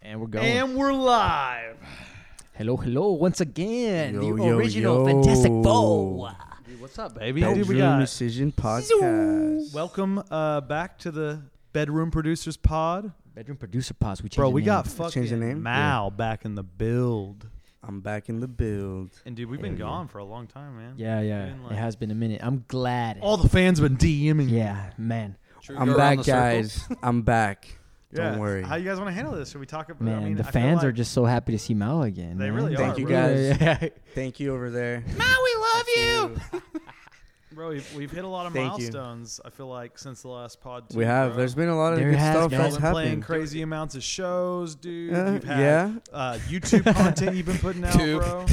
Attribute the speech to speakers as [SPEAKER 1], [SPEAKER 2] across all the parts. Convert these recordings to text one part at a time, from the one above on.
[SPEAKER 1] And we're going.
[SPEAKER 2] And we're live.
[SPEAKER 1] hello, hello, once again.
[SPEAKER 3] Yo,
[SPEAKER 1] the
[SPEAKER 3] yo,
[SPEAKER 1] original
[SPEAKER 3] yo.
[SPEAKER 1] Fantastic Four.
[SPEAKER 2] what's up, baby? Dude, we
[SPEAKER 3] Bedroom
[SPEAKER 2] got
[SPEAKER 3] Decision Podcast.
[SPEAKER 2] welcome uh, back to the Bedroom Producers Pod.
[SPEAKER 1] Bedroom producer pause. We changed
[SPEAKER 2] Bro,
[SPEAKER 1] the
[SPEAKER 2] we
[SPEAKER 1] name.
[SPEAKER 2] got
[SPEAKER 3] the
[SPEAKER 2] fucking
[SPEAKER 3] name?
[SPEAKER 2] Mal back in the build.
[SPEAKER 3] I'm back in the build.
[SPEAKER 2] And dude, we've been gone for a long time, man.
[SPEAKER 1] Yeah, yeah.
[SPEAKER 2] Been
[SPEAKER 1] It
[SPEAKER 2] like-
[SPEAKER 1] has been a minute. I'm glad.
[SPEAKER 2] All the fans been DMing. me.
[SPEAKER 1] yeah, man.
[SPEAKER 3] I'm back, guys. I'm back. Don't
[SPEAKER 2] Yeah.
[SPEAKER 3] worry.
[SPEAKER 2] How you guys want to handle this? Should we talk about?
[SPEAKER 1] Man,
[SPEAKER 2] I mean,
[SPEAKER 1] the
[SPEAKER 2] I feel
[SPEAKER 1] fans
[SPEAKER 2] like-
[SPEAKER 1] are just so happy to see Mal again.
[SPEAKER 2] They
[SPEAKER 1] man.
[SPEAKER 2] really
[SPEAKER 3] Thank
[SPEAKER 2] are,
[SPEAKER 3] you
[SPEAKER 2] bro.
[SPEAKER 3] guys.
[SPEAKER 1] Yeah, yeah.
[SPEAKER 3] Thank you over there.
[SPEAKER 1] Mal, we love you.
[SPEAKER 2] Bro, we've, we've hit a lot of
[SPEAKER 3] Thank you.
[SPEAKER 2] milestones. I feel like since the last pod. Too,
[SPEAKER 3] We have.
[SPEAKER 2] Bro.
[SPEAKER 3] There's been a lot of
[SPEAKER 1] There
[SPEAKER 3] good
[SPEAKER 1] has
[SPEAKER 3] stuff
[SPEAKER 1] been.
[SPEAKER 2] Y'all
[SPEAKER 3] that's
[SPEAKER 2] been playing
[SPEAKER 3] happened.
[SPEAKER 2] crazy amounts of shows, dude.
[SPEAKER 3] Uh,
[SPEAKER 2] You've had
[SPEAKER 3] yeah.
[SPEAKER 2] uh, YouTube content you've been putting out,
[SPEAKER 4] Tube.
[SPEAKER 2] bro.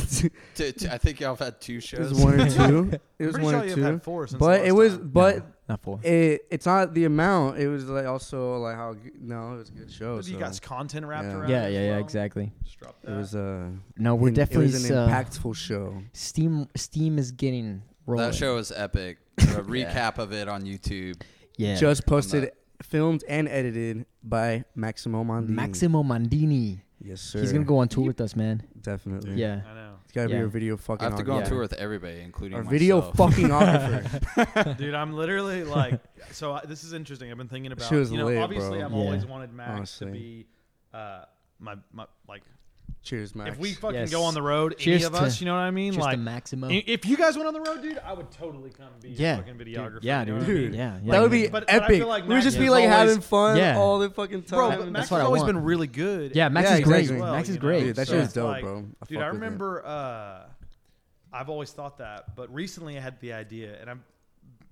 [SPEAKER 4] T- t- I think y'all have had two
[SPEAKER 3] It was
[SPEAKER 4] shows.
[SPEAKER 3] one or two. It was
[SPEAKER 2] Pretty
[SPEAKER 3] one
[SPEAKER 2] sure
[SPEAKER 3] or
[SPEAKER 2] you've had
[SPEAKER 3] two.
[SPEAKER 2] four since
[SPEAKER 3] But
[SPEAKER 2] last
[SPEAKER 3] it was.
[SPEAKER 2] time.
[SPEAKER 3] But
[SPEAKER 1] Not for.
[SPEAKER 3] it. It's not the amount. It was like also like how. g- No, it was a good show.
[SPEAKER 2] But you
[SPEAKER 3] Oh, so
[SPEAKER 2] guys content wrapped
[SPEAKER 3] Yeah.
[SPEAKER 2] around.
[SPEAKER 1] Yeah, yeah,
[SPEAKER 2] it as
[SPEAKER 1] yeah,
[SPEAKER 2] well?
[SPEAKER 1] exactly.
[SPEAKER 2] Just drop
[SPEAKER 3] It
[SPEAKER 2] that.
[SPEAKER 3] was a.
[SPEAKER 1] No, we're definitely
[SPEAKER 3] It was an
[SPEAKER 1] uh,
[SPEAKER 3] impactful show.
[SPEAKER 1] Steam. Steam is getting rolling.
[SPEAKER 4] That show is epic. A recap of it on YouTube.
[SPEAKER 1] Yeah.
[SPEAKER 3] Just posted, filmed and edited by Maximo Mondini.
[SPEAKER 1] Maximo Mandini.
[SPEAKER 3] Yes, sir.
[SPEAKER 1] He's gonna go on tour with us, man.
[SPEAKER 3] Definitely.
[SPEAKER 1] Yeah.
[SPEAKER 2] I know,
[SPEAKER 3] It's gotta
[SPEAKER 1] Yeah.
[SPEAKER 3] be our video fucking.
[SPEAKER 4] I have to go on
[SPEAKER 3] autograph.
[SPEAKER 4] tour with everybody, including
[SPEAKER 3] Our video
[SPEAKER 4] myself.
[SPEAKER 3] fucking autographer.
[SPEAKER 2] dude. I'm literally like, so I, this is interesting. I've been thinking about.
[SPEAKER 3] She was
[SPEAKER 2] you know,
[SPEAKER 3] lit,
[SPEAKER 2] obviously,
[SPEAKER 3] bro.
[SPEAKER 2] I've
[SPEAKER 1] Yeah.
[SPEAKER 2] always wanted Max to
[SPEAKER 3] Honestly.
[SPEAKER 2] be uh, my my like.
[SPEAKER 3] Cheers, Max.
[SPEAKER 2] If we fucking
[SPEAKER 1] Yes.
[SPEAKER 2] go on the road,
[SPEAKER 1] Cheers
[SPEAKER 2] any of
[SPEAKER 1] to-
[SPEAKER 2] us, you know what I mean?
[SPEAKER 1] Just
[SPEAKER 2] Like,
[SPEAKER 1] a Maximo.
[SPEAKER 2] i- if you guys went on the road, dude, I would totally come be
[SPEAKER 1] Yeah,
[SPEAKER 2] your fucking
[SPEAKER 1] dude.
[SPEAKER 2] videographer.
[SPEAKER 1] Yeah,
[SPEAKER 2] you know what I
[SPEAKER 1] dude.
[SPEAKER 2] mean?
[SPEAKER 1] Yeah, yeah.
[SPEAKER 3] that would
[SPEAKER 1] yeah.
[SPEAKER 3] be
[SPEAKER 2] But- but I feel
[SPEAKER 3] epic.
[SPEAKER 2] like
[SPEAKER 3] we would
[SPEAKER 2] Max
[SPEAKER 3] just
[SPEAKER 2] is
[SPEAKER 3] be like having
[SPEAKER 2] always-
[SPEAKER 3] fun
[SPEAKER 1] Yeah.
[SPEAKER 3] all the fucking time.
[SPEAKER 2] Bro, but Max
[SPEAKER 1] what
[SPEAKER 2] has
[SPEAKER 1] I
[SPEAKER 2] always
[SPEAKER 1] want.
[SPEAKER 2] been really good.
[SPEAKER 1] Yeah, Max
[SPEAKER 3] Yeah,
[SPEAKER 1] is great.
[SPEAKER 3] exactly.
[SPEAKER 1] Max is
[SPEAKER 2] you know?
[SPEAKER 1] great.
[SPEAKER 3] Dude, that
[SPEAKER 2] So
[SPEAKER 3] shit
[SPEAKER 2] it's
[SPEAKER 3] was dope,
[SPEAKER 2] like-
[SPEAKER 3] bro. I
[SPEAKER 2] dude, I
[SPEAKER 3] fuck with it.
[SPEAKER 2] remember. Uh, I've always thought that, but recently I had the idea, and I'm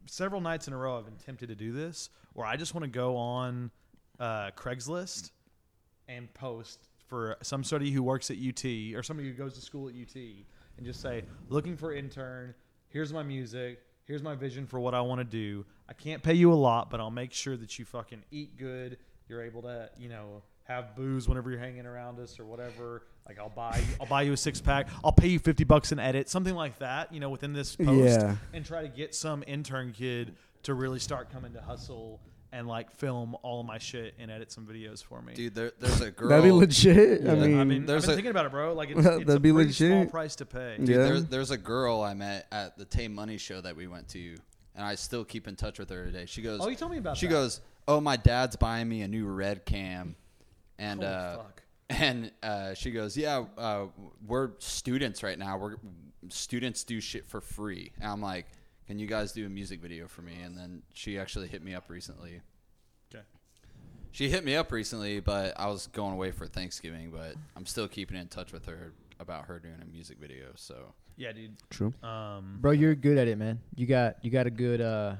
[SPEAKER 2] several nights in a row I've been tempted to do this, where I just want to go on uh, Craigslist and post for some somebody who works at UT or somebody who goes to school at UT, and just say, looking for intern. Here's my music. Here's my vision for what I want to do. I can't pay you a lot, but I'll make sure that you fucking eat good. You're able to, you know, have booze whenever you're hanging around us or whatever. Like I'll buy, I'll buy you a six pack. I'll pay you fifty bucks an edit, something like that. You know, within this post,
[SPEAKER 3] Yeah.
[SPEAKER 2] and try to get some intern kid to really start coming to hustle and like film all my shit and edit some videos for me.
[SPEAKER 4] Dude, there, there's a girl.
[SPEAKER 3] That'd be legit. I
[SPEAKER 1] Yeah.
[SPEAKER 3] mean,
[SPEAKER 2] I mean,
[SPEAKER 4] There's
[SPEAKER 2] I've been
[SPEAKER 4] a-
[SPEAKER 2] thinking about it, bro. Like, it's,
[SPEAKER 3] That'd
[SPEAKER 2] it's a
[SPEAKER 3] be
[SPEAKER 2] pretty small
[SPEAKER 3] legit.
[SPEAKER 2] price to pay.
[SPEAKER 3] Yeah.
[SPEAKER 4] There, there's a girl I met at the Tay Money show that we went to, and I still keep in touch with her today. She goes,
[SPEAKER 2] Oh, you told me about
[SPEAKER 4] She
[SPEAKER 2] that.
[SPEAKER 4] goes, "Oh, my dad's buying me a new red cam," and
[SPEAKER 2] Holy
[SPEAKER 4] uh,
[SPEAKER 2] fuck.
[SPEAKER 4] and uh, she goes, "Yeah, uh, we're students right now. We're students do shit for free." And I'm like, "Can you guys do a music video for me?" And then she actually hit me up recently.
[SPEAKER 2] Okay.
[SPEAKER 4] She hit me up recently, but I was going away for Thanksgiving, but I'm still keeping in touch with her about her doing a music video. So
[SPEAKER 2] Yeah, dude.
[SPEAKER 3] true.
[SPEAKER 2] Um,
[SPEAKER 1] Bro, you're good at it, man. You got you got a good uh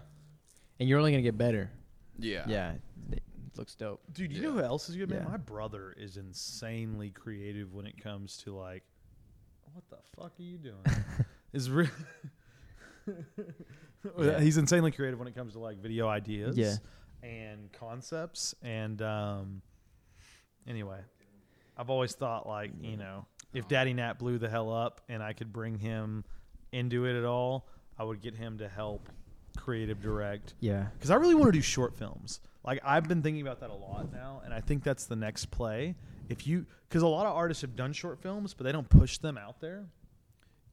[SPEAKER 1] and you're only gonna get better.
[SPEAKER 4] yeah,
[SPEAKER 1] Yeah. It looks dope.
[SPEAKER 2] dude, you
[SPEAKER 4] Yeah.
[SPEAKER 2] know who else is good? Man,
[SPEAKER 1] Yeah.
[SPEAKER 2] my brother is insanely creative when it comes to like, what the fuck are you doing? is real.
[SPEAKER 1] Yeah.
[SPEAKER 2] He's insanely creative when it comes to like video ideas
[SPEAKER 1] Yeah.
[SPEAKER 2] and concepts and um. Anyway, I've always thought like you know if Daddy Nat blew the hell up and I could bring him into it at all, I would get him to help creative direct
[SPEAKER 1] Yeah.
[SPEAKER 2] because I really want to do short films. Like I've been thinking about that a lot now, and I think that's the next play. If you, because a lot of artists have done short films, but they don't push them out there.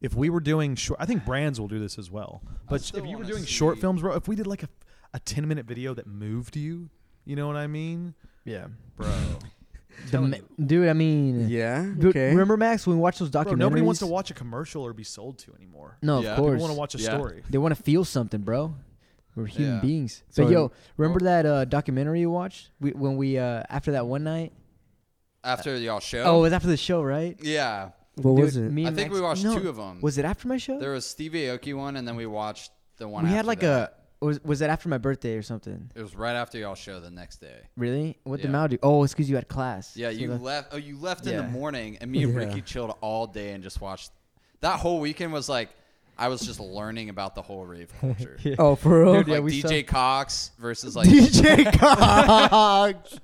[SPEAKER 2] If we were doing short, I think brands will do this as well. But
[SPEAKER 4] still
[SPEAKER 2] if you were
[SPEAKER 4] wanna
[SPEAKER 2] doing short
[SPEAKER 4] see-
[SPEAKER 2] films, bro, if we did like a, a ten minute video that moved you, you know what I mean,
[SPEAKER 1] Yeah.
[SPEAKER 4] bro.
[SPEAKER 1] The ma- dude, I mean
[SPEAKER 3] Yeah.
[SPEAKER 1] dude,
[SPEAKER 3] Okay.
[SPEAKER 1] remember Max when we watch those documentaries?
[SPEAKER 2] bro. Nobody wants to watch a commercial or be sold to anymore.
[SPEAKER 1] No,
[SPEAKER 4] Yeah.
[SPEAKER 1] of
[SPEAKER 4] People
[SPEAKER 1] course.
[SPEAKER 2] People want to watch a
[SPEAKER 4] Yeah.
[SPEAKER 2] story.
[SPEAKER 1] They want to feel something, bro. We're human
[SPEAKER 4] Yeah.
[SPEAKER 1] beings.
[SPEAKER 3] So-
[SPEAKER 1] but yo, remember that uh, documentary you watched? We, when we uh, after that one night?
[SPEAKER 4] After y'all show,
[SPEAKER 1] Oh, it was after the show, right?
[SPEAKER 4] yeah,
[SPEAKER 3] what was
[SPEAKER 1] Dude,
[SPEAKER 3] it?
[SPEAKER 1] me
[SPEAKER 4] I
[SPEAKER 1] and
[SPEAKER 4] think
[SPEAKER 1] Max-
[SPEAKER 4] we watched
[SPEAKER 1] no,
[SPEAKER 4] two of them.
[SPEAKER 1] Was it after my show?
[SPEAKER 4] There was Steve Aoki one, and then we watched the one.
[SPEAKER 1] we
[SPEAKER 4] after
[SPEAKER 1] had like
[SPEAKER 4] that.
[SPEAKER 1] a was was it after my birthday or something?
[SPEAKER 4] It was right after y'all show the next day.
[SPEAKER 1] Really? What did
[SPEAKER 4] Yeah.
[SPEAKER 1] Mal do? Oh, it's because you had class.
[SPEAKER 4] Yeah,
[SPEAKER 1] So
[SPEAKER 4] you
[SPEAKER 1] the-
[SPEAKER 4] left. Oh, you left in
[SPEAKER 1] Yeah.
[SPEAKER 4] the morning, and me and
[SPEAKER 3] Yeah.
[SPEAKER 4] Ricky chilled all day and just watched. That whole weekend was like I was just learning about the whole rave culture.
[SPEAKER 3] Oh, for real.
[SPEAKER 4] Like
[SPEAKER 1] Dude, yeah, we
[SPEAKER 4] DJ Cox versus like
[SPEAKER 3] DJ Cox.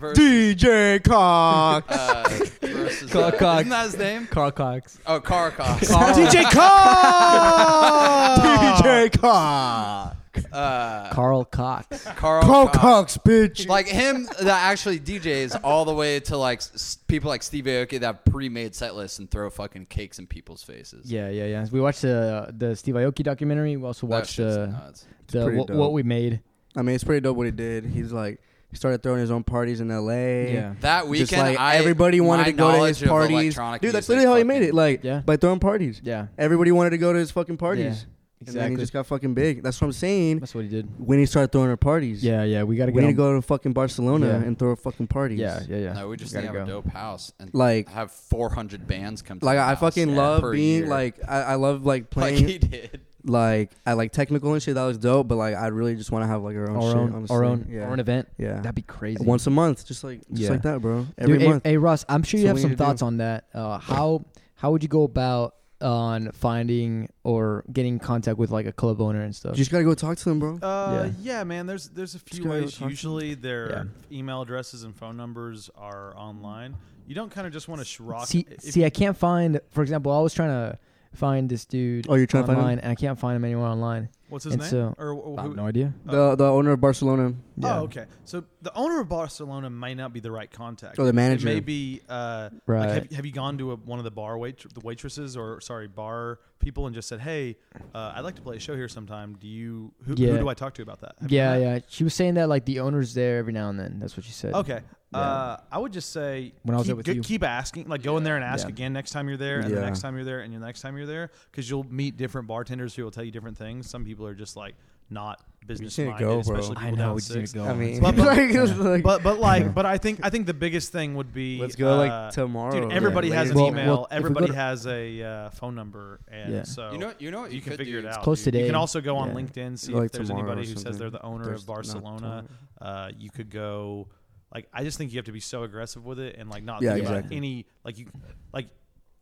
[SPEAKER 4] versus,
[SPEAKER 3] DJ Cox.
[SPEAKER 4] uh, versus
[SPEAKER 1] Carl
[SPEAKER 4] uh,
[SPEAKER 1] Cox.
[SPEAKER 4] Isn't that his name?
[SPEAKER 1] Carl Cox.
[SPEAKER 4] Oh, Car Cox.
[SPEAKER 3] DJ Cox. DJ Cox.
[SPEAKER 4] uh,
[SPEAKER 1] Carl Cox.
[SPEAKER 4] Carl,
[SPEAKER 3] Carl
[SPEAKER 4] Cox.
[SPEAKER 3] Cox, bitch.
[SPEAKER 4] Like him that actually DJs all the way to like s- people like Steve Aoki that have pre-made set lists and throw fucking cakes in people's faces.
[SPEAKER 1] Yeah, yeah, yeah. We watched the the Steve Aoki documentary. We also
[SPEAKER 4] That
[SPEAKER 1] watched
[SPEAKER 4] shit's
[SPEAKER 1] uh,
[SPEAKER 4] nuts.
[SPEAKER 1] the
[SPEAKER 3] pretty
[SPEAKER 1] what,
[SPEAKER 3] dope.
[SPEAKER 1] what we made.
[SPEAKER 3] I mean, it's pretty dope what he did. He's like, he started throwing his own parties in L.A.
[SPEAKER 1] Yeah.
[SPEAKER 4] That weekend,
[SPEAKER 3] Just like
[SPEAKER 4] I,
[SPEAKER 3] everybody wanted
[SPEAKER 4] my
[SPEAKER 3] to go to
[SPEAKER 4] knowledge
[SPEAKER 3] his
[SPEAKER 4] of
[SPEAKER 3] parties.
[SPEAKER 4] electronic
[SPEAKER 3] Dude, that's
[SPEAKER 4] music
[SPEAKER 3] literally how he
[SPEAKER 4] fucking-
[SPEAKER 3] made it. Like,
[SPEAKER 1] Yeah.
[SPEAKER 3] by throwing parties.
[SPEAKER 1] Yeah,
[SPEAKER 3] Everybody wanted to go to his fucking parties. And then he
[SPEAKER 1] exactly.
[SPEAKER 3] just got fucking big. That's what I'm saying.
[SPEAKER 1] That's what he did.
[SPEAKER 3] When he started throwing her parties.
[SPEAKER 1] Yeah, yeah. We got to
[SPEAKER 3] We need
[SPEAKER 1] get
[SPEAKER 3] to
[SPEAKER 1] on-
[SPEAKER 3] go to fucking Barcelona
[SPEAKER 1] Yeah.
[SPEAKER 3] and throw fucking parties.
[SPEAKER 1] Yeah, yeah, yeah.
[SPEAKER 4] No, we just need
[SPEAKER 1] gotta
[SPEAKER 4] to have a
[SPEAKER 1] go.
[SPEAKER 4] dope house and
[SPEAKER 3] Like,
[SPEAKER 4] have 400 bands come. To
[SPEAKER 3] like
[SPEAKER 4] the
[SPEAKER 3] I
[SPEAKER 4] house
[SPEAKER 3] fucking
[SPEAKER 4] yeah,
[SPEAKER 3] love
[SPEAKER 4] per
[SPEAKER 3] being
[SPEAKER 4] year.
[SPEAKER 3] like, I, I love like
[SPEAKER 4] like
[SPEAKER 3] playing.
[SPEAKER 4] he did.
[SPEAKER 3] like I like technical and shit. That was dope, but like I really just want to have like our own
[SPEAKER 1] our
[SPEAKER 3] shit.
[SPEAKER 1] own,
[SPEAKER 3] honestly.
[SPEAKER 1] our own,
[SPEAKER 3] yeah.
[SPEAKER 1] our own event.
[SPEAKER 3] yeah.
[SPEAKER 1] That'd be crazy.
[SPEAKER 3] Once a month, just like just
[SPEAKER 1] Yeah.
[SPEAKER 3] like that, bro.
[SPEAKER 1] Dude,
[SPEAKER 3] Every
[SPEAKER 1] hey,
[SPEAKER 3] month.
[SPEAKER 1] hey, Russ, I'm sure you
[SPEAKER 3] So
[SPEAKER 1] have
[SPEAKER 3] we
[SPEAKER 1] some
[SPEAKER 3] need to do-
[SPEAKER 1] thoughts on that. Uh, how how would you go about uh, on finding or getting in contact with like a club owner and stuff?
[SPEAKER 3] you just gotta go talk to them, bro.
[SPEAKER 2] Uh, yeah. man. There's there's a few
[SPEAKER 3] gotta go
[SPEAKER 2] ways.
[SPEAKER 3] talk to
[SPEAKER 2] Usually, their email addresses and phone numbers are online. You don't kind of just want to sh- rock.
[SPEAKER 1] see,
[SPEAKER 2] if-
[SPEAKER 1] see, I can't find. For example, I was trying to find this dude.
[SPEAKER 3] Oh, you're trying to find him?
[SPEAKER 1] online, and I can't find him anywhere online.
[SPEAKER 2] what's his
[SPEAKER 1] and
[SPEAKER 2] name?
[SPEAKER 1] so-
[SPEAKER 2] or wh-
[SPEAKER 1] I
[SPEAKER 2] who,
[SPEAKER 1] have no idea.
[SPEAKER 3] the the owner of Barcelona.
[SPEAKER 1] Yeah.
[SPEAKER 2] Oh, okay. So the owner of Barcelona might not be the right contact.
[SPEAKER 3] Or the manager.
[SPEAKER 2] It may be. Uh,
[SPEAKER 1] Right.
[SPEAKER 2] Like have, have you gone to a, one of the bar wait the waitresses or sorry bar people and just said, "Hey, uh, I'd like to play a show here sometime. Do you? Who, who
[SPEAKER 1] Yeah.
[SPEAKER 2] do I talk to about that?" Have you
[SPEAKER 1] Yeah,
[SPEAKER 2] done that?
[SPEAKER 1] yeah. She was saying that like the owner's there every now and then. That's what she said.
[SPEAKER 2] Okay. Uh, I would just say
[SPEAKER 1] When I was
[SPEAKER 2] keep,
[SPEAKER 1] there with
[SPEAKER 2] go-
[SPEAKER 1] you.
[SPEAKER 2] keep asking, like go in there and ask
[SPEAKER 1] Yeah.
[SPEAKER 2] again next time you're there, and the
[SPEAKER 3] Yeah.
[SPEAKER 2] next time you're there, and the next time you're there, because you'll meet different bartenders who will tell you different things. Some people are just like not business
[SPEAKER 3] need to
[SPEAKER 2] minded,
[SPEAKER 3] go, bro.
[SPEAKER 2] especially people
[SPEAKER 1] I know.
[SPEAKER 2] down
[SPEAKER 1] We just need
[SPEAKER 2] six.
[SPEAKER 1] to go.
[SPEAKER 3] I mean,
[SPEAKER 2] But- but-
[SPEAKER 3] like, it was like-
[SPEAKER 2] But but like but I think I think the biggest thing would be
[SPEAKER 3] Let's go, like,
[SPEAKER 2] uh,
[SPEAKER 3] tomorrow
[SPEAKER 2] Dude,
[SPEAKER 3] or
[SPEAKER 2] everybody
[SPEAKER 3] later
[SPEAKER 2] has an
[SPEAKER 1] today.
[SPEAKER 2] email.
[SPEAKER 1] Well, well, if we go
[SPEAKER 2] everybody
[SPEAKER 1] to-
[SPEAKER 2] has a uh, phone number, and
[SPEAKER 1] Yeah.
[SPEAKER 2] so
[SPEAKER 4] You know, you know what you,
[SPEAKER 2] you can
[SPEAKER 4] could
[SPEAKER 2] figure
[SPEAKER 4] do
[SPEAKER 2] it
[SPEAKER 4] is-
[SPEAKER 2] out.
[SPEAKER 1] close
[SPEAKER 2] dude.
[SPEAKER 1] today.
[SPEAKER 2] You can also go on
[SPEAKER 1] Yeah.
[SPEAKER 2] LinkedIn see
[SPEAKER 3] Like
[SPEAKER 2] if there's
[SPEAKER 3] tomorrow or
[SPEAKER 2] anybody who says
[SPEAKER 3] something.
[SPEAKER 2] they're the owner
[SPEAKER 3] There's
[SPEAKER 2] of
[SPEAKER 3] not
[SPEAKER 2] Barcelona. Uh, you could go, like I just think you have to be so aggressive with it and like not
[SPEAKER 3] Yeah,
[SPEAKER 2] think about
[SPEAKER 3] exactly.
[SPEAKER 2] any like you like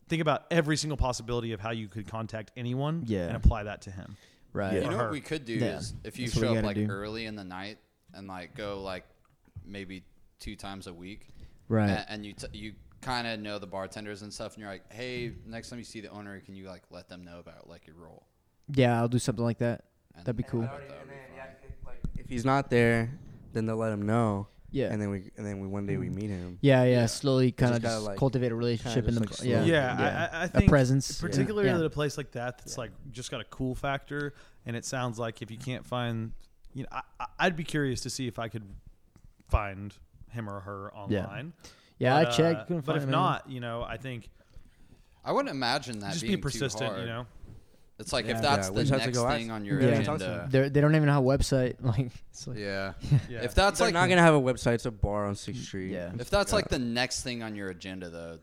[SPEAKER 2] think about every single possibility of how you could contact anyone
[SPEAKER 1] Yeah.
[SPEAKER 2] and apply that to him.
[SPEAKER 1] Right.
[SPEAKER 4] You
[SPEAKER 2] Or
[SPEAKER 4] know
[SPEAKER 2] her.
[SPEAKER 4] what we could do
[SPEAKER 1] Yeah.
[SPEAKER 4] is if you
[SPEAKER 1] That's what we
[SPEAKER 4] show up
[SPEAKER 1] gotta
[SPEAKER 4] like
[SPEAKER 1] do.
[SPEAKER 4] early in the night and like go like maybe two times a week,
[SPEAKER 1] Right.
[SPEAKER 4] a- And, you t- you kind of know the bartenders and stuff, and you're like, hey, next time you see the owner, can you like let them know about like your role?
[SPEAKER 1] Yeah, I'll do something like that.
[SPEAKER 4] And
[SPEAKER 1] That'd be cool.
[SPEAKER 3] if he's not there, then they'll let him know.
[SPEAKER 1] Yeah.
[SPEAKER 3] and then we and then we one day we meet him.
[SPEAKER 1] Yeah, yeah. Slowly, kind of
[SPEAKER 3] Just
[SPEAKER 1] just,
[SPEAKER 3] gotta, like,
[SPEAKER 1] cultivate a relationship in the
[SPEAKER 3] just, like,
[SPEAKER 1] yeah,
[SPEAKER 3] slowly-
[SPEAKER 2] Yeah, I- I, I think
[SPEAKER 1] presence. Yeah.
[SPEAKER 2] particularly
[SPEAKER 1] Yeah.
[SPEAKER 2] at a place like that that's like just got a cool factor. And it sounds like if you can't find, you know, I, I- I'd be curious to see if I could find him or her online.
[SPEAKER 1] yeah.
[SPEAKER 2] But,
[SPEAKER 1] I
[SPEAKER 2] uh,
[SPEAKER 1] checked, couldn't
[SPEAKER 2] but
[SPEAKER 1] find
[SPEAKER 2] if
[SPEAKER 1] him
[SPEAKER 2] not, you know, I think
[SPEAKER 4] I wouldn't imagine that.
[SPEAKER 2] just be
[SPEAKER 4] being Too
[SPEAKER 2] persistent.
[SPEAKER 4] hard.
[SPEAKER 2] You know,
[SPEAKER 4] it's like
[SPEAKER 3] Yeah.
[SPEAKER 4] if that's
[SPEAKER 3] Yeah, we
[SPEAKER 4] the
[SPEAKER 3] just have to
[SPEAKER 4] next
[SPEAKER 3] go ask-
[SPEAKER 4] thing on your
[SPEAKER 1] Yeah.
[SPEAKER 3] Yeah.
[SPEAKER 4] agenda.
[SPEAKER 1] anywhere. They're- they don't even have a website. Like, it's like
[SPEAKER 4] Yeah.
[SPEAKER 2] Yeah.
[SPEAKER 4] If that's
[SPEAKER 3] They're
[SPEAKER 4] like
[SPEAKER 3] not gonna have a website. It's a bar on Sixth Street.
[SPEAKER 1] yeah.
[SPEAKER 4] if that's like the next thing on your agenda though,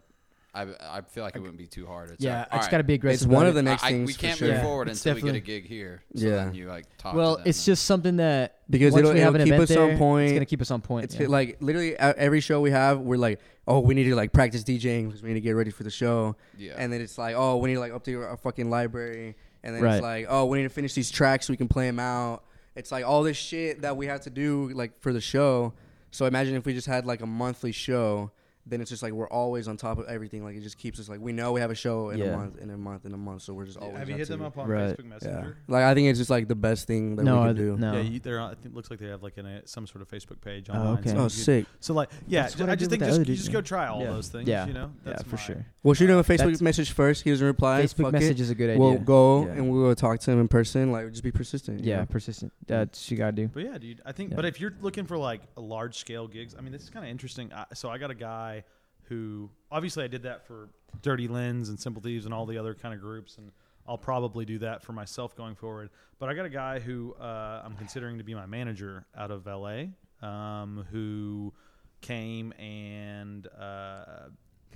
[SPEAKER 4] I I feel like it wouldn't be too hard. It's
[SPEAKER 1] yeah,
[SPEAKER 4] like,
[SPEAKER 1] it's
[SPEAKER 4] all right,
[SPEAKER 1] got to be aggressive.
[SPEAKER 3] It's one
[SPEAKER 1] about
[SPEAKER 3] of
[SPEAKER 1] it.
[SPEAKER 3] the next
[SPEAKER 4] I- I-
[SPEAKER 3] things
[SPEAKER 4] we
[SPEAKER 3] for
[SPEAKER 4] can't
[SPEAKER 3] sure.
[SPEAKER 4] move
[SPEAKER 1] Yeah.
[SPEAKER 4] forward
[SPEAKER 1] It's
[SPEAKER 4] until we get a
[SPEAKER 1] definitely-
[SPEAKER 4] gig here. So
[SPEAKER 3] Yeah.
[SPEAKER 4] then you like talk. to
[SPEAKER 1] Well,
[SPEAKER 4] them
[SPEAKER 1] it's
[SPEAKER 4] and-
[SPEAKER 1] just something that
[SPEAKER 3] Because
[SPEAKER 1] once
[SPEAKER 3] it'll-
[SPEAKER 1] we have
[SPEAKER 3] it'll
[SPEAKER 1] an
[SPEAKER 3] keep
[SPEAKER 1] event
[SPEAKER 3] us on
[SPEAKER 1] there, It's
[SPEAKER 3] point.
[SPEAKER 1] gonna keep us on point.
[SPEAKER 3] It's
[SPEAKER 1] yeah.
[SPEAKER 3] like literally at every show we have, we're like, oh, we need to like practice DJing because we need to get ready for the show.
[SPEAKER 4] Yeah.
[SPEAKER 3] And then it's like, oh, we need to like update our fucking library. And then
[SPEAKER 1] Right.
[SPEAKER 3] it's like, oh, we need to finish these tracks so we can play them out. It's like all this shit that we have to do like for the show. So imagine if we just had like a monthly show, then it's just like we're always on top of everything. Like it just keeps us like we know we have a show in
[SPEAKER 1] Yeah.
[SPEAKER 3] a month, in a month, in a month. So we're just always.
[SPEAKER 2] have you
[SPEAKER 3] on
[SPEAKER 2] hit them
[SPEAKER 3] to-
[SPEAKER 2] up on
[SPEAKER 1] Right.
[SPEAKER 2] Facebook
[SPEAKER 3] Yeah.
[SPEAKER 2] Messenger?
[SPEAKER 3] Like I think it's just like the best thing that
[SPEAKER 1] no,
[SPEAKER 3] we
[SPEAKER 1] I-
[SPEAKER 3] can do.
[SPEAKER 1] no.
[SPEAKER 2] Yeah, you, they're on, I think it looks like they have like an, a, some sort of Facebook page
[SPEAKER 1] Oh,
[SPEAKER 2] online.
[SPEAKER 1] okay.
[SPEAKER 2] so
[SPEAKER 3] Oh,
[SPEAKER 2] you could-
[SPEAKER 3] sick.
[SPEAKER 2] So like, yeah,
[SPEAKER 1] That's what
[SPEAKER 2] I
[SPEAKER 1] I
[SPEAKER 2] just
[SPEAKER 1] did with
[SPEAKER 2] think just,
[SPEAKER 1] the
[SPEAKER 2] you
[SPEAKER 1] other
[SPEAKER 2] just
[SPEAKER 1] dude.
[SPEAKER 2] go try all
[SPEAKER 1] Yeah.
[SPEAKER 2] those things.
[SPEAKER 1] Yeah.
[SPEAKER 2] you know,
[SPEAKER 1] yeah,
[SPEAKER 2] That's
[SPEAKER 1] for
[SPEAKER 2] my-
[SPEAKER 1] sure.
[SPEAKER 3] We'll shoot him a
[SPEAKER 1] That's-
[SPEAKER 3] Facebook message first. He doesn't reply.
[SPEAKER 1] Facebook
[SPEAKER 3] fuck it.
[SPEAKER 1] message is a good idea.
[SPEAKER 3] We'll go
[SPEAKER 1] Yeah.
[SPEAKER 3] and we'll talk to him in person. Like, just be persistent. you
[SPEAKER 1] yeah,
[SPEAKER 3] know?
[SPEAKER 1] persistent. That's you gotta do.
[SPEAKER 2] But yeah, dude, I think.
[SPEAKER 1] Yeah.
[SPEAKER 2] But if you're looking for like a large scale gigs, I mean, this is kind of interesting. I, so I got a guy who obviously I did that for Dirty Lens and Simple Thieves and all the other kind of groups, and I'll probably do that for myself going forward. But I got a guy who uh, I'm considering to be my manager out of LA, um, who came and uh,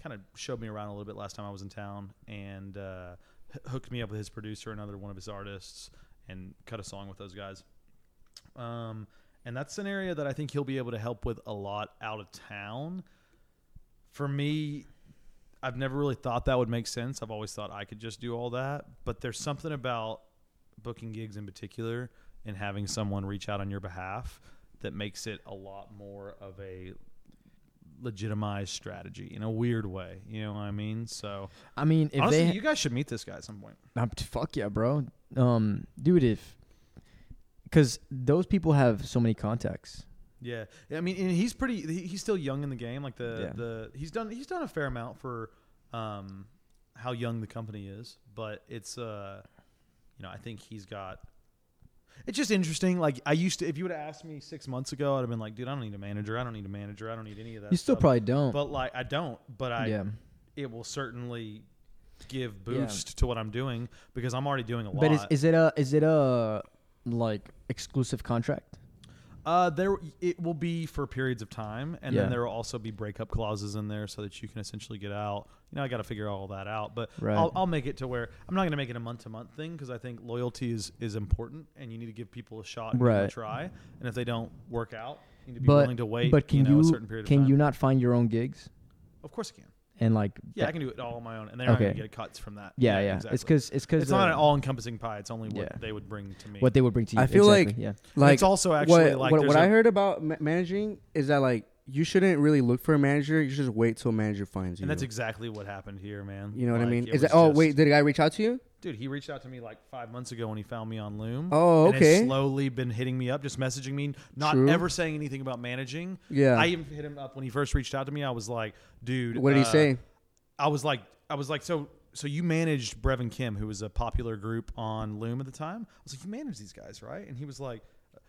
[SPEAKER 2] kind of showed me around a little bit last time I was in town and uh, h- hooked me up with his producer, another one of his artists, and cut a song with those guys. Um, and that's an area that I think he'll be able to help with a lot out of town. For me, I've never really thought that would make sense. I've always thought I could just do all that. But there's something about booking gigs in particular and having someone reach out on your behalf that makes it a lot more of a legitimized strategy in a weird way. You know what I mean? So
[SPEAKER 1] I mean, if
[SPEAKER 2] honestly,
[SPEAKER 1] they
[SPEAKER 2] you guys should meet this guy at some point.
[SPEAKER 1] Um, t- fuck yeah, bro. Um, dude, if because those people have so many contacts.
[SPEAKER 2] Yeah, I mean, and he's pretty. He, he's still young in the game. Like the
[SPEAKER 1] Yeah.
[SPEAKER 2] the he's done he's done a fair amount for um, how young the company is, but it's uh, you know, I think he's got. It's just interesting. Like I used to, if you would have asked me six months ago, I'd have been like, dude, I don't need a manager. I don't need a manager. I don't need any of that.
[SPEAKER 1] You still
[SPEAKER 2] stuff."
[SPEAKER 1] probably don't.
[SPEAKER 2] but like I don't. But I
[SPEAKER 1] yeah,
[SPEAKER 2] it will certainly give boost to what I'm doing because I'm already doing a lot.
[SPEAKER 1] but is, is it a is it a like exclusive contract?
[SPEAKER 2] Uh, there it will be for periods of time, and
[SPEAKER 1] Yeah.
[SPEAKER 2] then there will also be breakup clauses in there so that you can essentially get out. You know, I got to figure all that out, but
[SPEAKER 1] Right.
[SPEAKER 2] I'll, I'll make it to where I'm not going to make it a month to month thing because I think loyalty is is important, and you need to give people a shot, and give them a
[SPEAKER 1] Right.
[SPEAKER 2] try, and if they don't work out, you need to be
[SPEAKER 1] but
[SPEAKER 2] willing to wait.
[SPEAKER 1] but can
[SPEAKER 2] you know a certain period
[SPEAKER 1] can
[SPEAKER 2] of time?
[SPEAKER 1] you not find your own gigs
[SPEAKER 2] Of course, I can.
[SPEAKER 1] and like
[SPEAKER 2] Yeah,
[SPEAKER 1] that-
[SPEAKER 2] I can do it all on my own, and they're not going
[SPEAKER 1] Okay.
[SPEAKER 2] to get cuts from that.
[SPEAKER 1] yeah yeah
[SPEAKER 2] exactly.
[SPEAKER 1] it's because it's because
[SPEAKER 2] it's not an all encompassing pie. It's only what
[SPEAKER 1] yeah.
[SPEAKER 2] they would bring to me.
[SPEAKER 1] what they would bring to you.
[SPEAKER 3] I feel
[SPEAKER 1] exactly,
[SPEAKER 3] like-
[SPEAKER 1] yeah
[SPEAKER 3] Like
[SPEAKER 2] it's also actually
[SPEAKER 3] what,
[SPEAKER 2] like
[SPEAKER 3] what,
[SPEAKER 2] there's
[SPEAKER 3] what
[SPEAKER 2] a-
[SPEAKER 3] I heard about ma- managing is that like you shouldn't really look for a manager. You should just wait till a manager finds you.
[SPEAKER 2] And that's exactly what happened here, man.
[SPEAKER 3] you know what I
[SPEAKER 2] Like,
[SPEAKER 3] mean?
[SPEAKER 2] it
[SPEAKER 3] Is that
[SPEAKER 2] was
[SPEAKER 3] oh
[SPEAKER 2] just-
[SPEAKER 3] wait, did a guy reach out to you?
[SPEAKER 2] dude, he reached out to me like five months ago when he found me on Loom.
[SPEAKER 3] Oh,
[SPEAKER 2] And has
[SPEAKER 3] okay.
[SPEAKER 2] slowly been hitting me up, just messaging me, not
[SPEAKER 3] True.
[SPEAKER 2] ever saying anything about managing.
[SPEAKER 3] Yeah.
[SPEAKER 2] I even hit him up when he first reached out to me. I was like, dude,
[SPEAKER 3] What did he
[SPEAKER 2] uh,
[SPEAKER 3] say?
[SPEAKER 2] I was like, I was like, so, so you managed Brevin Kim, who was a popular group on Loom at the time. I was like, you manage these guys, right? And he was like,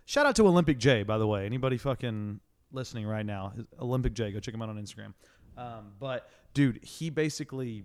[SPEAKER 2] shout out to Olympic J, by the way. Anybody fucking listening right now, Olympic J, go check him out on Instagram. Um, but dude, he basically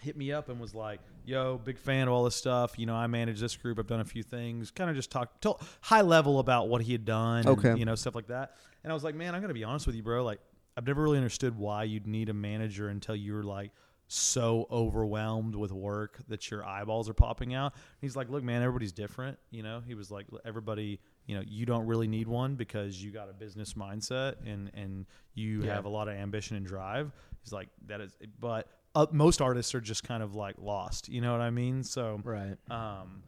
[SPEAKER 2] hit me up and was like, "Yo, big fan of all this stuff. You know, I manage this group. I've done a few things. Kind of just talk to, high level about what he had done. and,
[SPEAKER 3] Okay.
[SPEAKER 2] you know, stuff like that." And I was like, "Man, I'm gonna be honest with you, bro. Like, I've never really understood why you'd need a manager until you're like." So overwhelmed with work that your eyeballs are popping out. And he's like, Look, man, everybody's different. You know, he was like, Everybody, you know, you don't really need one because you got a business mindset and, and you have a lot of ambition and drive. He's like, That is, but uh, most artists are just kind of like lost. You know what I mean? So,
[SPEAKER 1] right
[SPEAKER 2] um,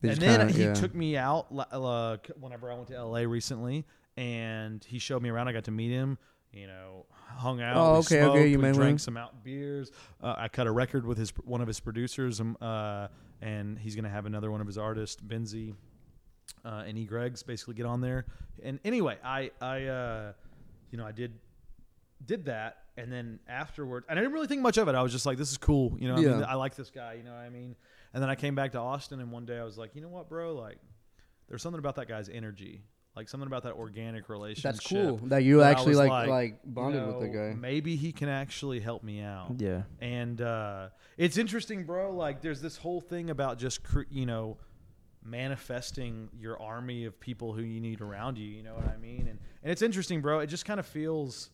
[SPEAKER 3] They
[SPEAKER 2] and
[SPEAKER 3] just
[SPEAKER 2] then
[SPEAKER 3] kinda-
[SPEAKER 2] he
[SPEAKER 3] yeah.
[SPEAKER 2] took me out li- uh, c- whenever I went to LA recently, and he showed me around. I got to meet him. You know, hung out.
[SPEAKER 3] Oh,
[SPEAKER 2] we
[SPEAKER 3] okay, okay,
[SPEAKER 2] smoked,
[SPEAKER 3] you
[SPEAKER 2] we
[SPEAKER 3] met him.
[SPEAKER 2] drank some out beers. Uh, I cut a record with his one of his producers, um, uh, and he's gonna have another one of his artists, Benzie uh, and E. Greg's basically get on there. And anyway, I I uh, you know I did did that, and then afterwards, and I didn't really think much of it. I was just like, this is cool, you know. what I, mean?
[SPEAKER 3] Yeah.
[SPEAKER 2] I like this guy, you know what I mean. And then I came back to Austin, and one day I was like, you know what, bro, like there's something about that guy's energy, like something about that organic relationship.
[SPEAKER 3] That's cool that you
[SPEAKER 2] where I
[SPEAKER 3] actually
[SPEAKER 2] was
[SPEAKER 3] like
[SPEAKER 2] like,
[SPEAKER 3] like,
[SPEAKER 2] you
[SPEAKER 3] bonded with the
[SPEAKER 2] know,
[SPEAKER 3] guy.
[SPEAKER 2] Maybe he can actually help me out
[SPEAKER 1] yeah
[SPEAKER 2] and uh, it's interesting, bro. Like, there's this whole thing about just cre- you know manifesting your army of people who you need around you. You know what I mean? And and it's interesting, bro. It just kind of feels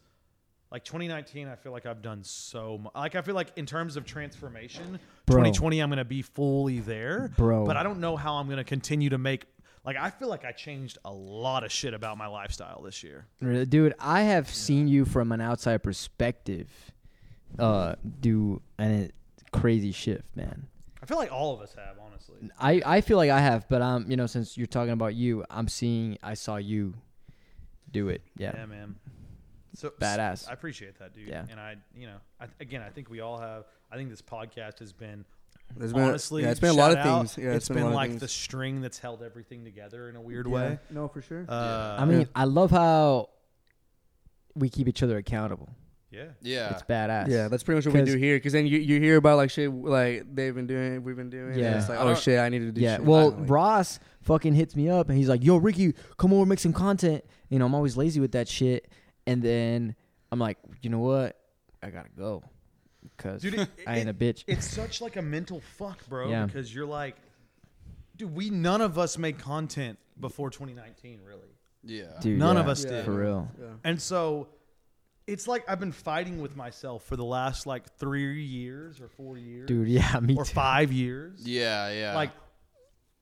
[SPEAKER 2] like 2019. I feel like I've done so much. Like, I feel like in terms of transformation,
[SPEAKER 1] Bro.
[SPEAKER 2] 2020, I'm gonna be fully there,
[SPEAKER 1] Bro.
[SPEAKER 2] But I don't know how I'm gonna continue to make. Like, I feel like I changed a lot of shit about my lifestyle this year.
[SPEAKER 1] Really, Dude, I have seen you from an outside perspective uh do an uh, crazy shift, man.
[SPEAKER 2] I feel like all of us have, honestly.
[SPEAKER 1] I I feel like I have, but I'm, you know, since you're talking about you, I'm seeing I saw you do it. Yeah.
[SPEAKER 2] Yeah, man. So
[SPEAKER 1] Badass.
[SPEAKER 2] I appreciate that, dude.
[SPEAKER 1] Yeah.
[SPEAKER 2] And I, you know, I, again, I think we all have. I think this podcast has been
[SPEAKER 3] There's been a-
[SPEAKER 2] honestly,
[SPEAKER 3] yeah, it's been a lot
[SPEAKER 2] shout
[SPEAKER 3] of
[SPEAKER 2] out,
[SPEAKER 3] things. Yeah,
[SPEAKER 2] it's been,
[SPEAKER 3] a lot of
[SPEAKER 2] like
[SPEAKER 3] things.
[SPEAKER 2] the string that's held everything together in a weird
[SPEAKER 3] Yeah.
[SPEAKER 2] way.
[SPEAKER 3] No, for sure.
[SPEAKER 2] Uh,
[SPEAKER 1] I mean, I love how we keep each other accountable.
[SPEAKER 2] yeah.
[SPEAKER 4] Yeah.
[SPEAKER 1] It's badass.
[SPEAKER 3] Yeah, that's pretty much what we
[SPEAKER 1] 'Cause-
[SPEAKER 3] do here. Because then you, you hear about like shit like they've been doing, we've been doing. Yeah,
[SPEAKER 1] Yeah.
[SPEAKER 3] it's like
[SPEAKER 4] I
[SPEAKER 3] oh
[SPEAKER 4] don't-
[SPEAKER 3] shit, I need to do.
[SPEAKER 1] Yeah.
[SPEAKER 3] shit.
[SPEAKER 1] Well,
[SPEAKER 3] Like,
[SPEAKER 1] Ross fucking hits me up and he's like, "Yo, Ricky, come over, make some content." You know, I'm always lazy with that shit, and then I'm like, you know what? I gotta go because
[SPEAKER 2] Dude, it-
[SPEAKER 1] I ain't a
[SPEAKER 2] it-
[SPEAKER 1] bitch.
[SPEAKER 2] It's such like a mental fuck, bro.
[SPEAKER 1] Yeah.
[SPEAKER 2] Because you're like, dude, we none of us made content before 2019, really.
[SPEAKER 4] Yeah.
[SPEAKER 1] Dude,
[SPEAKER 2] None
[SPEAKER 1] yeah.
[SPEAKER 2] of us did.
[SPEAKER 1] for real.
[SPEAKER 3] Yeah.
[SPEAKER 2] And so it's like I've been fighting with myself for the last like three years or four years.
[SPEAKER 1] Dude, yeah, me
[SPEAKER 2] or
[SPEAKER 1] too.
[SPEAKER 2] five years.
[SPEAKER 4] Yeah. Yeah.
[SPEAKER 2] Like,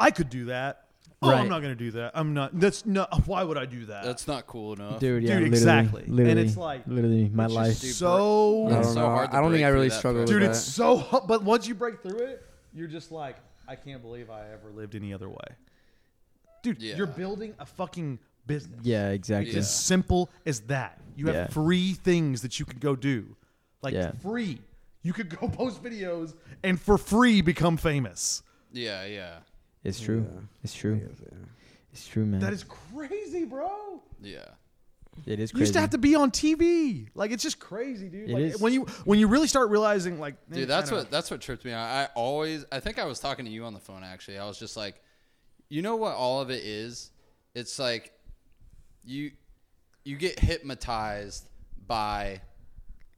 [SPEAKER 2] I could do that. Oh,
[SPEAKER 1] Right.
[SPEAKER 2] I'm not gonna do that. I'm not. That's not. Why would I do that?
[SPEAKER 4] that's not cool enough.
[SPEAKER 1] Dude, yeah,
[SPEAKER 2] Dude,
[SPEAKER 1] literally,
[SPEAKER 2] exactly. And
[SPEAKER 1] Literally,
[SPEAKER 2] it's like-
[SPEAKER 1] literally my
[SPEAKER 2] It's
[SPEAKER 1] life.
[SPEAKER 2] just so.
[SPEAKER 3] I
[SPEAKER 4] It's
[SPEAKER 3] don't
[SPEAKER 4] so
[SPEAKER 3] know.
[SPEAKER 4] hard to
[SPEAKER 3] I don't think
[SPEAKER 4] break
[SPEAKER 3] I
[SPEAKER 4] through
[SPEAKER 3] really
[SPEAKER 4] that
[SPEAKER 3] struggle
[SPEAKER 4] first.
[SPEAKER 3] with
[SPEAKER 2] Dude,
[SPEAKER 3] that.
[SPEAKER 2] it's so. hu- But once you break through it, you're just like, I can't believe I ever lived any other way. Dude,
[SPEAKER 4] Yeah.
[SPEAKER 2] you're building a fucking business.
[SPEAKER 1] yeah, exactly.
[SPEAKER 2] It's as simple as that. You have
[SPEAKER 1] Yeah.
[SPEAKER 2] free things that you could go do, like
[SPEAKER 1] Yeah.
[SPEAKER 2] free. You could go post videos and for free become famous.
[SPEAKER 4] Yeah. Yeah.
[SPEAKER 1] It's true.
[SPEAKER 3] Yeah.
[SPEAKER 1] It's true. It's true, man.
[SPEAKER 2] That is crazy, bro.
[SPEAKER 4] Yeah.
[SPEAKER 1] it is
[SPEAKER 2] You
[SPEAKER 1] crazy.
[SPEAKER 2] used to have to be on TV. Like it's just crazy, dude.
[SPEAKER 1] It
[SPEAKER 2] like
[SPEAKER 1] is.
[SPEAKER 2] when you when you really start realizing like eh,
[SPEAKER 4] Dude, that's
[SPEAKER 2] I don't
[SPEAKER 4] what that's what tripped me out. I always I think I was talking to you on the phone actually. I was just like, you know what all of it is? It's like you you get hypnotized by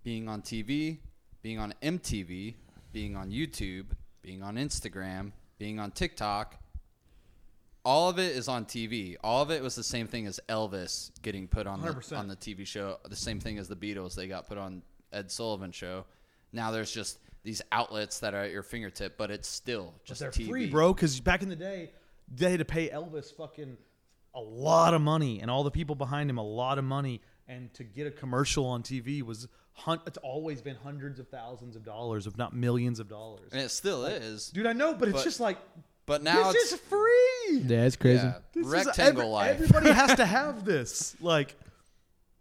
[SPEAKER 4] being on TV, being on MTV, being on YouTube, being on Instagram, being on TikTok. All of it is on TV. All of it was the same thing as Elvis getting put on the,
[SPEAKER 2] 100%.
[SPEAKER 4] on the TV show. The same thing as the Beatles. They got put on Ed Sullivan show. Now there's just these outlets that are at your fingertip, but it's still just
[SPEAKER 2] They're
[SPEAKER 4] TV.
[SPEAKER 2] free, bro. Because back in the day, they had to pay Elvis fucking a lot of money, and all the people behind him a lot of money. And to get a commercial on TV was hun- it's always been hundreds of thousands of dollars, if not millions of dollars.
[SPEAKER 4] And it still is.
[SPEAKER 2] Dude, I know, but it's
[SPEAKER 4] But-
[SPEAKER 2] just like
[SPEAKER 4] But now
[SPEAKER 2] this is
[SPEAKER 4] it's
[SPEAKER 2] free.
[SPEAKER 1] Yeah, it's crazy.
[SPEAKER 4] yeah,
[SPEAKER 2] This is-
[SPEAKER 4] rectangle
[SPEAKER 2] every-
[SPEAKER 4] life.
[SPEAKER 2] Everybody has to have this. Like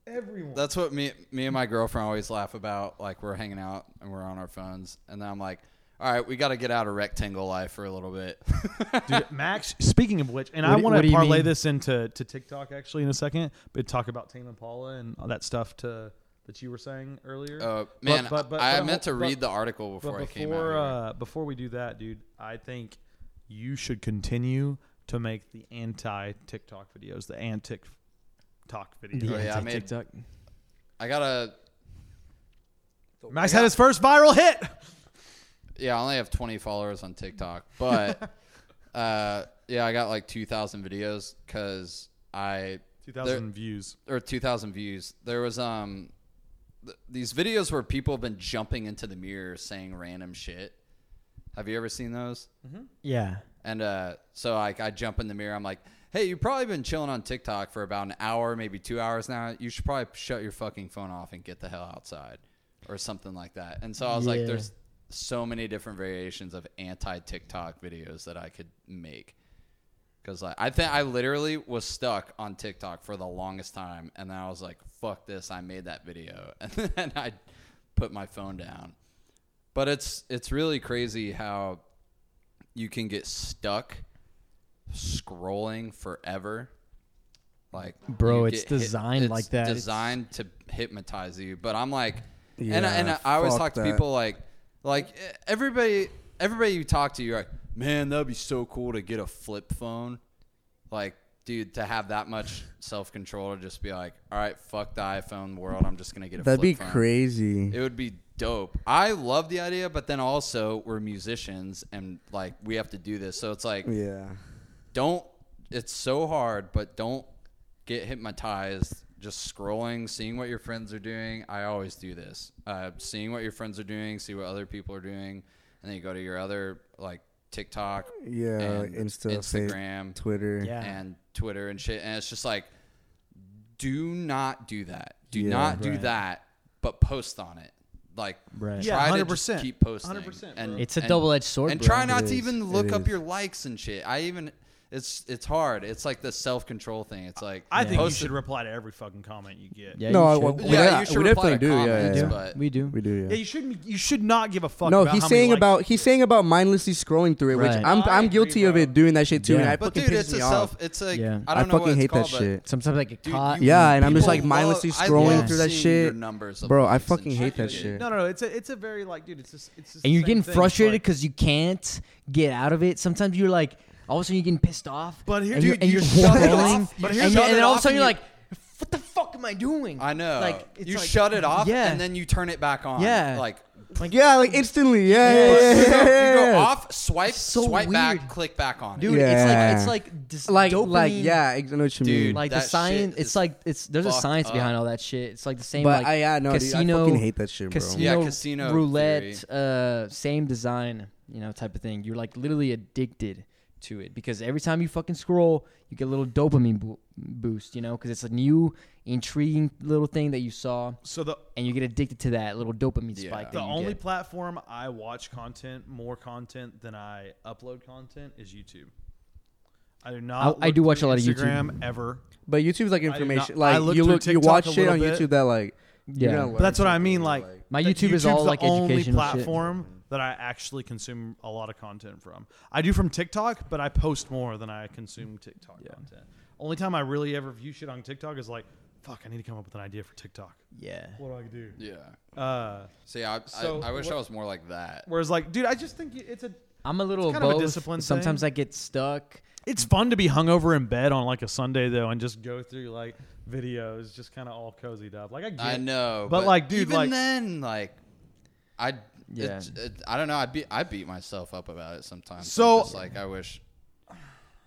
[SPEAKER 2] everyone.
[SPEAKER 4] That's what me me and my girlfriend always laugh about. Like we're hanging out and we're on our phones, and then I'm like, "All right, we got to get out of rectangle life for a little bit." Uh,
[SPEAKER 2] Dude, Max. Speaking of which, and
[SPEAKER 1] What
[SPEAKER 2] I
[SPEAKER 1] do- what
[SPEAKER 2] want
[SPEAKER 1] do
[SPEAKER 2] to
[SPEAKER 1] you
[SPEAKER 2] parlay
[SPEAKER 1] mean?
[SPEAKER 2] this into to TikTok actually in a second, but talk about Tame Impala and all that stuff to that you were saying earlier.
[SPEAKER 4] Uh,
[SPEAKER 2] But-
[SPEAKER 4] man,
[SPEAKER 2] but- but-
[SPEAKER 4] I,
[SPEAKER 2] but-
[SPEAKER 4] meant to
[SPEAKER 2] but-
[SPEAKER 4] read the article
[SPEAKER 2] But
[SPEAKER 4] before,
[SPEAKER 2] before
[SPEAKER 4] I came out. here.
[SPEAKER 2] uh, before we do that, dude, I think you should continue to make the anti TikTok videos, the anti TikTok videos.
[SPEAKER 4] Oh, yeah, I made-
[SPEAKER 1] TikTok.
[SPEAKER 4] I gotta.
[SPEAKER 2] Max had his first viral hit.
[SPEAKER 4] Yeah, I only have 20 followers on TikTok, but uh, yeah, I got like 2,000 videos because I
[SPEAKER 2] Two thousand views.
[SPEAKER 4] or 2,000 views. There was um th- these videos where people have been jumping into the mirror saying random shit. Have you ever seen those?
[SPEAKER 1] Yeah.
[SPEAKER 4] And uh, so like I jump in the mirror. I'm like, hey, you've probably been chilling on TikTok for about an hour, maybe two hours now. You should probably shut your fucking phone off and get the hell outside or something like that. And so I was
[SPEAKER 1] Yeah.
[SPEAKER 4] like, there's so many different variations of anti TikTok videos that I could make. Cause like I think I literally was stuck on TikTok for the longest time, and then I was like, "Fuck this!" I made that video, and then I put my phone down. But it's it's really crazy how you can get stuck scrolling forever. Like,
[SPEAKER 1] Bro,
[SPEAKER 4] you
[SPEAKER 1] it's
[SPEAKER 4] get hit-
[SPEAKER 1] designed
[SPEAKER 4] it's
[SPEAKER 1] like that. It's-
[SPEAKER 4] Designed to hypnotize you. But I'm like, and I, and
[SPEAKER 3] Yeah,
[SPEAKER 4] I always
[SPEAKER 3] fuck
[SPEAKER 4] talk to
[SPEAKER 3] that.
[SPEAKER 4] people like, like eh, everybody, everybody you talk to, you're like, man, that'd be so cool to get a flip phone. Like, dude, to have that much self control to just be like, all right, fuck the iPhone world. I'm just gonna get a.
[SPEAKER 3] That'd be
[SPEAKER 4] flip phone.
[SPEAKER 3] crazy.
[SPEAKER 4] It would be dope. I love the idea, but then also we're musicians and like we have to do this. So it's like
[SPEAKER 3] yeah.
[SPEAKER 4] don't it's so hard, but don't get hypnotized just scrolling, seeing what your friends are doing. I always do this. Uh, seeing what your friends are doing, see what other people are doing, and then you go to your other like TikTok,
[SPEAKER 3] Yeah.
[SPEAKER 4] and
[SPEAKER 3] Insta, Face-
[SPEAKER 4] Instagram,
[SPEAKER 3] Twitter.
[SPEAKER 1] Yeah.
[SPEAKER 4] and Twitter and shit. And it's just like, do not do that. Do
[SPEAKER 3] Yeah.
[SPEAKER 4] not do
[SPEAKER 1] Right.
[SPEAKER 4] that, but post on it. Like,
[SPEAKER 1] Right.
[SPEAKER 2] Yeah,
[SPEAKER 4] try to
[SPEAKER 2] 100%.
[SPEAKER 4] just keep posting.
[SPEAKER 2] 100%,
[SPEAKER 4] and,
[SPEAKER 2] bro.
[SPEAKER 1] It's a
[SPEAKER 4] and-
[SPEAKER 1] double-edged sword,
[SPEAKER 4] And
[SPEAKER 1] bro.
[SPEAKER 4] try not
[SPEAKER 3] It is.
[SPEAKER 4] to even
[SPEAKER 3] It
[SPEAKER 4] look up
[SPEAKER 3] is.
[SPEAKER 4] your likes and shit. I even, it's it's hard. It's like the self control thing. It's like,
[SPEAKER 2] I think you
[SPEAKER 4] post it-
[SPEAKER 2] should reply to every fucking comment you get.
[SPEAKER 1] Yeah.
[SPEAKER 3] No, I,
[SPEAKER 1] you
[SPEAKER 3] well,
[SPEAKER 1] should.
[SPEAKER 3] we,
[SPEAKER 4] Yeah,
[SPEAKER 3] yeah,
[SPEAKER 4] you should
[SPEAKER 3] we
[SPEAKER 4] reply
[SPEAKER 3] definitely
[SPEAKER 4] to
[SPEAKER 3] do. Yeah,
[SPEAKER 4] comments,
[SPEAKER 3] yeah.
[SPEAKER 4] but-
[SPEAKER 1] we do.
[SPEAKER 3] we do. Yeah.
[SPEAKER 2] Yeah, you shouldn't. You should not give a fuck.
[SPEAKER 3] no,
[SPEAKER 2] about
[SPEAKER 3] he's
[SPEAKER 2] how many
[SPEAKER 3] saying
[SPEAKER 2] likes
[SPEAKER 3] about
[SPEAKER 2] you
[SPEAKER 3] he's
[SPEAKER 2] get.
[SPEAKER 3] saying about mindlessly scrolling through it,
[SPEAKER 1] Right.
[SPEAKER 3] which I'm
[SPEAKER 2] I
[SPEAKER 3] I'm
[SPEAKER 2] agree,
[SPEAKER 3] guilty of
[SPEAKER 2] bro.
[SPEAKER 3] it doing that shit too, and
[SPEAKER 1] Yeah.
[SPEAKER 3] I
[SPEAKER 4] But
[SPEAKER 3] fucking
[SPEAKER 4] dude,
[SPEAKER 3] pisses
[SPEAKER 4] it's
[SPEAKER 3] me
[SPEAKER 4] a
[SPEAKER 3] off.
[SPEAKER 4] self. It's like
[SPEAKER 1] Yeah.
[SPEAKER 4] I
[SPEAKER 3] I
[SPEAKER 4] don't know what
[SPEAKER 3] fucking hate
[SPEAKER 4] it's
[SPEAKER 3] that
[SPEAKER 4] called, but
[SPEAKER 3] shit.
[SPEAKER 1] Sometimes I get
[SPEAKER 4] Dude,
[SPEAKER 1] caught.
[SPEAKER 4] you-
[SPEAKER 3] Yeah, and I'm just
[SPEAKER 4] people
[SPEAKER 3] like mindlessly
[SPEAKER 4] love- I
[SPEAKER 3] scrolling
[SPEAKER 4] love
[SPEAKER 3] through that
[SPEAKER 4] seeing your
[SPEAKER 3] shit.
[SPEAKER 4] numbers of
[SPEAKER 3] Bro, I
[SPEAKER 4] likes and
[SPEAKER 3] fucking hate
[SPEAKER 4] shit.
[SPEAKER 3] that shit.
[SPEAKER 2] No, no, no. It's a, it's a very like, dude. It's just, it's just.
[SPEAKER 1] and you're
[SPEAKER 2] the same
[SPEAKER 1] getting
[SPEAKER 2] thing. It's
[SPEAKER 1] frustrated
[SPEAKER 2] like-
[SPEAKER 1] because you can't get out of it. Sometimes you're like, all of a sudden you're getting pissed off.
[SPEAKER 2] But here-
[SPEAKER 1] and you're,
[SPEAKER 2] dude,
[SPEAKER 1] and
[SPEAKER 2] you
[SPEAKER 1] you're
[SPEAKER 2] shut it
[SPEAKER 1] scrolling,
[SPEAKER 2] off. But
[SPEAKER 1] and,
[SPEAKER 2] here's
[SPEAKER 1] you-
[SPEAKER 4] shut
[SPEAKER 1] and
[SPEAKER 4] it
[SPEAKER 1] then all of
[SPEAKER 4] off
[SPEAKER 1] a sudden
[SPEAKER 4] and
[SPEAKER 1] you're
[SPEAKER 4] you-
[SPEAKER 1] like, what the fuck am I doing?
[SPEAKER 4] I know.
[SPEAKER 1] Like it's
[SPEAKER 4] you
[SPEAKER 1] like-
[SPEAKER 4] shut it off,
[SPEAKER 1] Yeah.
[SPEAKER 4] and then you turn it back on.
[SPEAKER 1] Yeah.
[SPEAKER 4] like
[SPEAKER 3] Yeah, like instantly. Yeah, yeah, yeah.
[SPEAKER 4] you, go,
[SPEAKER 3] yeah,
[SPEAKER 4] you go
[SPEAKER 3] yeah.
[SPEAKER 4] off, swipe,
[SPEAKER 1] So
[SPEAKER 4] swipe back,
[SPEAKER 1] weird.
[SPEAKER 4] click back on.
[SPEAKER 1] dude,
[SPEAKER 4] it.
[SPEAKER 3] Yeah.
[SPEAKER 1] it's like it's like dis-
[SPEAKER 3] Like,
[SPEAKER 1] dopamine,
[SPEAKER 3] like, yeah, I know what you
[SPEAKER 4] Dude,
[SPEAKER 3] mean.
[SPEAKER 1] like
[SPEAKER 4] that
[SPEAKER 1] the
[SPEAKER 4] shit
[SPEAKER 1] science.
[SPEAKER 4] is
[SPEAKER 1] It's like it's there's a
[SPEAKER 4] fucked
[SPEAKER 1] science
[SPEAKER 4] up.
[SPEAKER 1] behind all that shit. It's like the same.
[SPEAKER 3] but
[SPEAKER 1] like,
[SPEAKER 3] I, yeah, no, dude, I
[SPEAKER 1] casino,
[SPEAKER 3] fucking hate that shit, bro.
[SPEAKER 1] casino,
[SPEAKER 4] Yeah, casino
[SPEAKER 1] roulette, uh, same design, you know, type of thing. You're like literally addicted to it because every time you fucking scroll, you get a little dopamine bo- boost, you know, because it's a new, intriguing little thing that you saw,
[SPEAKER 2] So the
[SPEAKER 1] and you get addicted to that little dopamine
[SPEAKER 4] Yeah.
[SPEAKER 1] spike.
[SPEAKER 4] The
[SPEAKER 1] That
[SPEAKER 2] the
[SPEAKER 1] you
[SPEAKER 2] only
[SPEAKER 1] get.
[SPEAKER 2] platform I watch content, more content than I upload content, is YouTube. I do not.
[SPEAKER 1] I- I
[SPEAKER 2] look
[SPEAKER 1] do watch
[SPEAKER 2] through
[SPEAKER 1] a lot of YouTube.
[SPEAKER 2] Instagram ever.
[SPEAKER 3] But YouTube's like
[SPEAKER 2] do not-
[SPEAKER 3] information.
[SPEAKER 2] I
[SPEAKER 3] like
[SPEAKER 2] look
[SPEAKER 3] you
[SPEAKER 2] through
[SPEAKER 3] look, you
[SPEAKER 2] TikTok
[SPEAKER 3] watch
[SPEAKER 2] a
[SPEAKER 3] shit on
[SPEAKER 2] little bit.
[SPEAKER 3] YouTube that like. you're
[SPEAKER 1] Yeah.
[SPEAKER 3] gonna
[SPEAKER 1] But
[SPEAKER 2] But that's
[SPEAKER 3] learn
[SPEAKER 2] what I
[SPEAKER 3] something,
[SPEAKER 2] mean. Like
[SPEAKER 1] My
[SPEAKER 2] that
[SPEAKER 1] YouTube is
[SPEAKER 2] YouTube's
[SPEAKER 1] all,
[SPEAKER 2] the
[SPEAKER 1] like,
[SPEAKER 2] only
[SPEAKER 1] educational shit.
[SPEAKER 2] platform that I actually consume a lot of content from. I do from TikTok, but I post more than I consume TikTok content. Only time I really ever view shit on TikTok is like, fuck, I need to come up with an idea for TikTok.
[SPEAKER 1] Yeah.
[SPEAKER 2] What do I do?
[SPEAKER 4] Yeah.
[SPEAKER 2] Uh,
[SPEAKER 4] See, I,
[SPEAKER 2] So,
[SPEAKER 4] I, I wish
[SPEAKER 2] what-
[SPEAKER 4] I was more like that.
[SPEAKER 2] whereas, like, dude, I just think it's a
[SPEAKER 1] I'm a little
[SPEAKER 2] It's
[SPEAKER 1] of
[SPEAKER 2] kind of a
[SPEAKER 1] both.
[SPEAKER 2] discipline
[SPEAKER 1] Sometimes
[SPEAKER 2] thing.
[SPEAKER 1] I get stuck.
[SPEAKER 2] It's fun to be hungover in bed on like a Sunday though, and just go through like videos, just kind of all cozied up. Like I, get
[SPEAKER 4] I know,
[SPEAKER 2] but, like, dude,
[SPEAKER 4] even
[SPEAKER 2] like-
[SPEAKER 4] then, like, I,
[SPEAKER 1] Yeah.
[SPEAKER 4] yeah, it, I don't know. I beat, I beat myself up about it sometimes. I'm
[SPEAKER 2] So-
[SPEAKER 4] just like, I wish.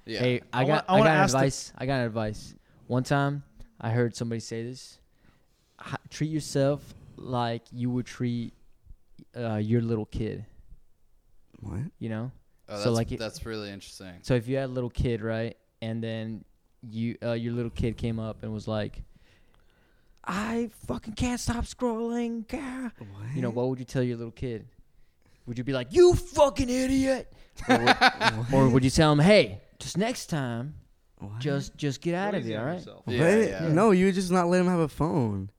[SPEAKER 4] Yeah.
[SPEAKER 1] Hey, I,
[SPEAKER 2] I
[SPEAKER 1] got
[SPEAKER 2] wanna- I wanna
[SPEAKER 1] I got an
[SPEAKER 2] ask the-
[SPEAKER 1] advice. I got an advice. One time, I heard somebody say this: H- treat yourself like you would treat uh, your little kid.
[SPEAKER 3] What?
[SPEAKER 1] You know.
[SPEAKER 4] oh, that's,
[SPEAKER 1] so like it-
[SPEAKER 4] that's really interesting.
[SPEAKER 1] So if you had a little kid, right, and then you uh, your little kid came up and was like, "I fucking can't stop scrolling," gah."
[SPEAKER 3] What?
[SPEAKER 1] you know, what would you tell your little kid? Would you be like, "You fucking idiot," or would, or would you tell him, "Hey, just next time,
[SPEAKER 3] What?
[SPEAKER 1] just just get out of
[SPEAKER 2] lazy
[SPEAKER 1] here, all
[SPEAKER 2] on
[SPEAKER 1] right?"
[SPEAKER 2] yourself.
[SPEAKER 4] Yeah,
[SPEAKER 3] What?
[SPEAKER 4] yeah.
[SPEAKER 3] No, you would just not let him have a phone,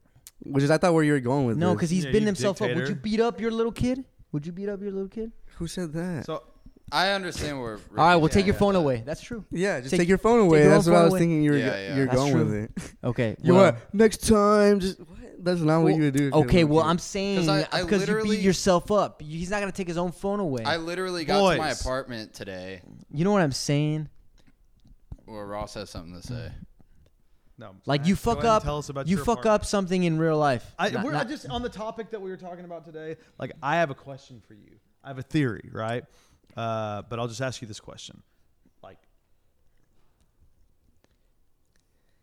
[SPEAKER 3] which is I thought where you were going with.
[SPEAKER 1] No,
[SPEAKER 3] this.
[SPEAKER 1] because he's
[SPEAKER 2] Yeah,
[SPEAKER 1] been
[SPEAKER 2] you
[SPEAKER 1] himself up. Would
[SPEAKER 2] dictator.
[SPEAKER 1] you beat up your little kid? Would you beat up your little kid?
[SPEAKER 3] who said that?
[SPEAKER 2] So
[SPEAKER 4] I understand where.
[SPEAKER 1] All right, well,
[SPEAKER 4] Ricky's
[SPEAKER 1] take your
[SPEAKER 4] at
[SPEAKER 1] phone
[SPEAKER 4] with that.
[SPEAKER 1] away. That's true.
[SPEAKER 3] yeah, just
[SPEAKER 1] take-
[SPEAKER 3] take, your phone away.
[SPEAKER 1] your
[SPEAKER 3] That's
[SPEAKER 1] own
[SPEAKER 3] what I
[SPEAKER 1] phone
[SPEAKER 3] was
[SPEAKER 1] away.
[SPEAKER 3] thinking. You were
[SPEAKER 4] Yeah, yeah.
[SPEAKER 3] you're
[SPEAKER 1] That's
[SPEAKER 3] going
[SPEAKER 1] true.
[SPEAKER 3] with it.
[SPEAKER 1] Okay.
[SPEAKER 3] You
[SPEAKER 1] well-
[SPEAKER 3] what? Next time, just what? that's not what
[SPEAKER 1] well,
[SPEAKER 3] you would do. if you're
[SPEAKER 1] Okay,
[SPEAKER 3] looking
[SPEAKER 1] well,
[SPEAKER 3] at-
[SPEAKER 1] I'm saying
[SPEAKER 4] 'Cause I- I
[SPEAKER 1] because you
[SPEAKER 4] literally-
[SPEAKER 1] beat yourself up. You- He's not gonna take his own phone away.
[SPEAKER 4] I literally got to my
[SPEAKER 2] Boys.
[SPEAKER 4] apartment today
[SPEAKER 1] you know what I'm saying?
[SPEAKER 4] where Ross has something to say.
[SPEAKER 2] no,
[SPEAKER 1] Like
[SPEAKER 2] Zach,
[SPEAKER 1] you
[SPEAKER 2] go
[SPEAKER 1] fuck
[SPEAKER 2] ahead and
[SPEAKER 1] up.
[SPEAKER 2] Tell us about
[SPEAKER 1] you
[SPEAKER 2] your
[SPEAKER 1] fuck
[SPEAKER 2] apartment.
[SPEAKER 1] up something in real life.
[SPEAKER 2] I,
[SPEAKER 1] Not-
[SPEAKER 2] we're
[SPEAKER 1] not-
[SPEAKER 2] just on the topic that we were talking about today. Like I have a question for you. I have a theory, right? Uh, but I'll just ask you this question. Like,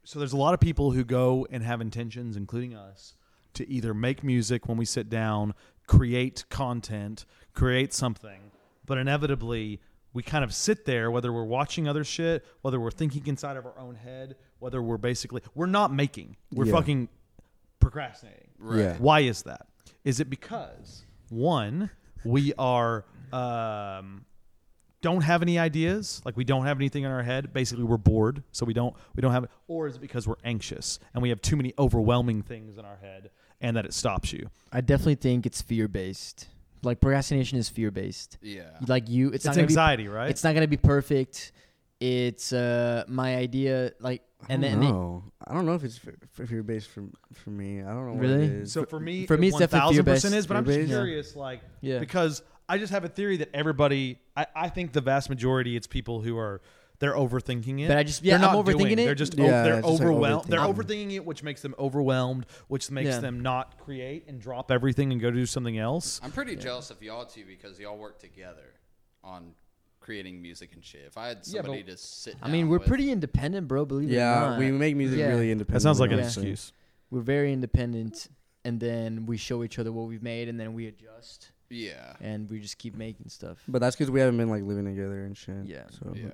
[SPEAKER 2] so there's a lot of people who go and have intentions, including us, to either make music when we sit down, create content, create something, but inevitably we kind of sit there, whether we're watching other shit, whether we're thinking inside of our own head, whether we're basically we're not making, we're
[SPEAKER 3] Yeah.
[SPEAKER 2] fucking procrastinating.
[SPEAKER 4] Right.
[SPEAKER 3] Yeah.
[SPEAKER 2] Why is that? Is it because one, we are um, don't have any ideas, like we don't have anything in our head. Basically, we're bored, so we don't we don't have. Or is it because we're anxious and we have too many overwhelming things in our head, and that it stops you?
[SPEAKER 1] I definitely think it's fear based. Like procrastination is fear based.
[SPEAKER 4] Yeah.
[SPEAKER 1] Like you, it's,
[SPEAKER 2] It's,
[SPEAKER 1] not gonna be
[SPEAKER 2] anxiety, right?
[SPEAKER 1] It's not gonna be perfect. It's uh my idea, like,
[SPEAKER 3] I
[SPEAKER 1] and
[SPEAKER 3] don't
[SPEAKER 1] then
[SPEAKER 3] know. I don't know if it's f- if you're based for for me. I don't know. What
[SPEAKER 1] Really?
[SPEAKER 3] it is.
[SPEAKER 2] so for me,
[SPEAKER 1] for me, it's
[SPEAKER 2] one
[SPEAKER 1] definitely
[SPEAKER 2] thousand percent
[SPEAKER 1] fear-based.
[SPEAKER 2] is. But I'm just
[SPEAKER 3] Fear-based.
[SPEAKER 1] Yeah.
[SPEAKER 2] curious, like,
[SPEAKER 1] Yeah.
[SPEAKER 2] because I just have a theory that everybody. I, I think the vast majority, it's people who are. They're overthinking it.
[SPEAKER 1] But I just- yeah,
[SPEAKER 2] they're
[SPEAKER 1] I'm
[SPEAKER 2] not
[SPEAKER 1] overthinking
[SPEAKER 2] doing
[SPEAKER 1] it.
[SPEAKER 2] They're just
[SPEAKER 3] Yeah,
[SPEAKER 2] they're
[SPEAKER 3] it's just, like,
[SPEAKER 2] overwhelmed. they're
[SPEAKER 3] overthinking.
[SPEAKER 2] overthinking it, which makes them overwhelmed, which makes
[SPEAKER 1] Yeah.
[SPEAKER 2] them not create and drop everything and go do something else.
[SPEAKER 4] I'm pretty jealous of y'all two because y'all work together on creating music and shit. If I had
[SPEAKER 2] Yeah, but-
[SPEAKER 4] somebody to sit,
[SPEAKER 1] I mean,
[SPEAKER 4] down
[SPEAKER 1] we're
[SPEAKER 4] with-
[SPEAKER 1] pretty independent, bro. Believe it or
[SPEAKER 3] yeah,
[SPEAKER 1] not,
[SPEAKER 3] we make music
[SPEAKER 1] Yeah.
[SPEAKER 3] really
[SPEAKER 2] That
[SPEAKER 3] independent.
[SPEAKER 2] sounds like an
[SPEAKER 1] Yeah.
[SPEAKER 2] excuse.
[SPEAKER 1] we're very independent, and then we show each other what we've made, and then we adjust,
[SPEAKER 4] Yeah.
[SPEAKER 1] and we just keep making stuff.
[SPEAKER 3] But that's because we haven't been like living together and shit.
[SPEAKER 1] Yeah.
[SPEAKER 3] So
[SPEAKER 4] Yeah.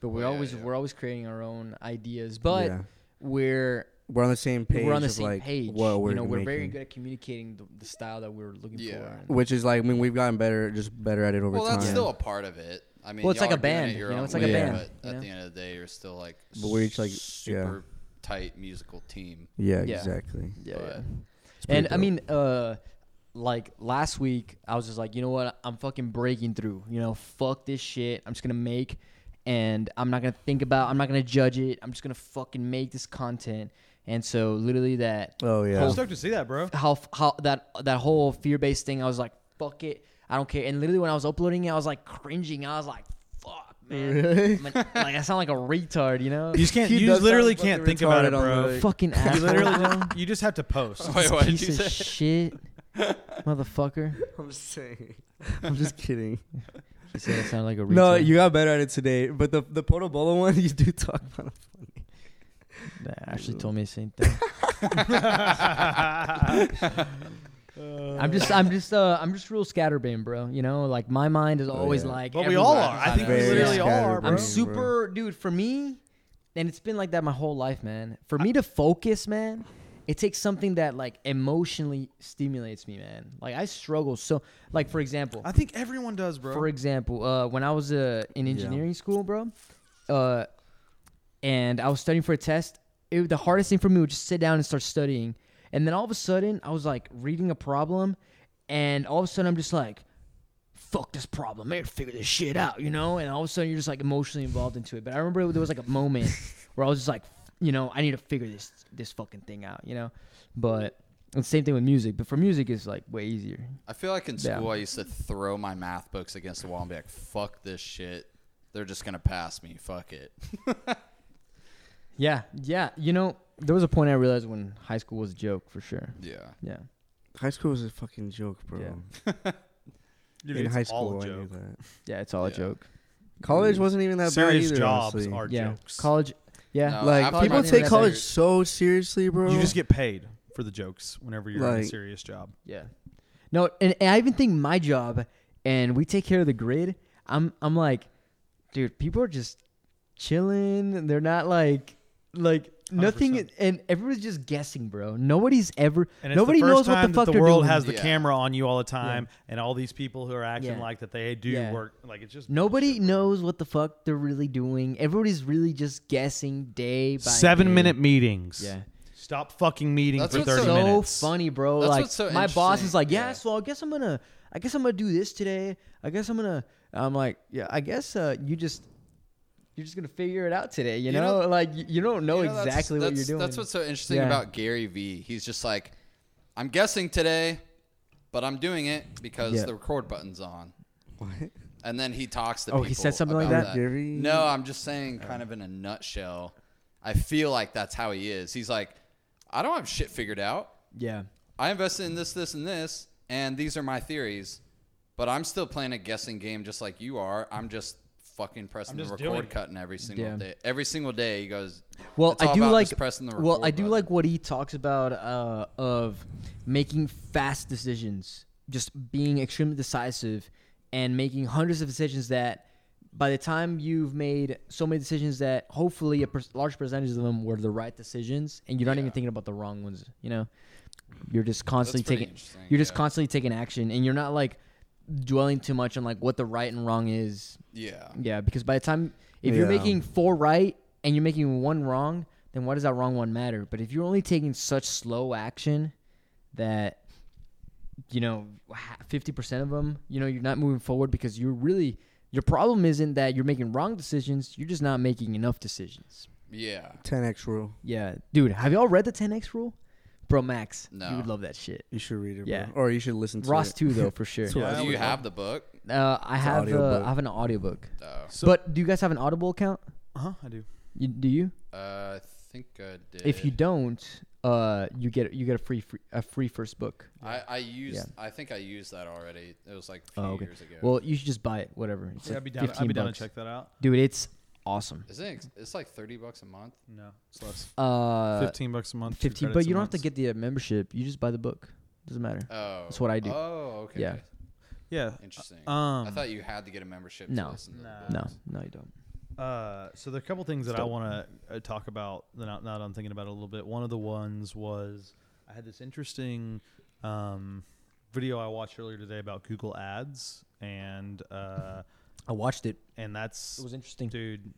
[SPEAKER 1] But we're
[SPEAKER 4] Well, yeah,
[SPEAKER 1] always
[SPEAKER 4] yeah.
[SPEAKER 1] we're always creating our own ideas, but
[SPEAKER 3] yeah.
[SPEAKER 1] we're
[SPEAKER 3] we're on the same page.
[SPEAKER 1] we're on the
[SPEAKER 3] of,
[SPEAKER 1] same
[SPEAKER 3] like,
[SPEAKER 1] page.
[SPEAKER 3] What we're
[SPEAKER 1] you know, we're very
[SPEAKER 3] making.
[SPEAKER 1] good at communicating the, the style that we're looking
[SPEAKER 4] Yeah.
[SPEAKER 1] for. and-
[SPEAKER 3] Which is like, I mean, we've gotten better, just better at it over
[SPEAKER 4] Well,
[SPEAKER 3] time.
[SPEAKER 4] that's still a part of it. I mean,
[SPEAKER 1] Well, it's
[SPEAKER 4] y'all
[SPEAKER 1] like a
[SPEAKER 4] are doing it
[SPEAKER 1] band,
[SPEAKER 4] your
[SPEAKER 1] you know,
[SPEAKER 4] own
[SPEAKER 1] it's like
[SPEAKER 3] a
[SPEAKER 4] way,
[SPEAKER 3] band,
[SPEAKER 4] But
[SPEAKER 1] you know?
[SPEAKER 4] at the end of the day, you're still like
[SPEAKER 3] But we're each, like, yeah.
[SPEAKER 4] super tight musical team.
[SPEAKER 3] yeah,
[SPEAKER 1] Yeah.
[SPEAKER 3] exactly.
[SPEAKER 1] yeah,
[SPEAKER 4] but-
[SPEAKER 1] yeah.
[SPEAKER 3] It's pretty
[SPEAKER 1] And I
[SPEAKER 3] dope.
[SPEAKER 1] mean, uh, like last week, I was just like, you know what? I'm fucking breaking through. You know, fuck this shit. I'm just gonna make, and I'm not gonna think about. I'm not gonna judge it. I'm just gonna fucking make this content. And so, literally, that
[SPEAKER 3] oh yeah,
[SPEAKER 2] I'm stoked to see that, bro.
[SPEAKER 1] how how that that whole fear based thing. I was like, fuck it, I don't care. And literally, when I was uploading it, I was like cringing. I was like, fuck, man. I'm an- like I sound like a retard, you know?
[SPEAKER 2] You just can't.
[SPEAKER 3] He
[SPEAKER 2] You
[SPEAKER 3] does
[SPEAKER 2] just literally
[SPEAKER 3] sound
[SPEAKER 2] can't
[SPEAKER 3] fucking
[SPEAKER 2] think about it,
[SPEAKER 3] retarded on
[SPEAKER 2] bro.
[SPEAKER 3] the- like-
[SPEAKER 1] fucking
[SPEAKER 2] You
[SPEAKER 1] asshole,
[SPEAKER 2] literally,
[SPEAKER 1] bro.
[SPEAKER 2] just, you just have to post.
[SPEAKER 4] Wait, what did you
[SPEAKER 1] piece of
[SPEAKER 4] say?
[SPEAKER 1] shit, motherfucker.
[SPEAKER 3] I'm saying, I'm just kidding.
[SPEAKER 1] He said I sound like a retard.
[SPEAKER 3] no, you got better at it today. But the the Portobello one, you do talk about. It.
[SPEAKER 1] Nah, Ashley told me the same thing. I'm just, I'm just, uh, I'm just real scatterbrain, bro. You know, like my mind is always
[SPEAKER 3] yeah.
[SPEAKER 1] like.
[SPEAKER 2] But we all
[SPEAKER 1] everywhere.
[SPEAKER 2] are. I think we
[SPEAKER 4] Very
[SPEAKER 2] literally all
[SPEAKER 3] scattered,
[SPEAKER 2] are, bro.
[SPEAKER 1] I'm
[SPEAKER 3] bro.
[SPEAKER 1] super, dude. For me, and it's been like that my whole life, man. For me to focus, man, it takes something that like emotionally stimulates me, man. Like I struggle so. Like for example,
[SPEAKER 2] I think everyone does, bro.
[SPEAKER 1] for example, uh, when I was uh, in engineering school, bro, uh, and I was studying for a test, it, the hardest thing for me was just sit down and start studying. And then all of a sudden, I was like reading a problem, and all of a sudden, I'm just like, fuck this problem. I gotta figure this shit out, you know? And all of a sudden you're just like emotionally involved into it. But I remember there was like a moment where I was just like, you know, I need to figure this this fucking thing out, you know? But it's the same thing with music. But for music it's like way easier.
[SPEAKER 4] I feel like in
[SPEAKER 1] Yeah.
[SPEAKER 4] school I used to throw my math books against the wall and be like, "Fuck this shit. They're just gonna pass me. Fuck it."
[SPEAKER 1] Yeah, yeah. You know, there was a point I realized when high school was a joke for sure.
[SPEAKER 4] Yeah.
[SPEAKER 1] Yeah.
[SPEAKER 3] High school was a fucking joke, bro.
[SPEAKER 1] Yeah.
[SPEAKER 2] Dude,
[SPEAKER 3] In
[SPEAKER 2] it's
[SPEAKER 3] high
[SPEAKER 2] all
[SPEAKER 3] school,
[SPEAKER 2] a
[SPEAKER 3] I knew
[SPEAKER 2] joke.
[SPEAKER 3] that.
[SPEAKER 1] Yeah, it's all a
[SPEAKER 4] Yeah.
[SPEAKER 1] joke.
[SPEAKER 3] College wasn't even that
[SPEAKER 2] Serious
[SPEAKER 3] bad either.
[SPEAKER 2] jobs
[SPEAKER 3] honestly.
[SPEAKER 2] are
[SPEAKER 1] yeah.
[SPEAKER 2] jokes.
[SPEAKER 1] College yeah.
[SPEAKER 4] No,
[SPEAKER 3] like
[SPEAKER 4] after
[SPEAKER 3] people
[SPEAKER 4] my
[SPEAKER 3] take
[SPEAKER 4] first
[SPEAKER 3] college
[SPEAKER 4] year-
[SPEAKER 3] so seriously, bro.
[SPEAKER 2] You just get paid for the jokes whenever you're in a
[SPEAKER 3] Like-
[SPEAKER 2] serious job.
[SPEAKER 1] Yeah. No, and, and I even think my job and we take care of the grid. I'm I'm like, dude, people are just chilling. and They're not like like nothing,
[SPEAKER 2] 100%.
[SPEAKER 1] and everybody's just guessing, bro. Nobody's ever
[SPEAKER 2] And it's
[SPEAKER 1] nobody
[SPEAKER 2] the
[SPEAKER 1] knows
[SPEAKER 2] first time
[SPEAKER 1] what the
[SPEAKER 2] that
[SPEAKER 1] fuck
[SPEAKER 2] the
[SPEAKER 1] they're
[SPEAKER 2] world
[SPEAKER 1] doing.
[SPEAKER 2] has the
[SPEAKER 4] Yeah.
[SPEAKER 2] camera on you all the time, and all these people who are acting
[SPEAKER 1] Yeah.
[SPEAKER 2] like that they do
[SPEAKER 1] Yeah.
[SPEAKER 2] work. Like it's just
[SPEAKER 1] Nobody
[SPEAKER 2] bullshit, bro.
[SPEAKER 1] knows what the fuck they're really doing. Everybody's really just guessing day by
[SPEAKER 2] Seven
[SPEAKER 1] day.
[SPEAKER 2] minute meetings.
[SPEAKER 1] Yeah.
[SPEAKER 2] Stop fucking meeting
[SPEAKER 4] That's
[SPEAKER 2] for
[SPEAKER 4] what's
[SPEAKER 2] thirty
[SPEAKER 1] so
[SPEAKER 2] minutes.
[SPEAKER 1] funny, bro.
[SPEAKER 4] That's
[SPEAKER 1] like
[SPEAKER 4] what's so
[SPEAKER 1] my boss is
[SPEAKER 4] interesting.
[SPEAKER 1] like, yeah,
[SPEAKER 4] Yeah.
[SPEAKER 1] So I guess I'm gonna, I guess I'm gonna do this today. I guess I'm gonna. I'm like, yeah. I guess uh, you just, you're just gonna figure it out today. You,
[SPEAKER 4] You
[SPEAKER 1] know?
[SPEAKER 4] know-
[SPEAKER 1] like you, you don't know,
[SPEAKER 4] You know, that's-
[SPEAKER 1] exactly what you're
[SPEAKER 4] that's-
[SPEAKER 1] doing.
[SPEAKER 4] That's what's so interesting
[SPEAKER 1] Yeah.
[SPEAKER 4] about Gary Vee. He's just like, I'm guessing today, but I'm doing it because
[SPEAKER 1] Yeah.
[SPEAKER 4] the record button's on.
[SPEAKER 3] What?
[SPEAKER 4] And then he talks to
[SPEAKER 1] Oh,
[SPEAKER 4] people.
[SPEAKER 1] he said something like
[SPEAKER 4] about
[SPEAKER 3] that? Gary-
[SPEAKER 4] No, I'm just saying,
[SPEAKER 1] Oh.
[SPEAKER 4] kind of in a nutshell. I feel like that's how he is. He's like, I don't have shit figured out.
[SPEAKER 1] yeah,
[SPEAKER 4] I invested in this, this, and this, and these are my theories. But I'm still playing a guessing game just like you are. I'm just fucking pressing
[SPEAKER 2] just
[SPEAKER 4] the
[SPEAKER 2] doing
[SPEAKER 4] record
[SPEAKER 2] it.
[SPEAKER 4] button every single
[SPEAKER 1] Yeah.
[SPEAKER 4] day. Every single day he goes.
[SPEAKER 1] Well,
[SPEAKER 4] "It's
[SPEAKER 1] I
[SPEAKER 4] all
[SPEAKER 1] do
[SPEAKER 4] about
[SPEAKER 1] like
[SPEAKER 4] just pressing the record
[SPEAKER 1] well, I do
[SPEAKER 4] button."
[SPEAKER 1] like what he talks about uh, of making fast decisions, just being extremely decisive, and making hundreds of decisions that by the time you've made so many decisions that hopefully a per- large percentage of them were the right decisions, and you're not even
[SPEAKER 4] Yeah.
[SPEAKER 1] thinking about the wrong ones. You know, you're just constantly
[SPEAKER 4] pretty
[SPEAKER 1] taking
[SPEAKER 4] interesting,
[SPEAKER 1] you're just
[SPEAKER 4] yeah.
[SPEAKER 1] constantly taking action, and you're not like dwelling too much on like what the right and wrong is
[SPEAKER 4] Yeah.
[SPEAKER 1] yeah, because by the time if you're
[SPEAKER 3] Yeah.
[SPEAKER 1] making four right and you're making one wrong, then why does that wrong one matter? But if you're only taking such slow action that you know fifty percent of them, you know, you're not moving forward because you're really your problem isn't that you're making wrong decisions. You're just not making enough decisions.
[SPEAKER 4] Yeah.
[SPEAKER 3] 10x rule.
[SPEAKER 1] Yeah, dude, have y'all read the 10x rule, bro? Max, you
[SPEAKER 4] No.
[SPEAKER 1] would love that shit.
[SPEAKER 3] You should read it,
[SPEAKER 1] Yeah.
[SPEAKER 3] bro. Or you should listen to
[SPEAKER 1] Ross
[SPEAKER 3] it.
[SPEAKER 1] too, though, for sure.
[SPEAKER 3] what
[SPEAKER 4] Do
[SPEAKER 3] would
[SPEAKER 4] you
[SPEAKER 3] love.
[SPEAKER 4] have the book?
[SPEAKER 1] Uh, I have uh,
[SPEAKER 3] audiobook.
[SPEAKER 1] I have an audiobook.
[SPEAKER 4] No.
[SPEAKER 2] So-
[SPEAKER 1] but do you guys have an Audible account?
[SPEAKER 2] Uh-huh, I do.
[SPEAKER 1] You, do you?
[SPEAKER 4] Uh, I think I did.
[SPEAKER 1] If you don't, uh, you get you get a free, free a free first book.
[SPEAKER 4] I, I used.
[SPEAKER 1] Yeah.
[SPEAKER 4] I think I used that already. It was like a few
[SPEAKER 1] Oh, okay.
[SPEAKER 4] years ago.
[SPEAKER 1] Well, you should just buy it, whatever. It's
[SPEAKER 2] Yeah,
[SPEAKER 1] like
[SPEAKER 2] I'd be down.
[SPEAKER 1] 15
[SPEAKER 2] I'd be down to
[SPEAKER 1] bucks.
[SPEAKER 2] check that out.
[SPEAKER 1] Dude, it's awesome.
[SPEAKER 4] Isn't it, ex- it's like thirty bucks a month?
[SPEAKER 2] No, it's less.
[SPEAKER 1] Uh, fifteen,
[SPEAKER 2] Fifteen bucks a month. two
[SPEAKER 1] but
[SPEAKER 2] credits a
[SPEAKER 1] you don't
[SPEAKER 2] month. Uh,
[SPEAKER 1] have to get the uh, membership. You just buy the book. Doesn't matter.
[SPEAKER 4] Oh,
[SPEAKER 1] That's what I do.
[SPEAKER 4] Oh, okay.
[SPEAKER 1] Yeah.
[SPEAKER 2] Yeah.
[SPEAKER 4] Interesting.
[SPEAKER 2] Um,
[SPEAKER 4] I thought you had to get a membership.
[SPEAKER 1] No.
[SPEAKER 4] To listen to
[SPEAKER 2] No.
[SPEAKER 4] The
[SPEAKER 1] no,
[SPEAKER 4] books.
[SPEAKER 1] no, you don't.
[SPEAKER 2] Uh, so there are a couple things that I want to uh, talk about. That now, now that I'm thinking about it a little bit. One of the ones was I had this interesting um, video I watched earlier today about Google Ads, and uh,
[SPEAKER 1] I watched it.
[SPEAKER 2] and that's
[SPEAKER 1] It was interesting.
[SPEAKER 2] dude.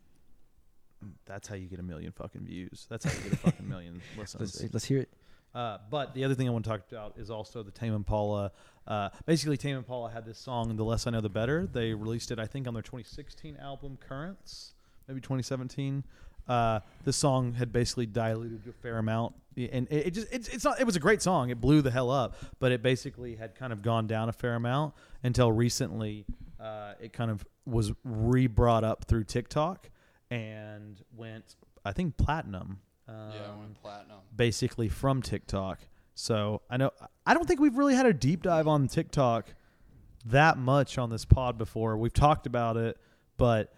[SPEAKER 2] That's how you get a million fucking views. That's how you get a fucking million
[SPEAKER 1] Let's,
[SPEAKER 2] listens.
[SPEAKER 1] let's hear it.
[SPEAKER 2] Uh, but the other thing I want to talk about is also the Tame Impala. Uh, basically, Tame Impala had this song, "The Less I Know, the Better." They released it, I think, on their 2016 album, Currents, maybe 2017. Uh, this song had basically diluted a fair amount, and it, it just—it's it's not—it was a great song. It blew the hell up, but it basically had kind of gone down a fair amount until recently. Uh, it kind of was re-brought up through TikTok and went, I think, platinum. Um,
[SPEAKER 4] Yeah, I went platinum.
[SPEAKER 2] basically from TikTok. So I know I don't think we've really had a deep dive on TikTok that much on this pod before. We've talked about it, but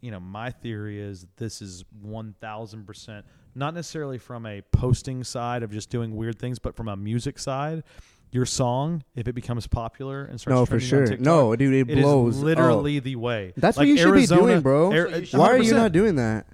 [SPEAKER 2] you know, my theory is this is one thousand percent not necessarily from a posting side of just doing weird things, but from a music side. Your song, if it becomes popular and starts
[SPEAKER 3] No, for
[SPEAKER 2] trending
[SPEAKER 3] sure.
[SPEAKER 2] on TikTok,
[SPEAKER 3] No, dude, it
[SPEAKER 2] is
[SPEAKER 3] blows up.
[SPEAKER 2] literally the way.
[SPEAKER 3] That's
[SPEAKER 2] Like
[SPEAKER 3] what you should
[SPEAKER 2] Arizona-
[SPEAKER 3] be doing, bro.
[SPEAKER 2] Ar-
[SPEAKER 3] Why are you
[SPEAKER 2] 100%.
[SPEAKER 3] not doing that?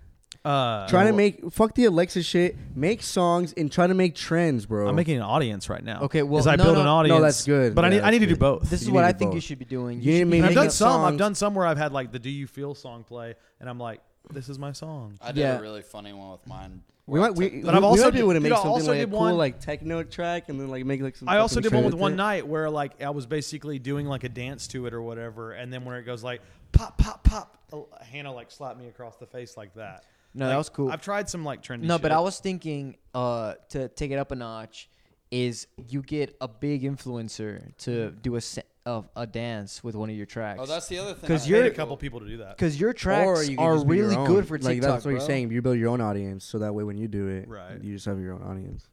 [SPEAKER 2] Uh,
[SPEAKER 3] Trying to make fuck the Alexa shit. Make songs and try to make trends, bro.
[SPEAKER 2] I'm making an audience right now.
[SPEAKER 1] Oh. Okay, well,
[SPEAKER 2] As I
[SPEAKER 1] no,
[SPEAKER 2] build
[SPEAKER 1] no.
[SPEAKER 2] an
[SPEAKER 1] No,
[SPEAKER 2] audience.
[SPEAKER 3] that's good.
[SPEAKER 2] But I
[SPEAKER 3] Yeah,
[SPEAKER 2] need, I
[SPEAKER 3] that's
[SPEAKER 2] need to do
[SPEAKER 3] good.
[SPEAKER 2] both.
[SPEAKER 1] This is
[SPEAKER 3] You
[SPEAKER 1] what
[SPEAKER 3] need
[SPEAKER 1] I
[SPEAKER 3] to
[SPEAKER 1] think you
[SPEAKER 3] vote.
[SPEAKER 1] should be doing.
[SPEAKER 3] You
[SPEAKER 1] should be
[SPEAKER 3] need to
[SPEAKER 2] I've
[SPEAKER 3] make
[SPEAKER 1] making-
[SPEAKER 2] done
[SPEAKER 3] up
[SPEAKER 2] some. I've
[SPEAKER 3] songs.
[SPEAKER 2] done some where I've had like the "Do You Feel" song play, and I'm like, "This is my song."
[SPEAKER 4] I did
[SPEAKER 1] Yeah.
[SPEAKER 4] a really funny one with mine
[SPEAKER 3] We might. We,
[SPEAKER 2] But I've
[SPEAKER 3] we- we
[SPEAKER 2] also
[SPEAKER 3] ought to
[SPEAKER 2] did-
[SPEAKER 3] do it and
[SPEAKER 2] dude,
[SPEAKER 3] make
[SPEAKER 2] I
[SPEAKER 3] something
[SPEAKER 2] also
[SPEAKER 3] like a
[SPEAKER 2] did
[SPEAKER 3] cool
[SPEAKER 2] one-
[SPEAKER 3] like techno track, and then like make like some.
[SPEAKER 2] I also
[SPEAKER 3] fucking
[SPEAKER 2] did one
[SPEAKER 3] shit
[SPEAKER 2] with one
[SPEAKER 3] it.
[SPEAKER 2] night where like I was basically doing like a dance to it or whatever, and then when it goes like pop, pop, pop, uh, Hannah like slapped me across the face like that.
[SPEAKER 1] No,
[SPEAKER 2] Like,
[SPEAKER 1] that was cool.
[SPEAKER 2] I've tried some like trendy.
[SPEAKER 1] No, but
[SPEAKER 2] shit.
[SPEAKER 1] I was thinking uh, to take it up a notch is you get a big influencer to
[SPEAKER 2] Mm-hmm.
[SPEAKER 1] do a se- of a dance with one of your tracks.
[SPEAKER 4] Oh, that's the other thing.
[SPEAKER 1] 'Cause
[SPEAKER 4] I
[SPEAKER 2] paid
[SPEAKER 1] you're-
[SPEAKER 2] a
[SPEAKER 4] hate.
[SPEAKER 2] couple people to do that.
[SPEAKER 1] because your tracks
[SPEAKER 3] could
[SPEAKER 1] are
[SPEAKER 3] just be your
[SPEAKER 1] really
[SPEAKER 3] own.
[SPEAKER 1] good for
[SPEAKER 3] like
[SPEAKER 1] TikTok.
[SPEAKER 3] that's what you're
[SPEAKER 1] bro.
[SPEAKER 3] saying. You build your own audience, so that way when you do it,
[SPEAKER 2] Right.
[SPEAKER 3] you just have your own audience.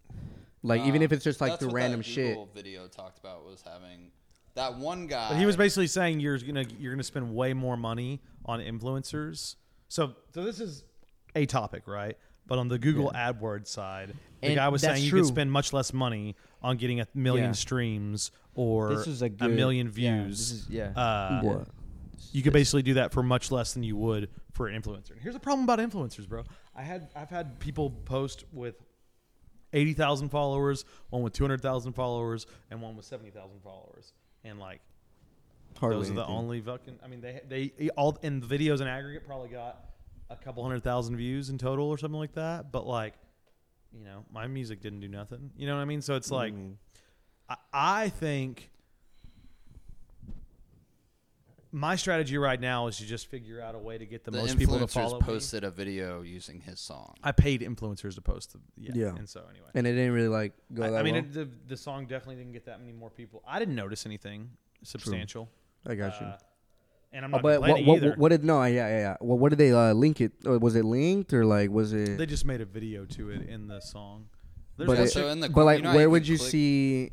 [SPEAKER 3] Like even
[SPEAKER 4] Uh,
[SPEAKER 3] if it's just like
[SPEAKER 4] that's
[SPEAKER 3] the
[SPEAKER 4] what that
[SPEAKER 3] random shit.
[SPEAKER 4] Google Video talked about was having that one guy.
[SPEAKER 2] But he was basically saying you're gonna you're gonna spend way more money on influencers. So so this is a topic, right? But on the Google AdWords side, the
[SPEAKER 1] And
[SPEAKER 2] guy was
[SPEAKER 1] that's
[SPEAKER 2] saying you
[SPEAKER 1] true.
[SPEAKER 2] could spend much less money on getting a million
[SPEAKER 1] Yeah.
[SPEAKER 2] streams or
[SPEAKER 1] This is a good-
[SPEAKER 2] million
[SPEAKER 1] yeah,
[SPEAKER 2] views.
[SPEAKER 1] this is- yeah.
[SPEAKER 2] Uh,
[SPEAKER 3] What?
[SPEAKER 2] You could basically do that for much less than you would for an influencer. And here's the problem about influencers, bro. I had I've had people post with eighty thousand followers, one with two hundred thousand followers, and one with seventy thousand followers, and like
[SPEAKER 3] Hardly.
[SPEAKER 2] those are the
[SPEAKER 3] anything.
[SPEAKER 2] only fucking. I mean, they they all in the videos in aggregate probably got a couple hundred thousand views in total or something like that. But like, you know, my music didn't do nothing. You know what I mean? So it's like,
[SPEAKER 3] Mm-hmm.
[SPEAKER 2] I, I think my strategy right now is to just figure out a way to get the,
[SPEAKER 4] the
[SPEAKER 2] most
[SPEAKER 4] influencers
[SPEAKER 2] people to follow. me.
[SPEAKER 4] posted a video using his song.
[SPEAKER 2] I paid influencers to post them. Yeah.
[SPEAKER 3] Yeah.
[SPEAKER 2] And so anyway.
[SPEAKER 3] And it didn't really like go
[SPEAKER 2] I,
[SPEAKER 3] that
[SPEAKER 2] I mean,
[SPEAKER 3] well.
[SPEAKER 2] it, the the song definitely didn't get that many more people. I didn't notice anything substantial.
[SPEAKER 3] I got you.
[SPEAKER 2] Uh, and I'm
[SPEAKER 3] Oh,
[SPEAKER 2] not
[SPEAKER 3] but
[SPEAKER 2] complaining
[SPEAKER 3] what, what,
[SPEAKER 2] either.
[SPEAKER 3] what did no? Yeah, yeah, yeah. Well, what did they uh, link it? Or was it linked or like was it?
[SPEAKER 2] They just made a video to it in the song. There's
[SPEAKER 3] but,
[SPEAKER 2] a
[SPEAKER 3] it-
[SPEAKER 2] chick-
[SPEAKER 4] also in the-
[SPEAKER 3] but like,
[SPEAKER 4] you know how
[SPEAKER 3] where
[SPEAKER 4] you
[SPEAKER 3] would
[SPEAKER 4] can
[SPEAKER 3] you
[SPEAKER 4] click-
[SPEAKER 3] see?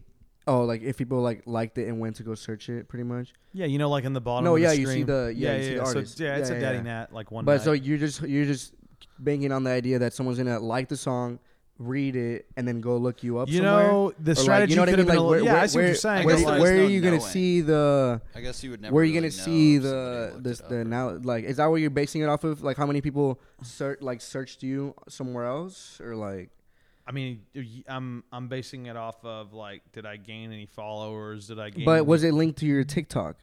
[SPEAKER 3] Oh, like if people like liked it and went to go search it, pretty much.
[SPEAKER 2] yeah, you know, like in the bottom.
[SPEAKER 3] No,
[SPEAKER 2] of
[SPEAKER 3] yeah,
[SPEAKER 2] the
[SPEAKER 3] you see
[SPEAKER 2] screen.
[SPEAKER 3] the- yeah,
[SPEAKER 2] yeah,
[SPEAKER 3] you see the
[SPEAKER 2] yeah. So,
[SPEAKER 3] artist.
[SPEAKER 2] yeah, it's
[SPEAKER 3] Yeah,
[SPEAKER 2] a
[SPEAKER 3] yeah,
[SPEAKER 2] daddy
[SPEAKER 3] yeah.
[SPEAKER 2] nat like one.
[SPEAKER 3] But
[SPEAKER 2] night.
[SPEAKER 3] so you're just you're just banking on the idea that someone's gonna like the song, read it, and then go look you up.
[SPEAKER 2] you
[SPEAKER 3] somewhere.
[SPEAKER 2] know the
[SPEAKER 3] Or, like,
[SPEAKER 2] strategy
[SPEAKER 3] you know what I
[SPEAKER 2] could
[SPEAKER 3] mean?
[SPEAKER 2] have been
[SPEAKER 3] Like
[SPEAKER 2] a
[SPEAKER 3] where,
[SPEAKER 2] little. Yeah,
[SPEAKER 3] where,
[SPEAKER 2] I see
[SPEAKER 3] where,
[SPEAKER 2] what you're saying.
[SPEAKER 4] I
[SPEAKER 3] Where,
[SPEAKER 4] guess
[SPEAKER 2] but, like,
[SPEAKER 4] there's
[SPEAKER 3] where are
[SPEAKER 4] no
[SPEAKER 3] you gonna
[SPEAKER 4] knowing.
[SPEAKER 3] see the?
[SPEAKER 4] I guess you would never.
[SPEAKER 3] Where are you
[SPEAKER 4] really
[SPEAKER 3] gonna
[SPEAKER 4] know
[SPEAKER 3] see
[SPEAKER 4] if
[SPEAKER 3] the
[SPEAKER 4] somebody
[SPEAKER 3] this
[SPEAKER 4] looked
[SPEAKER 3] the
[SPEAKER 4] it up or-
[SPEAKER 3] now like is that what you're basing it off of like how many people search like searched you somewhere else or like
[SPEAKER 2] I mean, you- I'm I'm basing it off of like, did I gain any followers? Did I gain?
[SPEAKER 3] but was
[SPEAKER 2] any-
[SPEAKER 3] it linked to your TikTok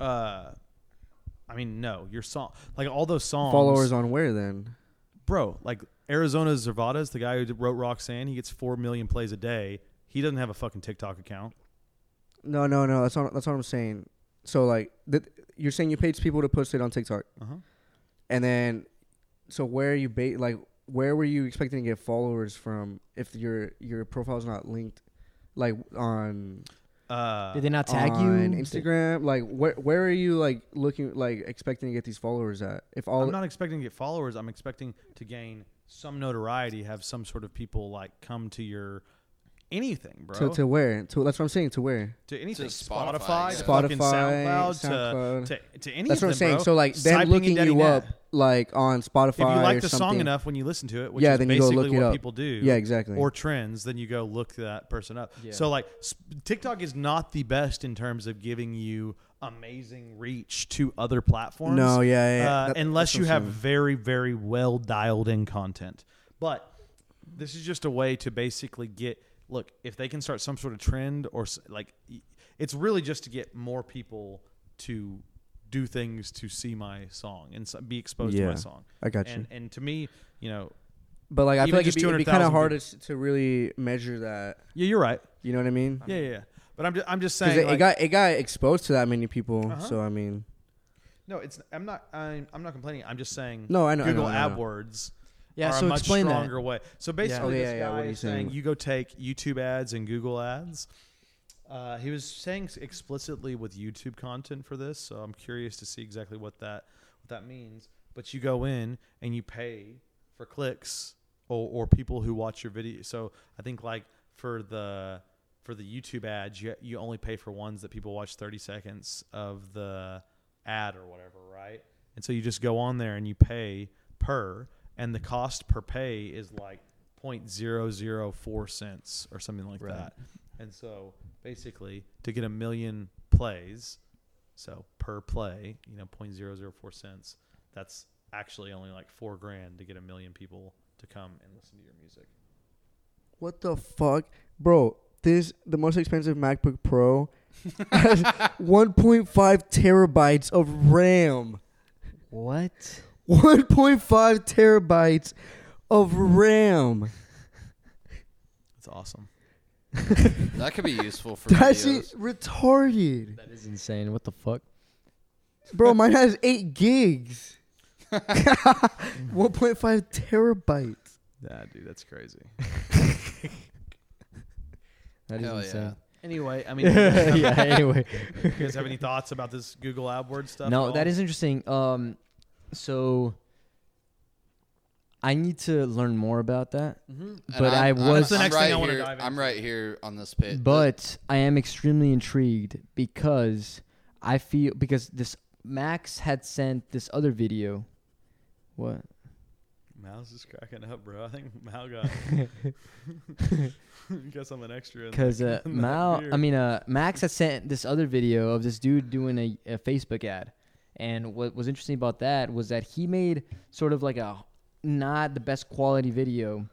[SPEAKER 2] Uh, I mean, no. Your song, like all those songs,
[SPEAKER 3] followers on where then
[SPEAKER 2] bro. Like Arizona Zervadas, the guy who wrote Roxanne, he gets four million plays a day. He doesn't have a fucking TikTok account.
[SPEAKER 3] no no no that's not that's what I'm saying so like th- you're saying you paid people to post it on TikTok
[SPEAKER 2] Uh-huh.
[SPEAKER 3] and then so where are you ba- like where were you expecting to get followers from if your your profile's not linked like on
[SPEAKER 2] Uh,
[SPEAKER 1] Did they not tag
[SPEAKER 3] on
[SPEAKER 1] you
[SPEAKER 3] Instagram like where where are you like looking like expecting to get these followers at if all
[SPEAKER 2] I'm not expecting to get followers. I'm expecting to gain some notoriety, have some sort of people like come to your anything, bro.
[SPEAKER 3] To, to where? To that's what I'm saying. To where?
[SPEAKER 2] To anything,
[SPEAKER 4] To
[SPEAKER 2] Spotify,
[SPEAKER 4] Spotify,
[SPEAKER 2] to
[SPEAKER 4] yeah.
[SPEAKER 2] fucking
[SPEAKER 3] Spotify,
[SPEAKER 2] SoundCloud,
[SPEAKER 3] SoundCloud.
[SPEAKER 2] To, to to any
[SPEAKER 3] That's
[SPEAKER 2] of
[SPEAKER 3] what I'm
[SPEAKER 2] them,
[SPEAKER 3] saying.
[SPEAKER 2] bro.
[SPEAKER 3] So like
[SPEAKER 2] Typing
[SPEAKER 3] them
[SPEAKER 2] in
[SPEAKER 3] looking
[SPEAKER 2] Daddy
[SPEAKER 3] you
[SPEAKER 2] Nat.
[SPEAKER 3] up like on
[SPEAKER 2] If you
[SPEAKER 3] Spotify.
[SPEAKER 2] like
[SPEAKER 3] or
[SPEAKER 2] the
[SPEAKER 3] something.
[SPEAKER 2] song enough when you listen to it, which
[SPEAKER 3] Yeah,
[SPEAKER 2] is
[SPEAKER 3] then you go
[SPEAKER 2] basically
[SPEAKER 3] look it
[SPEAKER 2] what
[SPEAKER 3] up.
[SPEAKER 2] people do,
[SPEAKER 3] Yeah, exactly.
[SPEAKER 2] or trends, then you go look that person up. So like s- TikTok is not the best in terms of giving you amazing reach to other platforms.
[SPEAKER 3] No, yeah, yeah, yeah.
[SPEAKER 2] uh,
[SPEAKER 3] That-
[SPEAKER 2] unless
[SPEAKER 3] that's
[SPEAKER 2] you
[SPEAKER 3] what I'm
[SPEAKER 2] have very very well dialed in content. But this is just a way to basically get look if they can start some sort of trend or s- like y- it's really just to get more people to do things to see my song and s- be exposed to
[SPEAKER 3] Yeah,
[SPEAKER 2] my song.
[SPEAKER 3] I got you.
[SPEAKER 2] and, And to me, you know,
[SPEAKER 3] But like I
[SPEAKER 2] Even
[SPEAKER 3] feel like it'd
[SPEAKER 2] just
[SPEAKER 3] be, it'd be kind
[SPEAKER 2] 200,000
[SPEAKER 3] of hard to, s- to really measure that.
[SPEAKER 2] yeah, you're right.
[SPEAKER 3] You know what I mean?
[SPEAKER 2] Yeah, yeah. yeah. But I'm just, I'm just
[SPEAKER 3] 'Cause
[SPEAKER 2] saying.
[SPEAKER 3] it, it
[SPEAKER 2] like-
[SPEAKER 3] got it got exposed to that many people.
[SPEAKER 2] Uh-huh.
[SPEAKER 3] So I mean,
[SPEAKER 2] no, it's I'm not I'm, I'm not complaining. I'm just saying.
[SPEAKER 3] No, I know, I know,
[SPEAKER 2] Google
[SPEAKER 3] I know.
[SPEAKER 2] AdWords.
[SPEAKER 1] Yeah,
[SPEAKER 2] are
[SPEAKER 1] so
[SPEAKER 2] a much
[SPEAKER 1] explain that.
[SPEAKER 2] stronger way. So basically,
[SPEAKER 3] Yeah. Oh,
[SPEAKER 2] this
[SPEAKER 3] yeah, yeah,
[SPEAKER 2] guy
[SPEAKER 3] what are you
[SPEAKER 2] is saying
[SPEAKER 3] saying?
[SPEAKER 2] you go take YouTube ads and Google ads. Uh, he was saying explicitly with YouTube content for this, so I'm curious to see exactly what that what that means. But you go in and you pay for clicks or, or people who watch your video. So I think like for the for the YouTube ads, you you only pay for ones that people watch 30 seconds of the ad or whatever, right? And so you just go on there and you pay per, and the cost per pay is like 0.004 cents or something like that. And so basically, to get a million plays, so per play, you know, 0.004 cents, that's actually only like four grand to get a million people to come and listen to your music.
[SPEAKER 3] what the fuck, bro? This the most expensive MacBook Pro has 1.5 terabytes of RAM.
[SPEAKER 1] What?
[SPEAKER 3] 1.5 terabytes of RAM.
[SPEAKER 2] That's awesome.
[SPEAKER 4] That could be useful for
[SPEAKER 3] That's
[SPEAKER 4] videos.
[SPEAKER 3] retarded,
[SPEAKER 1] That is insane. What the fuck?
[SPEAKER 3] bro. Mine has eight gigs, one point five terabytes.
[SPEAKER 2] Yeah, dude, that's crazy.
[SPEAKER 1] That is
[SPEAKER 4] Hell yeah.
[SPEAKER 1] insane.
[SPEAKER 2] Anyway, I mean, you
[SPEAKER 1] Yeah.
[SPEAKER 2] guys
[SPEAKER 1] anyway.
[SPEAKER 2] have- you guys have any thoughts about this Google ad word stuff?
[SPEAKER 1] No,
[SPEAKER 2] at
[SPEAKER 1] that
[SPEAKER 2] all?
[SPEAKER 1] is interesting. Um, so I need to learn more about that.
[SPEAKER 4] And
[SPEAKER 1] But i
[SPEAKER 4] I'm- I'm-
[SPEAKER 1] was
[SPEAKER 2] That's the
[SPEAKER 4] I'm
[SPEAKER 2] next thing
[SPEAKER 4] right
[SPEAKER 2] I wanna
[SPEAKER 4] here-
[SPEAKER 2] dive
[SPEAKER 4] I'm
[SPEAKER 2] into.
[SPEAKER 4] right here on this pit.
[SPEAKER 1] But I am extremely intrigued because I feel because this Max had sent this other video. What?
[SPEAKER 2] Mal's just cracking up, bro. I think Mal got got something extra. in there.
[SPEAKER 1] Because uh,
[SPEAKER 2] Not
[SPEAKER 1] Mal,
[SPEAKER 2] beer.
[SPEAKER 1] I mean, uh, Max had sent this other video of this dude doing a, a Facebook ad, and what was interesting about that was that he made sort of like a not the best quality video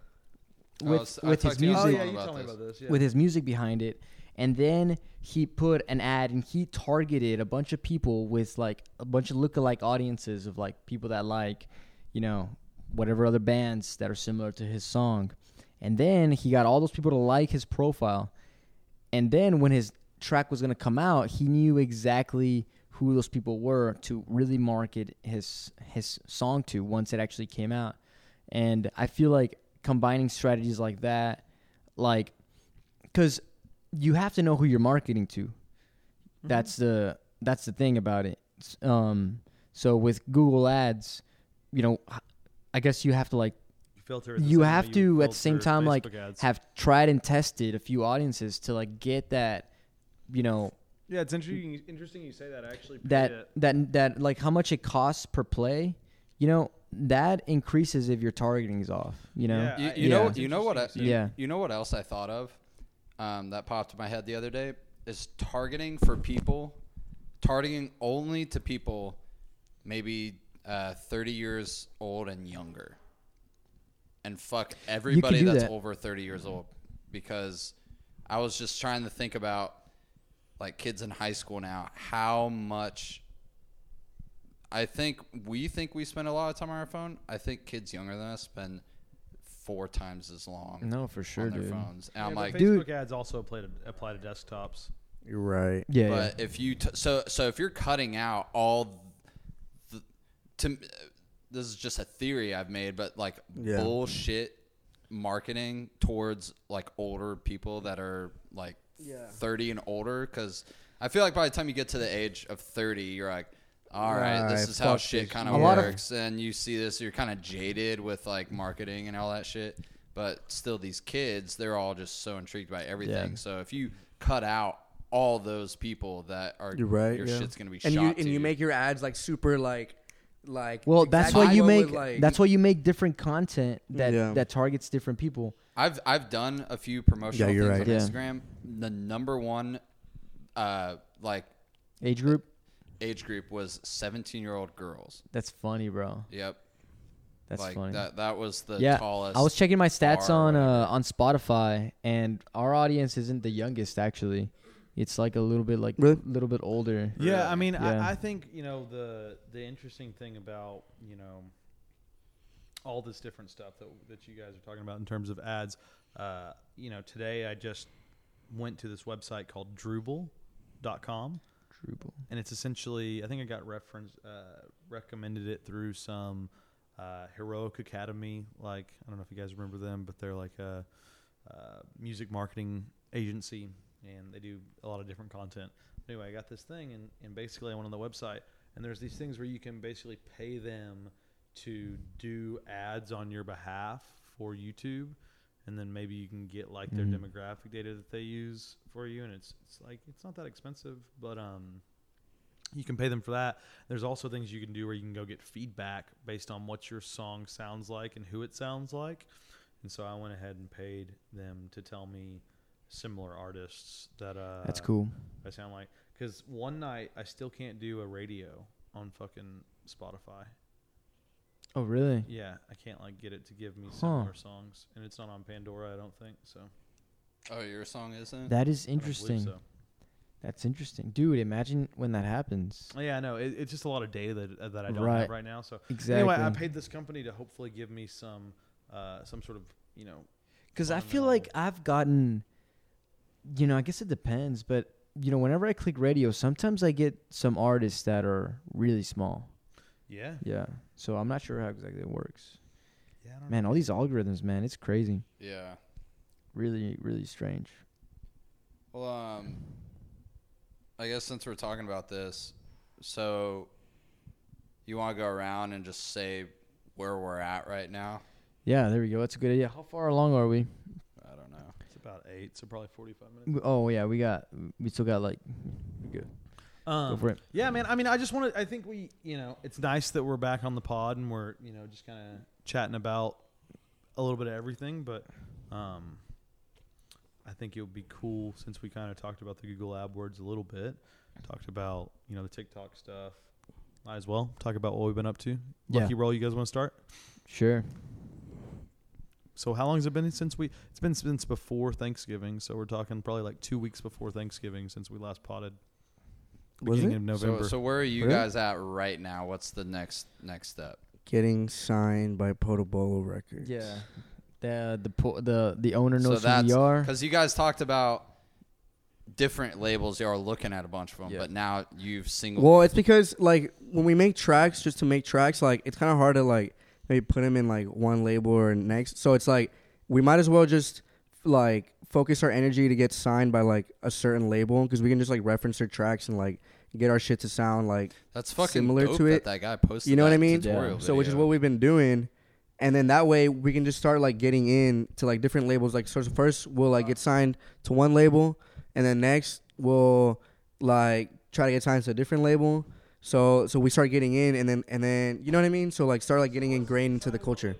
[SPEAKER 4] I
[SPEAKER 1] with
[SPEAKER 4] was- I
[SPEAKER 1] with
[SPEAKER 4] talked
[SPEAKER 1] his
[SPEAKER 4] to you
[SPEAKER 1] music
[SPEAKER 2] oh
[SPEAKER 4] He's
[SPEAKER 2] yeah,
[SPEAKER 4] on
[SPEAKER 2] you
[SPEAKER 4] about
[SPEAKER 2] tell me
[SPEAKER 4] this.
[SPEAKER 2] about this. Yeah.
[SPEAKER 1] with his music behind it. And then he put an ad and he targeted a bunch of people with like a bunch of lookalike audiences of like people that like, you know, whatever other bands that are similar to his song. And then he got all those people to like his profile. And then when his track was going to come out, he knew exactly who those people were to really market his his song to once it actually came out. And I feel like combining strategies like that like cuz you have to know who you're marketing to. That's the that's the thing about it. S- Um so with Google Ads, you know, h- I guess you have to like
[SPEAKER 2] you filter. it the
[SPEAKER 1] you
[SPEAKER 2] same way
[SPEAKER 1] have
[SPEAKER 2] would
[SPEAKER 1] to at the same
[SPEAKER 2] filter
[SPEAKER 1] time like
[SPEAKER 2] Facebook ads.
[SPEAKER 1] have tried and tested a few audiences to like get that you know
[SPEAKER 2] Yeah, it's interesting. Interesting you say that. I actually paid
[SPEAKER 1] that
[SPEAKER 2] it.
[SPEAKER 1] that that like how much it costs per play you know that increases if your targeting is off you know
[SPEAKER 2] Yeah.
[SPEAKER 4] you,
[SPEAKER 2] I-
[SPEAKER 4] you know,
[SPEAKER 1] yeah.
[SPEAKER 4] you know what? I,
[SPEAKER 1] Interesting. Yeah.
[SPEAKER 4] You know what else I thought of? Um, that popped in my head the other day is targeting for people, targeting only to people, maybe uh, thirty years old and younger, and fuck everybody
[SPEAKER 1] do
[SPEAKER 4] that's
[SPEAKER 1] that.
[SPEAKER 4] over thirty years old, because I was just trying to think about like kids in high school now how much I think we think we spend a lot of time on our phone. I think kids younger than us spend four times as long
[SPEAKER 1] no for sure
[SPEAKER 4] on their
[SPEAKER 1] dude
[SPEAKER 4] phones. And
[SPEAKER 2] Yeah,
[SPEAKER 4] I'm
[SPEAKER 2] but
[SPEAKER 4] like,
[SPEAKER 2] Facebook
[SPEAKER 1] dude-
[SPEAKER 2] ads also apply to, apply to desktops.
[SPEAKER 3] You're right.
[SPEAKER 1] yeah, yeah.
[SPEAKER 4] but if you t- so so if you're cutting out all the to this is just a theory I've made, but like
[SPEAKER 3] Yeah.
[SPEAKER 4] bullshit marketing towards like older people that are like 30 and older because I feel like by the time you get to the age of 30, you're like. All right,
[SPEAKER 3] Right,
[SPEAKER 4] this is how
[SPEAKER 3] fuck
[SPEAKER 4] shit
[SPEAKER 3] this
[SPEAKER 4] kind
[SPEAKER 1] A
[SPEAKER 4] of
[SPEAKER 1] lot of-
[SPEAKER 4] works, and you see this, you're kind of jaded with like marketing and all that shit. But still, these kids, they're all just so intrigued by everything. So if you cut out all those people that are,
[SPEAKER 3] You're right.
[SPEAKER 4] your
[SPEAKER 3] yeah.
[SPEAKER 4] shit's gonna be
[SPEAKER 3] and
[SPEAKER 4] shot.
[SPEAKER 3] you
[SPEAKER 4] to
[SPEAKER 3] and you make your ads like super like like.
[SPEAKER 1] well that's
[SPEAKER 3] exactly
[SPEAKER 1] why you
[SPEAKER 3] what
[SPEAKER 1] make
[SPEAKER 3] would, like-
[SPEAKER 1] that's why you make different content that
[SPEAKER 3] Yeah.
[SPEAKER 1] that targets different people
[SPEAKER 4] I've I've done a few promotional
[SPEAKER 3] Yeah, you're
[SPEAKER 4] things
[SPEAKER 3] right.
[SPEAKER 4] on
[SPEAKER 1] Yeah.
[SPEAKER 4] Instagram. The number one, uh, like
[SPEAKER 1] age group
[SPEAKER 4] age group was 17 year old girls.
[SPEAKER 1] that's funny bro
[SPEAKER 4] Yep,
[SPEAKER 1] that's
[SPEAKER 4] like
[SPEAKER 1] funny
[SPEAKER 4] that. That was the
[SPEAKER 1] yeah
[SPEAKER 4] tallest.
[SPEAKER 1] i was checking my stats
[SPEAKER 4] bar or
[SPEAKER 1] on uh, on spotify and our audience isn't the youngest actually it's like a little bit like a
[SPEAKER 3] Really?
[SPEAKER 1] little bit older
[SPEAKER 2] Yeah, I mean,
[SPEAKER 1] Yeah.
[SPEAKER 2] I, I think you know the the interesting thing about you know all this different stuff that that you guys are talking about in terms of ads. Uh, you know, today I just went to this website called Drupal.com,
[SPEAKER 1] Drupal.
[SPEAKER 2] and it's essentially I think I got referenced uh, recommended it through some uh, Heroic Academy. Like I don't know if you guys remember them, but they're like a uh, music marketing agency, and they do a lot of different content. Anyway, I got this thing, and, and basically I went on the website, and there's these things where you can basically pay them to do ads on your behalf for YouTube, and then maybe you can get like their demographic data that they use for you, and it's it's like it's not that expensive, but um, you can pay them for that. There's also things you can do where you can go get feedback based on what your song sounds like and who it sounds like. And so I went ahead and paid them to tell me similar artists that uh,
[SPEAKER 1] that's cool
[SPEAKER 2] I sound like because one night I still can't do a radio on fucking Spotify.
[SPEAKER 1] oh really
[SPEAKER 2] Yeah, I can't like get it to give me similar songs, and it's not on Pandora, I don't think. So I don't
[SPEAKER 4] Oh, your song isn't.
[SPEAKER 1] That is
[SPEAKER 2] believe
[SPEAKER 1] interesting.
[SPEAKER 2] so.
[SPEAKER 1] That's interesting, dude. Imagine when that happens.
[SPEAKER 2] Yeah, I know. It, it's just a lot of data that, that I don't
[SPEAKER 1] Right.
[SPEAKER 2] have right now. So
[SPEAKER 1] Exactly.
[SPEAKER 2] Anyway, I paid this company to hopefully give me some uh, some sort of you know
[SPEAKER 1] Because I feel
[SPEAKER 2] fundamental-
[SPEAKER 1] like I've gotten, you know, I guess it depends, but you know, whenever I click radio, sometimes I get some artists that are really small.
[SPEAKER 2] yeah
[SPEAKER 1] Yeah. So I'm not sure how exactly it works.
[SPEAKER 2] yeah I don't
[SPEAKER 1] Man, all these algorithms, man, it's crazy.
[SPEAKER 4] Yeah.
[SPEAKER 1] Really, really strange.
[SPEAKER 4] Well, um, I guess since we're talking about this, so you want to go around and just say where we're at right now?
[SPEAKER 1] Yeah, there we go. That's a good idea. How far along are we?
[SPEAKER 4] I don't know.
[SPEAKER 2] know. it's about eight so probably forty five minutes
[SPEAKER 1] We- Oh yeah, we got. We still got like. we Good.
[SPEAKER 2] um,
[SPEAKER 1] Go for it.
[SPEAKER 2] Yeah, man. I mean, I just want to. I think we, you know, it's nice that we're back on the pod and we're, you know, just kind of chatting about a little bit of everything. But um, I think it would be cool since we kind of talked about the Google AdWords a little bit, talked about you know the TikTok stuff. Might as well talk about what we've been up to.
[SPEAKER 1] Yeah.
[SPEAKER 2] Lucky roll, you guys want to start?
[SPEAKER 1] Sure.
[SPEAKER 2] So how long has it been since we? It's been since before Thanksgiving. So we're talking probably like two weeks before Thanksgiving since we last potted.
[SPEAKER 3] Was
[SPEAKER 2] Beginning
[SPEAKER 3] it?
[SPEAKER 2] of November.
[SPEAKER 4] So, so where are you
[SPEAKER 1] Really?
[SPEAKER 4] guys at right now? What's the next next step?
[SPEAKER 3] Getting signed by Potobolo Records.
[SPEAKER 1] Yeah. The the po- the the owner
[SPEAKER 4] so
[SPEAKER 1] knows who
[SPEAKER 4] that's
[SPEAKER 1] we are.
[SPEAKER 4] because you guys talked about different labels. You are looking at a bunch of them,
[SPEAKER 1] Yeah.
[SPEAKER 4] but now you've singled.
[SPEAKER 3] Well, it's because like when we make tracks, just to make tracks, like it's kind of hard to like maybe put them in like one label or next. So it's like we might as well just like focus our energy to get signed by like a certain label because we can just like reference their tracks and like get our shit to sound like
[SPEAKER 4] that's fucking
[SPEAKER 3] similar
[SPEAKER 4] dope
[SPEAKER 3] to
[SPEAKER 4] that
[SPEAKER 3] it.
[SPEAKER 4] That guy posted.
[SPEAKER 3] you know what
[SPEAKER 4] that
[SPEAKER 3] I mean.
[SPEAKER 4] tutorial
[SPEAKER 3] So which is
[SPEAKER 4] video.
[SPEAKER 3] what we've been doing. And then that way we can just start like getting in to like different labels. Like so first we'll like get signed to one label, and then next we'll like try to get signed to a different label. So so we start getting in, and then and then you know what I mean. So like start like getting ingrained into the culture.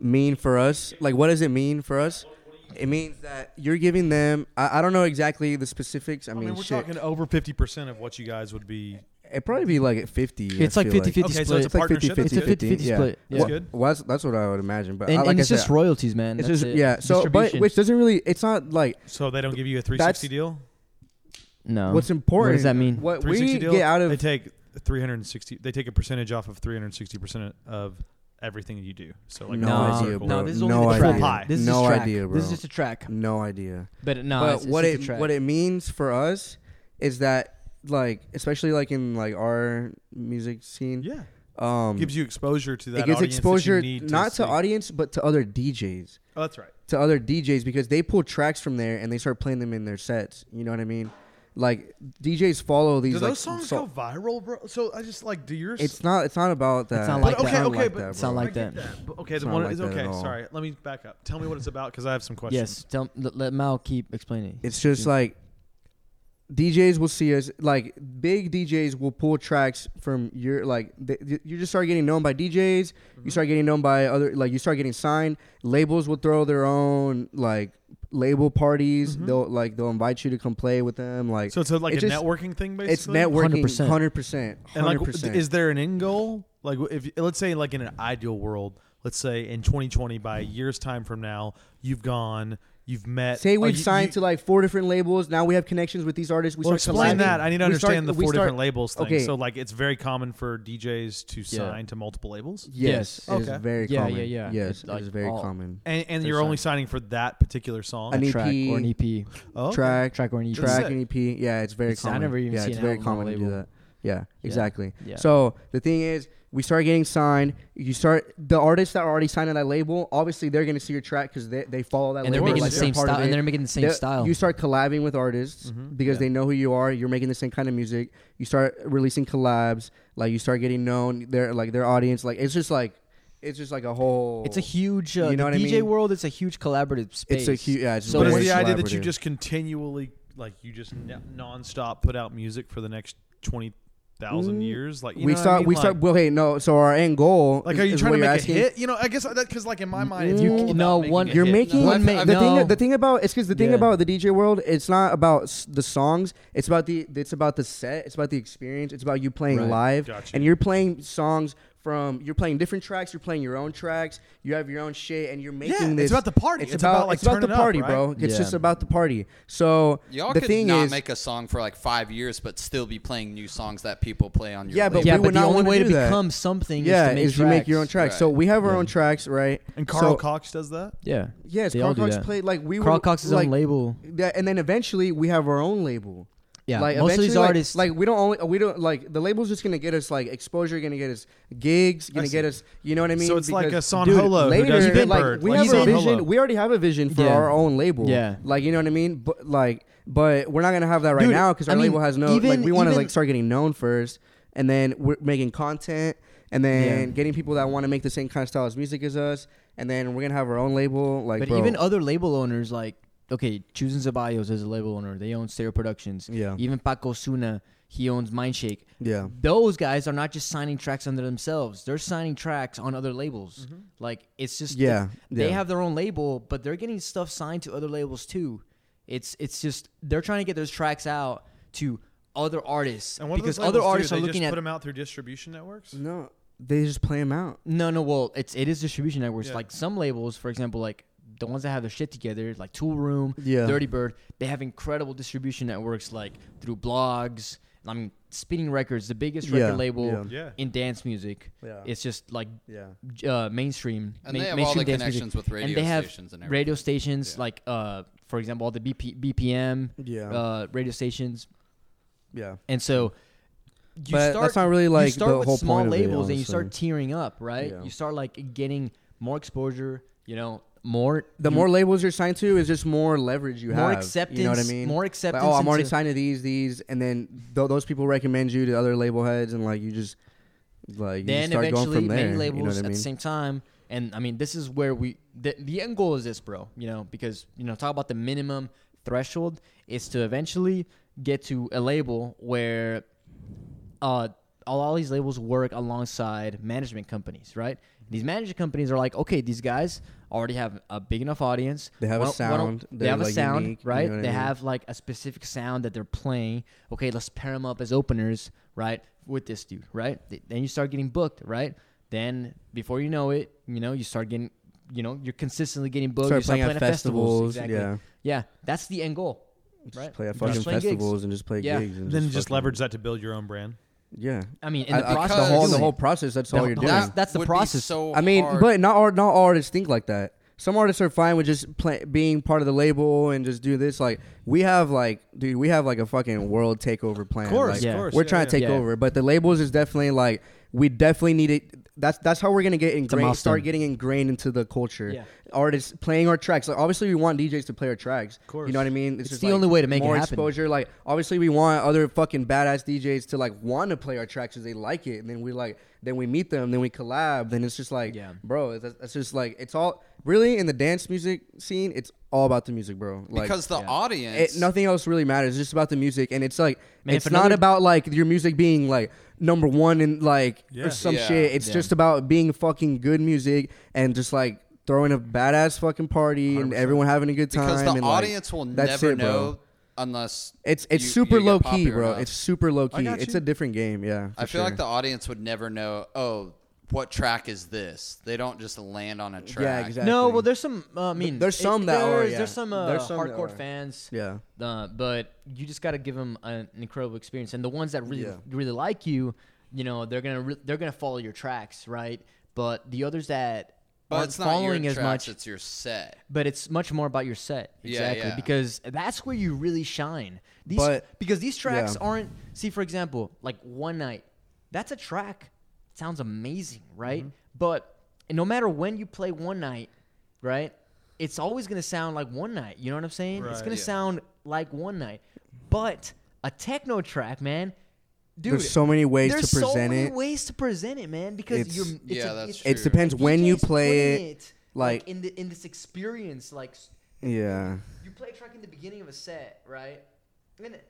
[SPEAKER 3] Mean for us, like what does it mean for us? It means that you're giving them. I, I don't know exactly the specifics. I
[SPEAKER 2] I
[SPEAKER 3] mean,
[SPEAKER 2] mean, we're
[SPEAKER 3] shit.
[SPEAKER 2] talking over fifty percent of what you guys would be
[SPEAKER 3] It'd probably be like at fifty. I
[SPEAKER 1] It's like
[SPEAKER 3] feel
[SPEAKER 1] 50-50
[SPEAKER 2] Okay, so
[SPEAKER 1] split.
[SPEAKER 2] it's a
[SPEAKER 3] It's like
[SPEAKER 2] partnership.
[SPEAKER 3] 50-50.
[SPEAKER 2] That's
[SPEAKER 1] It's a
[SPEAKER 2] good.
[SPEAKER 1] 50-50
[SPEAKER 3] yeah.
[SPEAKER 1] split.
[SPEAKER 2] That's
[SPEAKER 1] Yeah.
[SPEAKER 2] good.
[SPEAKER 3] Well, that's, that's what I would imagine. But
[SPEAKER 1] And,
[SPEAKER 3] I, Uh, like
[SPEAKER 1] and
[SPEAKER 3] I
[SPEAKER 1] it's just
[SPEAKER 3] said,
[SPEAKER 1] royalties, man.
[SPEAKER 3] it's
[SPEAKER 1] That's
[SPEAKER 3] just
[SPEAKER 1] it.
[SPEAKER 3] yeah. So, but
[SPEAKER 1] Distribution.
[SPEAKER 3] which doesn't really. It's not like
[SPEAKER 2] So they don't give you a 360
[SPEAKER 3] That's-
[SPEAKER 2] deal.
[SPEAKER 1] no.
[SPEAKER 3] what's
[SPEAKER 1] Um,
[SPEAKER 3] important.
[SPEAKER 1] What does that mean?
[SPEAKER 3] What we
[SPEAKER 2] 360 deal.
[SPEAKER 3] get out
[SPEAKER 2] they
[SPEAKER 3] of
[SPEAKER 2] take 360. They take a percentage off of 360 percent of everything you do. So like
[SPEAKER 3] No
[SPEAKER 2] full
[SPEAKER 3] idea,
[SPEAKER 2] circle.
[SPEAKER 3] bro.
[SPEAKER 1] No, this is
[SPEAKER 3] No
[SPEAKER 1] only the
[SPEAKER 2] idea.
[SPEAKER 1] track.
[SPEAKER 2] Full pie.
[SPEAKER 1] This is
[SPEAKER 3] No
[SPEAKER 1] just track.
[SPEAKER 3] idea,
[SPEAKER 1] This is
[SPEAKER 3] bro.
[SPEAKER 1] just a track.
[SPEAKER 3] no idea.
[SPEAKER 1] But no,
[SPEAKER 3] but
[SPEAKER 1] it's, it's
[SPEAKER 3] what
[SPEAKER 1] just a
[SPEAKER 3] it
[SPEAKER 1] track.
[SPEAKER 3] what it means for us is that like especially like in like our music scene.
[SPEAKER 2] Yeah,
[SPEAKER 3] Um,
[SPEAKER 2] gives you exposure to that.
[SPEAKER 3] it gives
[SPEAKER 2] audience that you
[SPEAKER 3] exposure
[SPEAKER 2] need
[SPEAKER 3] not
[SPEAKER 2] see.
[SPEAKER 3] to audience but to other DJs.
[SPEAKER 2] Oh, that's right.
[SPEAKER 3] to other DJs because they pull tracks from there and they start playing them in their sets. You know what I mean? Like DJs follow these.
[SPEAKER 2] Do
[SPEAKER 3] like,
[SPEAKER 2] those songs
[SPEAKER 3] so-
[SPEAKER 2] go viral, bro? So I just like do your.
[SPEAKER 3] It's not. It's not about that.
[SPEAKER 1] not
[SPEAKER 2] but
[SPEAKER 1] like that.
[SPEAKER 2] okay,
[SPEAKER 1] Sound
[SPEAKER 2] okay, but
[SPEAKER 3] that,
[SPEAKER 1] It's not
[SPEAKER 3] bro.
[SPEAKER 1] like
[SPEAKER 2] I get
[SPEAKER 1] that.
[SPEAKER 2] But okay,
[SPEAKER 3] It's
[SPEAKER 2] the
[SPEAKER 3] not
[SPEAKER 2] one
[SPEAKER 3] like
[SPEAKER 2] is
[SPEAKER 3] that at
[SPEAKER 2] okay.
[SPEAKER 3] all.
[SPEAKER 2] Sorry, let me back up. Tell me what it's about because I have some questions.
[SPEAKER 1] Yes, tell, let, let Mal keep explaining.
[SPEAKER 3] It's just like DJs will see us like big DJs will pull tracks from your like th- th- you just start getting known by DJs. You start getting known by other like you start getting signed. Labels will throw their own like label parties. They'll like they'll invite you to come play with them. Like
[SPEAKER 2] So it's a, like
[SPEAKER 3] It
[SPEAKER 2] a
[SPEAKER 3] just-
[SPEAKER 2] networking thing, basically.
[SPEAKER 3] it's networking,
[SPEAKER 1] 100%.
[SPEAKER 3] hundred percent,
[SPEAKER 2] And like,
[SPEAKER 3] hundred
[SPEAKER 2] w-
[SPEAKER 3] percent.
[SPEAKER 2] is there an end goal? Like, w- if let's say, like in an ideal world, let's say in 2020, by a year's time from now, you've gone, you've met.
[SPEAKER 3] Say
[SPEAKER 2] oh,
[SPEAKER 3] we've
[SPEAKER 2] you-
[SPEAKER 3] signed
[SPEAKER 2] you-
[SPEAKER 3] to like four different labels. Now we have connections with these artists. We
[SPEAKER 2] Well,
[SPEAKER 3] start
[SPEAKER 2] explain
[SPEAKER 3] collabing.
[SPEAKER 2] that. I need to
[SPEAKER 3] We start-
[SPEAKER 2] understand the
[SPEAKER 3] we
[SPEAKER 2] four
[SPEAKER 3] start-
[SPEAKER 2] different labels thing.
[SPEAKER 3] okay.
[SPEAKER 2] So, like, it's very common for DJs to
[SPEAKER 1] Yeah.
[SPEAKER 2] sign to multiple labels,
[SPEAKER 3] Yes,
[SPEAKER 1] Yes.
[SPEAKER 3] it is
[SPEAKER 2] Okay.
[SPEAKER 3] very
[SPEAKER 1] Yeah,
[SPEAKER 3] common.
[SPEAKER 1] yeah, yeah.
[SPEAKER 3] Yes,
[SPEAKER 1] It's
[SPEAKER 3] it
[SPEAKER 1] like
[SPEAKER 3] is very
[SPEAKER 1] all-
[SPEAKER 3] common.
[SPEAKER 2] and, and
[SPEAKER 1] They're
[SPEAKER 2] you're only signing for that particular song.
[SPEAKER 3] an
[SPEAKER 1] a track
[SPEAKER 3] EP.
[SPEAKER 1] or an EP.
[SPEAKER 2] oh,
[SPEAKER 3] Track,
[SPEAKER 1] Track or an E EP.
[SPEAKER 2] That's
[SPEAKER 3] track,
[SPEAKER 2] it.
[SPEAKER 3] and EP. Yeah, it's very
[SPEAKER 1] It's- I
[SPEAKER 3] common.
[SPEAKER 1] never even
[SPEAKER 3] yeah,
[SPEAKER 1] seen
[SPEAKER 3] it's
[SPEAKER 1] an
[SPEAKER 3] very
[SPEAKER 1] album on a
[SPEAKER 3] common to do
[SPEAKER 1] label.
[SPEAKER 3] that. Yeah, exactly.
[SPEAKER 1] Yeah.
[SPEAKER 3] So the thing is, we start getting signed. You start the artists that are already signed to that label. Obviously, they're going to see your track because they, they follow that
[SPEAKER 1] and they're
[SPEAKER 3] label.
[SPEAKER 1] making
[SPEAKER 3] like,
[SPEAKER 1] the same
[SPEAKER 3] part of
[SPEAKER 1] style.
[SPEAKER 3] it.
[SPEAKER 1] And they're making the same
[SPEAKER 3] They're-
[SPEAKER 1] style. Mm-hmm.
[SPEAKER 3] You start collabing with artists because
[SPEAKER 1] Yeah.
[SPEAKER 3] they know who you are. You're making the same kind of music. You start releasing collabs. Like you start getting known. Their like their audience. Like it's just like it's just like a whole.
[SPEAKER 1] It's a huge. Uh,
[SPEAKER 3] You know
[SPEAKER 1] the
[SPEAKER 3] what I
[SPEAKER 1] DJ
[SPEAKER 3] mean?
[SPEAKER 1] world. It's a huge collaborative space.
[SPEAKER 3] It's a huge. Yeah, it's
[SPEAKER 1] So
[SPEAKER 2] But
[SPEAKER 3] very
[SPEAKER 2] it's the idea that you
[SPEAKER 3] collaborative.
[SPEAKER 2] just continually, like, you just ne- nonstop put out music for the next 20,000
[SPEAKER 3] Mm.
[SPEAKER 2] years. Like, you
[SPEAKER 3] we
[SPEAKER 2] know what I
[SPEAKER 3] start.
[SPEAKER 2] mean?
[SPEAKER 3] We
[SPEAKER 2] Like-
[SPEAKER 3] start. Well, hey, no. So our end goal.
[SPEAKER 2] Like,
[SPEAKER 3] is-
[SPEAKER 2] are you
[SPEAKER 3] is
[SPEAKER 2] trying
[SPEAKER 3] what
[SPEAKER 2] to
[SPEAKER 3] you're
[SPEAKER 2] make
[SPEAKER 3] asking-
[SPEAKER 2] a hit? You know, I guess uh, that because, like, in my mind, it's
[SPEAKER 1] You
[SPEAKER 2] all
[SPEAKER 1] c-
[SPEAKER 2] about
[SPEAKER 1] no,
[SPEAKER 2] making
[SPEAKER 1] one-
[SPEAKER 2] a
[SPEAKER 3] Mm, You're
[SPEAKER 2] hit.
[SPEAKER 3] making
[SPEAKER 4] No, I've-
[SPEAKER 3] the
[SPEAKER 4] I've-
[SPEAKER 1] no.
[SPEAKER 3] thing. The thing about it's because the thing
[SPEAKER 1] Yeah.
[SPEAKER 3] about the DJ world, it's not about s- the songs. It's about the it's about the set. It's about the experience. It's about you playing
[SPEAKER 1] Right.
[SPEAKER 3] live,
[SPEAKER 2] Gotcha.
[SPEAKER 3] and you're playing songs from you're playing different tracks, you're playing your own tracks, you have your own shit, and you're making
[SPEAKER 2] it's
[SPEAKER 3] this.
[SPEAKER 2] about the party. It's about, like,
[SPEAKER 3] it's about the
[SPEAKER 2] turning up,
[SPEAKER 3] party,
[SPEAKER 2] right?
[SPEAKER 3] bro. It's
[SPEAKER 1] Yeah.
[SPEAKER 3] just about the party. So
[SPEAKER 4] Y'all
[SPEAKER 3] the
[SPEAKER 4] could
[SPEAKER 3] thing
[SPEAKER 4] not
[SPEAKER 3] is,
[SPEAKER 4] make a song for like five years, but still be playing new songs that people play on your.
[SPEAKER 3] Yeah,
[SPEAKER 4] label.
[SPEAKER 3] we
[SPEAKER 1] yeah,
[SPEAKER 3] would
[SPEAKER 1] but the
[SPEAKER 3] not
[SPEAKER 1] only
[SPEAKER 3] wanna
[SPEAKER 1] way to
[SPEAKER 3] do that.
[SPEAKER 1] become something
[SPEAKER 3] yeah,
[SPEAKER 1] is to make
[SPEAKER 3] is you make your own
[SPEAKER 1] tracks.
[SPEAKER 3] tracks. So
[SPEAKER 4] Right.
[SPEAKER 3] we have our
[SPEAKER 1] Yeah.
[SPEAKER 3] own tracks, right?
[SPEAKER 2] And Carl
[SPEAKER 3] So-
[SPEAKER 2] Cox does that.
[SPEAKER 1] Yeah.
[SPEAKER 3] Yes,
[SPEAKER 1] They
[SPEAKER 3] Carl
[SPEAKER 1] all do
[SPEAKER 3] Cox
[SPEAKER 1] that.
[SPEAKER 3] played like we
[SPEAKER 1] Carl
[SPEAKER 3] were
[SPEAKER 1] Cox's
[SPEAKER 3] like,
[SPEAKER 1] own label.
[SPEAKER 3] that- and then eventually we have our own label.
[SPEAKER 1] Yeah.
[SPEAKER 3] like
[SPEAKER 1] Most of these
[SPEAKER 3] eventually, like-
[SPEAKER 1] artists
[SPEAKER 3] like, we don't only we don't like the label's just gonna get us like exposure, gonna get us gigs, gonna
[SPEAKER 2] see.
[SPEAKER 3] get us. You know what I mean?
[SPEAKER 2] So it's like a
[SPEAKER 3] Because,
[SPEAKER 2] Son
[SPEAKER 3] dude,
[SPEAKER 2] Holo who
[SPEAKER 3] later,
[SPEAKER 2] does Big
[SPEAKER 3] like,
[SPEAKER 2] Bird,
[SPEAKER 3] We
[SPEAKER 2] like
[SPEAKER 3] have a
[SPEAKER 2] Son
[SPEAKER 3] vision.
[SPEAKER 2] Holo.
[SPEAKER 3] We already have a vision for
[SPEAKER 1] Yeah.
[SPEAKER 3] our own label.
[SPEAKER 1] Yeah.
[SPEAKER 3] like you know what I mean? But like, but we're not gonna have that right
[SPEAKER 1] Dude,
[SPEAKER 3] now because
[SPEAKER 1] I
[SPEAKER 3] our
[SPEAKER 1] mean,
[SPEAKER 3] label has no.
[SPEAKER 1] even-
[SPEAKER 3] like we want to
[SPEAKER 1] even-
[SPEAKER 3] like start getting known first, and then we're making content, and then
[SPEAKER 1] Yeah.
[SPEAKER 3] getting people that want to make the same kind of style as music as us, and then we're gonna have our own label. Like,
[SPEAKER 1] but
[SPEAKER 3] bro,
[SPEAKER 1] even other label owners like okay, choosing Zabayos as a label owner, they own Stereo Productions.
[SPEAKER 3] Yeah.
[SPEAKER 1] Even Paco Suna, he owns Mindshake.
[SPEAKER 3] yeah.
[SPEAKER 1] Those guys are not just signing tracks under themselves. They're signing tracks on other labels.
[SPEAKER 2] Mm-hmm.
[SPEAKER 1] Like it's just
[SPEAKER 3] Yeah,
[SPEAKER 1] they
[SPEAKER 3] yeah.
[SPEAKER 1] have their own label, but they're getting stuff signed to other labels too. It's it's just they're trying to get those tracks out to other artists
[SPEAKER 2] And what do
[SPEAKER 1] because
[SPEAKER 2] those
[SPEAKER 1] other
[SPEAKER 2] labels do?
[SPEAKER 1] artists
[SPEAKER 2] They
[SPEAKER 1] are looking
[SPEAKER 2] just
[SPEAKER 1] at
[SPEAKER 2] put them out through distribution networks.
[SPEAKER 3] No, they just play them out.
[SPEAKER 1] No, no. Well, it's it is distribution networks.
[SPEAKER 2] Yeah.
[SPEAKER 1] Like some labels, for example, like the ones that have their shit together, like Tool Room,
[SPEAKER 3] Yeah.
[SPEAKER 1] Dirty Bird, they have incredible distribution networks, like through blogs. I mean, Spinning Records, the biggest record
[SPEAKER 3] Yeah,
[SPEAKER 1] label
[SPEAKER 3] yeah.
[SPEAKER 2] Yeah.
[SPEAKER 1] in dance music.
[SPEAKER 3] Yeah.
[SPEAKER 1] It's just like
[SPEAKER 3] Yeah.
[SPEAKER 1] j- uh, mainstream.
[SPEAKER 4] And they have all the connections with radio stations and
[SPEAKER 1] radio
[SPEAKER 4] everything.
[SPEAKER 1] stations
[SPEAKER 4] Yeah.
[SPEAKER 1] like, uh, for example, all the BP, BPM
[SPEAKER 3] Yeah.
[SPEAKER 1] uh, radio stations,
[SPEAKER 3] Yeah.
[SPEAKER 1] and so. You
[SPEAKER 3] But
[SPEAKER 1] start
[SPEAKER 3] that's not really like
[SPEAKER 1] you start
[SPEAKER 3] the
[SPEAKER 1] with
[SPEAKER 3] whole
[SPEAKER 1] small
[SPEAKER 3] point of it,
[SPEAKER 1] labels and you start
[SPEAKER 3] honestly.
[SPEAKER 1] tearing up, right?
[SPEAKER 3] Yeah.
[SPEAKER 1] You start like getting more exposure, you know, more
[SPEAKER 3] The
[SPEAKER 1] you-
[SPEAKER 3] more labels you're signed to is just more leverage you
[SPEAKER 1] More
[SPEAKER 3] have. You know what I
[SPEAKER 1] acceptance-
[SPEAKER 3] mean?
[SPEAKER 1] more
[SPEAKER 3] Like,
[SPEAKER 1] acceptance
[SPEAKER 3] oh, I'm already
[SPEAKER 1] into-
[SPEAKER 3] signed to these, these, and then th- those people recommend you to other label heads, and like you just like you just
[SPEAKER 1] then
[SPEAKER 3] start going
[SPEAKER 1] eventually
[SPEAKER 3] from there.
[SPEAKER 1] many labels
[SPEAKER 3] you know what I
[SPEAKER 1] at
[SPEAKER 3] mean?
[SPEAKER 1] the same time. And I mean, this is where we the, the end goal is this, bro. You know, because you know, talk about the minimum threshold is to eventually get to a label where uh, all, all these labels work alongside management companies, right? These management companies are like, okay, these guys already have a big enough audience.
[SPEAKER 3] They have
[SPEAKER 1] Why
[SPEAKER 3] a
[SPEAKER 1] don't- why don't-
[SPEAKER 3] sound.
[SPEAKER 1] They
[SPEAKER 3] They're,
[SPEAKER 1] have a
[SPEAKER 3] like,
[SPEAKER 1] sound,
[SPEAKER 3] unique, you
[SPEAKER 1] right?
[SPEAKER 3] know what I
[SPEAKER 1] they
[SPEAKER 3] mean?
[SPEAKER 1] have like a specific sound that they're playing. Okay, let's pair them up as openers, right? With this dude, right? Th- Then you start getting booked, right? Then before you know it, you know, you start getting, you know, you're consistently getting booked.
[SPEAKER 3] Start
[SPEAKER 1] you start
[SPEAKER 3] playing at festivals,
[SPEAKER 1] Exactly.
[SPEAKER 3] yeah.
[SPEAKER 1] Yeah, that's the end goal.
[SPEAKER 3] Just
[SPEAKER 1] Right?
[SPEAKER 3] play at
[SPEAKER 1] Just
[SPEAKER 3] fucking
[SPEAKER 1] playing gigs.
[SPEAKER 3] festivals and just play
[SPEAKER 1] Yeah.
[SPEAKER 3] gigs. And
[SPEAKER 2] Then just,
[SPEAKER 3] fucking-
[SPEAKER 2] leverage that to build your own brand.
[SPEAKER 3] Yeah.
[SPEAKER 1] I mean, in
[SPEAKER 3] I-
[SPEAKER 1] the
[SPEAKER 3] I-
[SPEAKER 1] process,
[SPEAKER 3] the whole
[SPEAKER 1] you're
[SPEAKER 3] the
[SPEAKER 1] doing
[SPEAKER 3] whole
[SPEAKER 1] it.
[SPEAKER 3] process. That's all
[SPEAKER 1] The-
[SPEAKER 3] you're
[SPEAKER 1] the
[SPEAKER 3] doing.
[SPEAKER 1] whole-
[SPEAKER 4] That
[SPEAKER 1] That's the
[SPEAKER 4] would be
[SPEAKER 1] process.
[SPEAKER 4] so
[SPEAKER 3] I mean,
[SPEAKER 4] hard.
[SPEAKER 3] but not all not all artists think like that. Some artists are fine with just play, being part of the label and just do this. Like we have, like dude, we have like a fucking world takeover plan.
[SPEAKER 2] Of course,
[SPEAKER 3] Like,
[SPEAKER 1] Yeah.
[SPEAKER 2] of course.
[SPEAKER 3] we're
[SPEAKER 2] yeah,
[SPEAKER 3] trying
[SPEAKER 2] yeah.
[SPEAKER 3] to take
[SPEAKER 1] Yeah.
[SPEAKER 3] over, but the labels is definitely like we definitely need it. That's that's how we're gonna get ingrained.
[SPEAKER 1] milestone.
[SPEAKER 3] Start getting ingrained into the culture.
[SPEAKER 1] Yeah.
[SPEAKER 3] Artists playing our tracks. Like obviously, we want DJs to play our tracks.
[SPEAKER 2] Of course.
[SPEAKER 3] You know what I mean?
[SPEAKER 1] It's
[SPEAKER 3] just,
[SPEAKER 1] the
[SPEAKER 3] like,
[SPEAKER 1] only way to make it
[SPEAKER 3] more
[SPEAKER 1] happen.
[SPEAKER 3] exposure. Like obviously, we want other fucking badass DJs to like want to play our tracks because they like it, and then we like then we meet them, then we collab, then it's just like,
[SPEAKER 1] Yeah.
[SPEAKER 3] bro, that's, that's just like it's all really in the dance music scene. It's all about the music, bro. Like
[SPEAKER 4] because the
[SPEAKER 1] Yeah.
[SPEAKER 4] audience,
[SPEAKER 3] it, nothing else really matters. It's just about the music, and it's like
[SPEAKER 1] Man,
[SPEAKER 3] it's
[SPEAKER 1] if
[SPEAKER 3] not
[SPEAKER 1] another-
[SPEAKER 3] about like your music being like number one and like
[SPEAKER 2] Yeah.
[SPEAKER 3] or some
[SPEAKER 4] Yeah.
[SPEAKER 3] shit. It's
[SPEAKER 1] Yeah.
[SPEAKER 3] just about being fucking good music and just like throwing a badass fucking party and everyone having a good time.
[SPEAKER 4] because the
[SPEAKER 3] and, like,
[SPEAKER 4] audience will
[SPEAKER 3] that's
[SPEAKER 4] never
[SPEAKER 3] it, bro.
[SPEAKER 4] know unless
[SPEAKER 3] It's it's
[SPEAKER 4] you-
[SPEAKER 3] super
[SPEAKER 4] you get
[SPEAKER 3] low key,
[SPEAKER 4] popular
[SPEAKER 3] bro.
[SPEAKER 4] enough.
[SPEAKER 3] It's super low key.
[SPEAKER 2] got
[SPEAKER 3] It's
[SPEAKER 2] you.
[SPEAKER 3] a different game, yeah.
[SPEAKER 4] I
[SPEAKER 3] for
[SPEAKER 4] feel
[SPEAKER 3] sure.
[SPEAKER 4] like the audience would never know. Oh, what track is this? They don't just land on a track.
[SPEAKER 3] exactly.
[SPEAKER 1] No,
[SPEAKER 3] Exactly.
[SPEAKER 1] well, there's some. Uh, I mean,
[SPEAKER 3] there's some that are,
[SPEAKER 1] there's-
[SPEAKER 3] yeah.
[SPEAKER 1] There's some, uh,
[SPEAKER 3] There's some that
[SPEAKER 1] hardcore
[SPEAKER 3] are.
[SPEAKER 1] fans.
[SPEAKER 3] yeah.
[SPEAKER 1] Uh, but you just got to give them an incredible experience, and the ones that really,
[SPEAKER 3] Yeah.
[SPEAKER 1] really like you, you know, they're gonna re- they're gonna follow your tracks, right? But the others that
[SPEAKER 4] But
[SPEAKER 1] aren't
[SPEAKER 4] it's not
[SPEAKER 1] following
[SPEAKER 4] your
[SPEAKER 1] as much,
[SPEAKER 4] tracks, It's your set.
[SPEAKER 1] but it's much more about your set,
[SPEAKER 4] Yeah,
[SPEAKER 1] exactly,
[SPEAKER 4] yeah.
[SPEAKER 1] because that's where you really shine. These
[SPEAKER 3] But-
[SPEAKER 1] because these tracks
[SPEAKER 3] yeah.
[SPEAKER 1] aren't. See, for example, like one night, that's a track. Sounds amazing, right?
[SPEAKER 3] Mm-hmm.
[SPEAKER 1] But no matter when you play one night, right, it's always gonna sound like one night. You know what I'm saying? It's
[SPEAKER 2] Right.
[SPEAKER 1] gonna
[SPEAKER 4] Yeah.
[SPEAKER 1] sound like one night. But a techno track, man, dude.
[SPEAKER 3] There's so many ways to
[SPEAKER 1] there's so
[SPEAKER 3] present
[SPEAKER 1] many
[SPEAKER 3] it.
[SPEAKER 1] ways to present it, man. Because
[SPEAKER 3] It's-
[SPEAKER 1] you're it's
[SPEAKER 4] Yeah,
[SPEAKER 1] a,
[SPEAKER 4] that's
[SPEAKER 1] it's-
[SPEAKER 4] true.
[SPEAKER 3] It depends when you
[SPEAKER 1] DJs
[SPEAKER 3] play
[SPEAKER 1] putting
[SPEAKER 3] it. like-
[SPEAKER 1] in the in this experience, like s-
[SPEAKER 3] Yeah.
[SPEAKER 1] you play a track in the beginning of a set, right? And it-